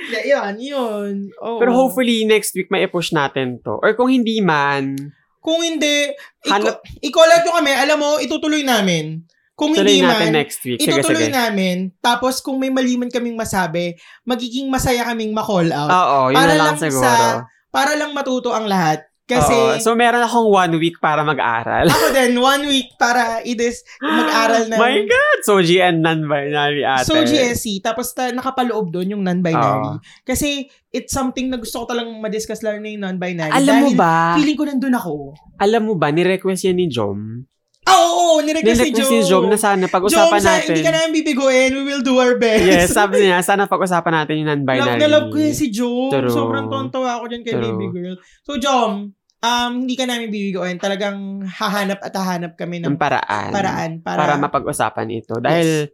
Speaker 1: Yeah, yun, yun. Oo.
Speaker 2: Pero hopefully, next week may i-push natin to. Or kung hindi man,
Speaker 1: Kung hindi,
Speaker 2: Hanap-
Speaker 1: iko- i-call out nyo kami. Alam mo, itutuloy namin. Kung hindi
Speaker 2: tuloy natin
Speaker 1: man,
Speaker 2: next week. Sige,
Speaker 1: itutuloy
Speaker 2: sige.
Speaker 1: namin. Tapos, kung may mali man kaming masabi, magiging masaya kaming ma-call out.
Speaker 2: Oo, yun
Speaker 1: Para
Speaker 2: na lang,
Speaker 1: lang sa-
Speaker 2: siguro.
Speaker 1: para lang matuto ang lahat. Kasi,
Speaker 2: Oo, so, meron akong one week para mag-aral.
Speaker 1: ako din, one week para idis mag-aral na.
Speaker 2: My God! Soji and non-binary ate.
Speaker 1: So, GSC, tapos ta, nakapaloob doon yung non-binary. Kasi, it's something na gusto ko talagang madiscuss lalo na yung non-binary.
Speaker 2: Alam mo
Speaker 1: Dahil
Speaker 2: ba?
Speaker 1: Feeling ko nandun ako.
Speaker 2: Alam mo ba, ni-request yan ni Jom?
Speaker 1: Ah, Oo, oo, nirequest ni Joe.
Speaker 2: Ni-request ni Jom na sana pag-usapan
Speaker 1: Joe, sa-
Speaker 2: natin.
Speaker 1: hindi ka namin bibiguin. We will do our best.
Speaker 2: yes, sabi niya, sana pag-usapan natin yung
Speaker 1: love
Speaker 2: non-binary.
Speaker 1: na love ko yun si Jom.
Speaker 2: True.
Speaker 1: Sobrang tontawa ako dyan kay
Speaker 2: True.
Speaker 1: baby girl. So, Jom, um, hindi ka namin bibiguin. Talagang hahanap at hahanap kami ng
Speaker 2: ng paraan.
Speaker 1: paraan para,
Speaker 2: para mapag-usapan ito. Dahil,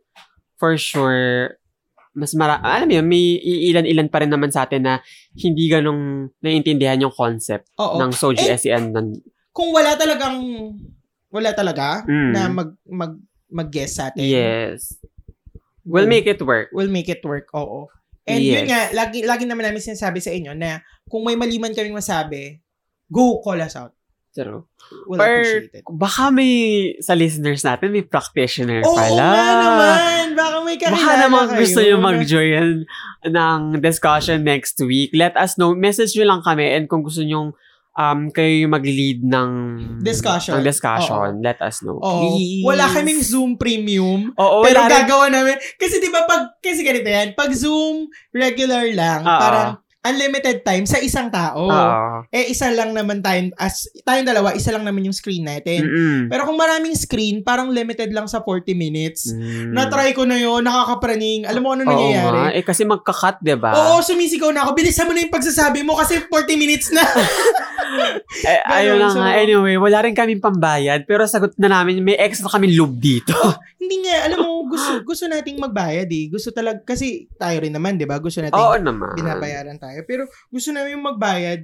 Speaker 2: for sure, mas mara... Alam mo yun, may iilan-ilan pa rin naman sa atin na hindi ganong naiintindihan yung concept
Speaker 1: Oo.
Speaker 2: ng Soji
Speaker 1: Eh,
Speaker 2: E SEN. Ng,
Speaker 1: kung wala talagang wala talaga
Speaker 2: Mm.
Speaker 1: na mag mag mag-guess sa atin.
Speaker 2: yes. We'll make it work.
Speaker 1: we'll make it work. Oo. And yun
Speaker 2: Yes.
Speaker 1: nga, lagi, lagi naman namin sinasabi sa inyo na kung may mali man kaming masabi, go call us out.
Speaker 2: Pero,
Speaker 1: We'll
Speaker 2: or,
Speaker 1: appreciate it.
Speaker 2: baka may, sa listeners natin, may practitioner
Speaker 1: Oo
Speaker 2: pala.
Speaker 1: nga naman! Baka may kakilala
Speaker 2: Baka naman
Speaker 1: kayo
Speaker 2: gusto nyo
Speaker 1: na-
Speaker 2: mag-join ng discussion next week. Let us know. Message nyo lang kami and kung gusto nyo um, kayo yung mag-lead ng
Speaker 1: Discussion.
Speaker 2: ng discussion, let us know.
Speaker 1: Oo.
Speaker 2: Please.
Speaker 1: Oh, Wala kaming Zoom premium.
Speaker 2: Oo,
Speaker 1: pero
Speaker 2: wala rin-
Speaker 1: gagawa namin. Kasi di ba pag, kasi ganito yan, pag Zoom regular lang,
Speaker 2: Oo.
Speaker 1: parang unlimited time sa isang tao.
Speaker 2: Oo.
Speaker 1: Eh, isa lang naman tayo, as, tayong dalawa, isa lang naman yung screen natin.
Speaker 2: Mm-mm.
Speaker 1: Pero kung maraming screen, parang limited lang sa 40 minutes.
Speaker 2: Mm.
Speaker 1: Na-try ko na yun, nakakapraning. Alam mo ano
Speaker 2: Oo nga.
Speaker 1: nangyayari?
Speaker 2: Eh, kasi magkakat, di ba?
Speaker 1: Oo, sumisigaw na ako. Bilisan mo na yung pagsasabi mo kasi 40 minutes na.
Speaker 2: Eh, ayun
Speaker 1: ganun,
Speaker 2: na
Speaker 1: so-
Speaker 2: nga. Anyway, wala rin kaming pambayad, pero sagot na namin, may extra kaming loob dito.
Speaker 1: Hindi nga, alam mo, gusto, gusto nating magbayad eh. Gusto talaga, kasi tayo rin naman, di ba? Gusto nating
Speaker 2: Oo naman.
Speaker 1: binabayaran tayo. Pero gusto namin yung magbayad.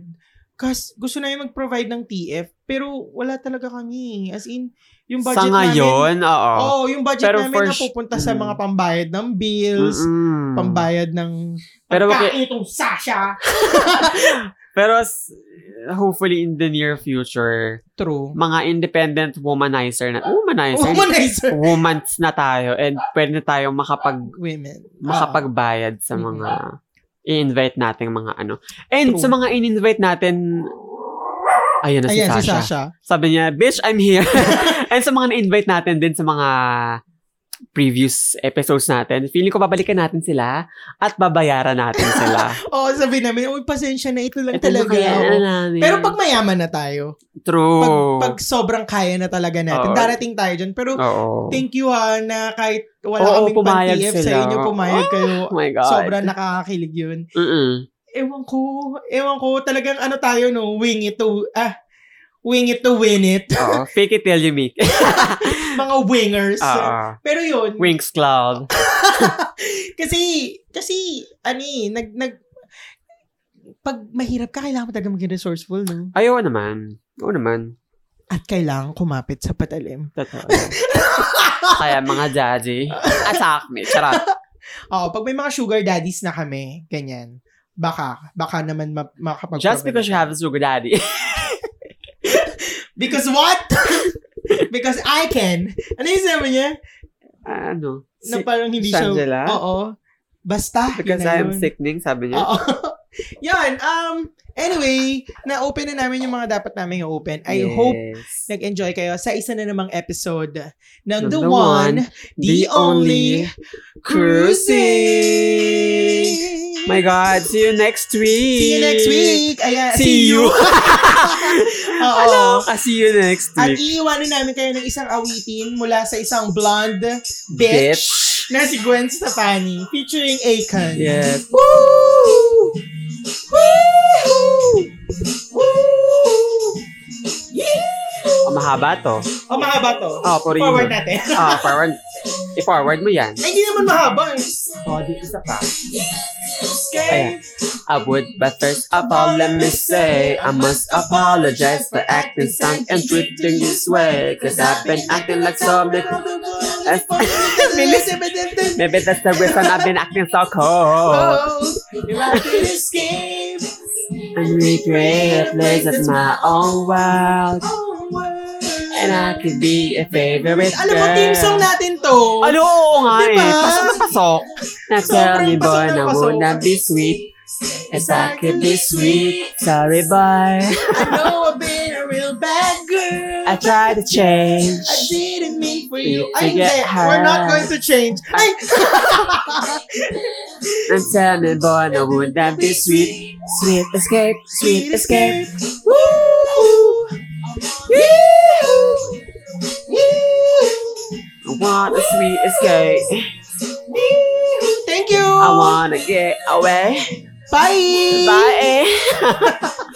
Speaker 1: Kas, gusto namin mag-provide ng TF. Pero wala talaga kami. As in, yung budget
Speaker 2: Sa
Speaker 1: namin.
Speaker 2: ngayon, oo.
Speaker 1: Oo, yung budget
Speaker 2: Pero
Speaker 1: namin
Speaker 2: for
Speaker 1: na
Speaker 2: su-
Speaker 1: pupunta sa
Speaker 2: Mm.
Speaker 1: mga pambayad ng bills,
Speaker 2: Mm-mm.
Speaker 1: pambayad ng
Speaker 2: Pero wag-
Speaker 1: pagkain itong Sasha.
Speaker 2: Pero s- hopefully in the near future,
Speaker 1: True.
Speaker 2: mga independent womanizer na, womanizer,
Speaker 1: Womanizer.
Speaker 2: womans na tayo and pwede na tayong makapag,
Speaker 1: Women.
Speaker 2: makapagbayad sa mga i-invite nating mga ano.
Speaker 1: Mm-hmm. True.
Speaker 2: And sa mga in-invite natin, ayan na si,
Speaker 1: Ayan,
Speaker 2: Sasha.
Speaker 1: si Sasha.
Speaker 2: Sabi niya, bitch, I'm here. and sa mga na-invite natin din sa mga previous episodes natin, feeling ko babalikan natin sila at babayaran natin sila.
Speaker 1: Oo, sabi namin, uy, pasensya na, ito lang
Speaker 2: Ito na
Speaker 1: talaga.
Speaker 2: kaya, ano
Speaker 1: Oo.
Speaker 2: namin.
Speaker 1: Pero pag mayaman na tayo, pag,
Speaker 2: True.
Speaker 1: pag sobrang kaya na talaga natin,
Speaker 2: Oo.
Speaker 1: darating tayo dyan. Pero
Speaker 2: Oo.
Speaker 1: thank you ha, na kahit wala
Speaker 2: Oo,
Speaker 1: kaming
Speaker 2: pumayag
Speaker 1: pan-TF sa
Speaker 2: sila.
Speaker 1: inyo, pumayag kayo.
Speaker 2: Oh my God.
Speaker 1: Sobrang nakakakilig yun.
Speaker 2: Mm-mm.
Speaker 1: Ewan ko, ewan ko, talagang ano tayo, no, wing it to, ah, wing it to win it.
Speaker 2: Oo. Fake it till you make it.
Speaker 1: Mga wingers.
Speaker 2: Oo.
Speaker 1: Pero yun,
Speaker 2: Wings Cloud.
Speaker 1: kasi, kasi, ani, nag, nag, pag mahirap ka, kailangan mo talaga maging resourceful, no?
Speaker 2: Ayaw naman. Oo naman.
Speaker 1: At kailangan kumapit sa patalim.
Speaker 2: Totoo. Kaya mga daddy, attack me. Charot.
Speaker 1: Oo, pag may mga sugar daddies na kami, ganyan, baka, baka naman ma- makapag-
Speaker 2: Just because you have a sugar daddy.
Speaker 1: Because what? because I can. Ano yung sabi niya?
Speaker 2: ano?
Speaker 1: Na
Speaker 2: Si-
Speaker 1: parang hindi
Speaker 2: Shangela?
Speaker 1: siya, oo. Basta,
Speaker 2: because
Speaker 1: yun na
Speaker 2: I am
Speaker 1: yun. Oh,
Speaker 2: sickening, sabi niya.
Speaker 1: Oo. yan, um, anyway, na-open na namin yung mga dapat namin i-open. I
Speaker 2: Yes.
Speaker 1: hope nag-enjoy kayo sa isa na namang episode ng
Speaker 2: Ng
Speaker 1: The,
Speaker 2: The
Speaker 1: One,
Speaker 2: One,
Speaker 1: The, Only,
Speaker 2: Cruising. My God, see you next week.
Speaker 1: See you next week. Ayan,
Speaker 2: See you.
Speaker 1: Oo.
Speaker 2: Hello. see you next
Speaker 1: Oh. At
Speaker 2: week.
Speaker 1: iiwanan namin kayo ng isang awitin mula sa isang blonde bitch,
Speaker 2: Bitch.
Speaker 1: na si Gwen Stefani featuring Akon.
Speaker 2: Yes.
Speaker 1: Woo! Woo! Woo! Yeah!
Speaker 2: mahaba to.
Speaker 1: O, mahaba to.
Speaker 2: Oh, for you.
Speaker 1: Forward natin.
Speaker 2: Ah, forward. I-forward mo yan.
Speaker 1: Ay, hindi naman mahaba eh.
Speaker 2: Oh, dito isa pa.
Speaker 1: Okay.
Speaker 2: I would, but first of all, let me say I must apologize for acting stunk and treating this way. Cause I've been acting like so little. Bilis. Maybe that's the reason I've been acting so
Speaker 1: Oh.
Speaker 2: cold.
Speaker 1: escape.
Speaker 2: And recreate places my own world. And I could be a favorite
Speaker 1: oh, Alam
Speaker 2: girl.
Speaker 1: mo, team song natin to.
Speaker 2: Ano, oo nga
Speaker 1: Diba?
Speaker 2: eh. Pasok na pasok. Na tell
Speaker 1: Sobrang
Speaker 2: me boy
Speaker 1: pasok na
Speaker 2: na
Speaker 1: pasok.
Speaker 2: would not be sweet. As I could be sweet. Sorry boy.
Speaker 1: I know I've been a real bad girl.
Speaker 2: I try to change.
Speaker 1: I didn't mean for you.
Speaker 2: You
Speaker 1: Ay,
Speaker 2: get
Speaker 1: hindi. We're
Speaker 2: hurt.
Speaker 1: not going to change. Ay!
Speaker 2: And tell me boy na would not be sweet. Sweet escape. Sweet escape.
Speaker 1: Woo! Woo! Woo!
Speaker 2: I want a sweet escape.
Speaker 1: Thank you.
Speaker 2: I wanna get away.
Speaker 1: Bye.
Speaker 2: Bye.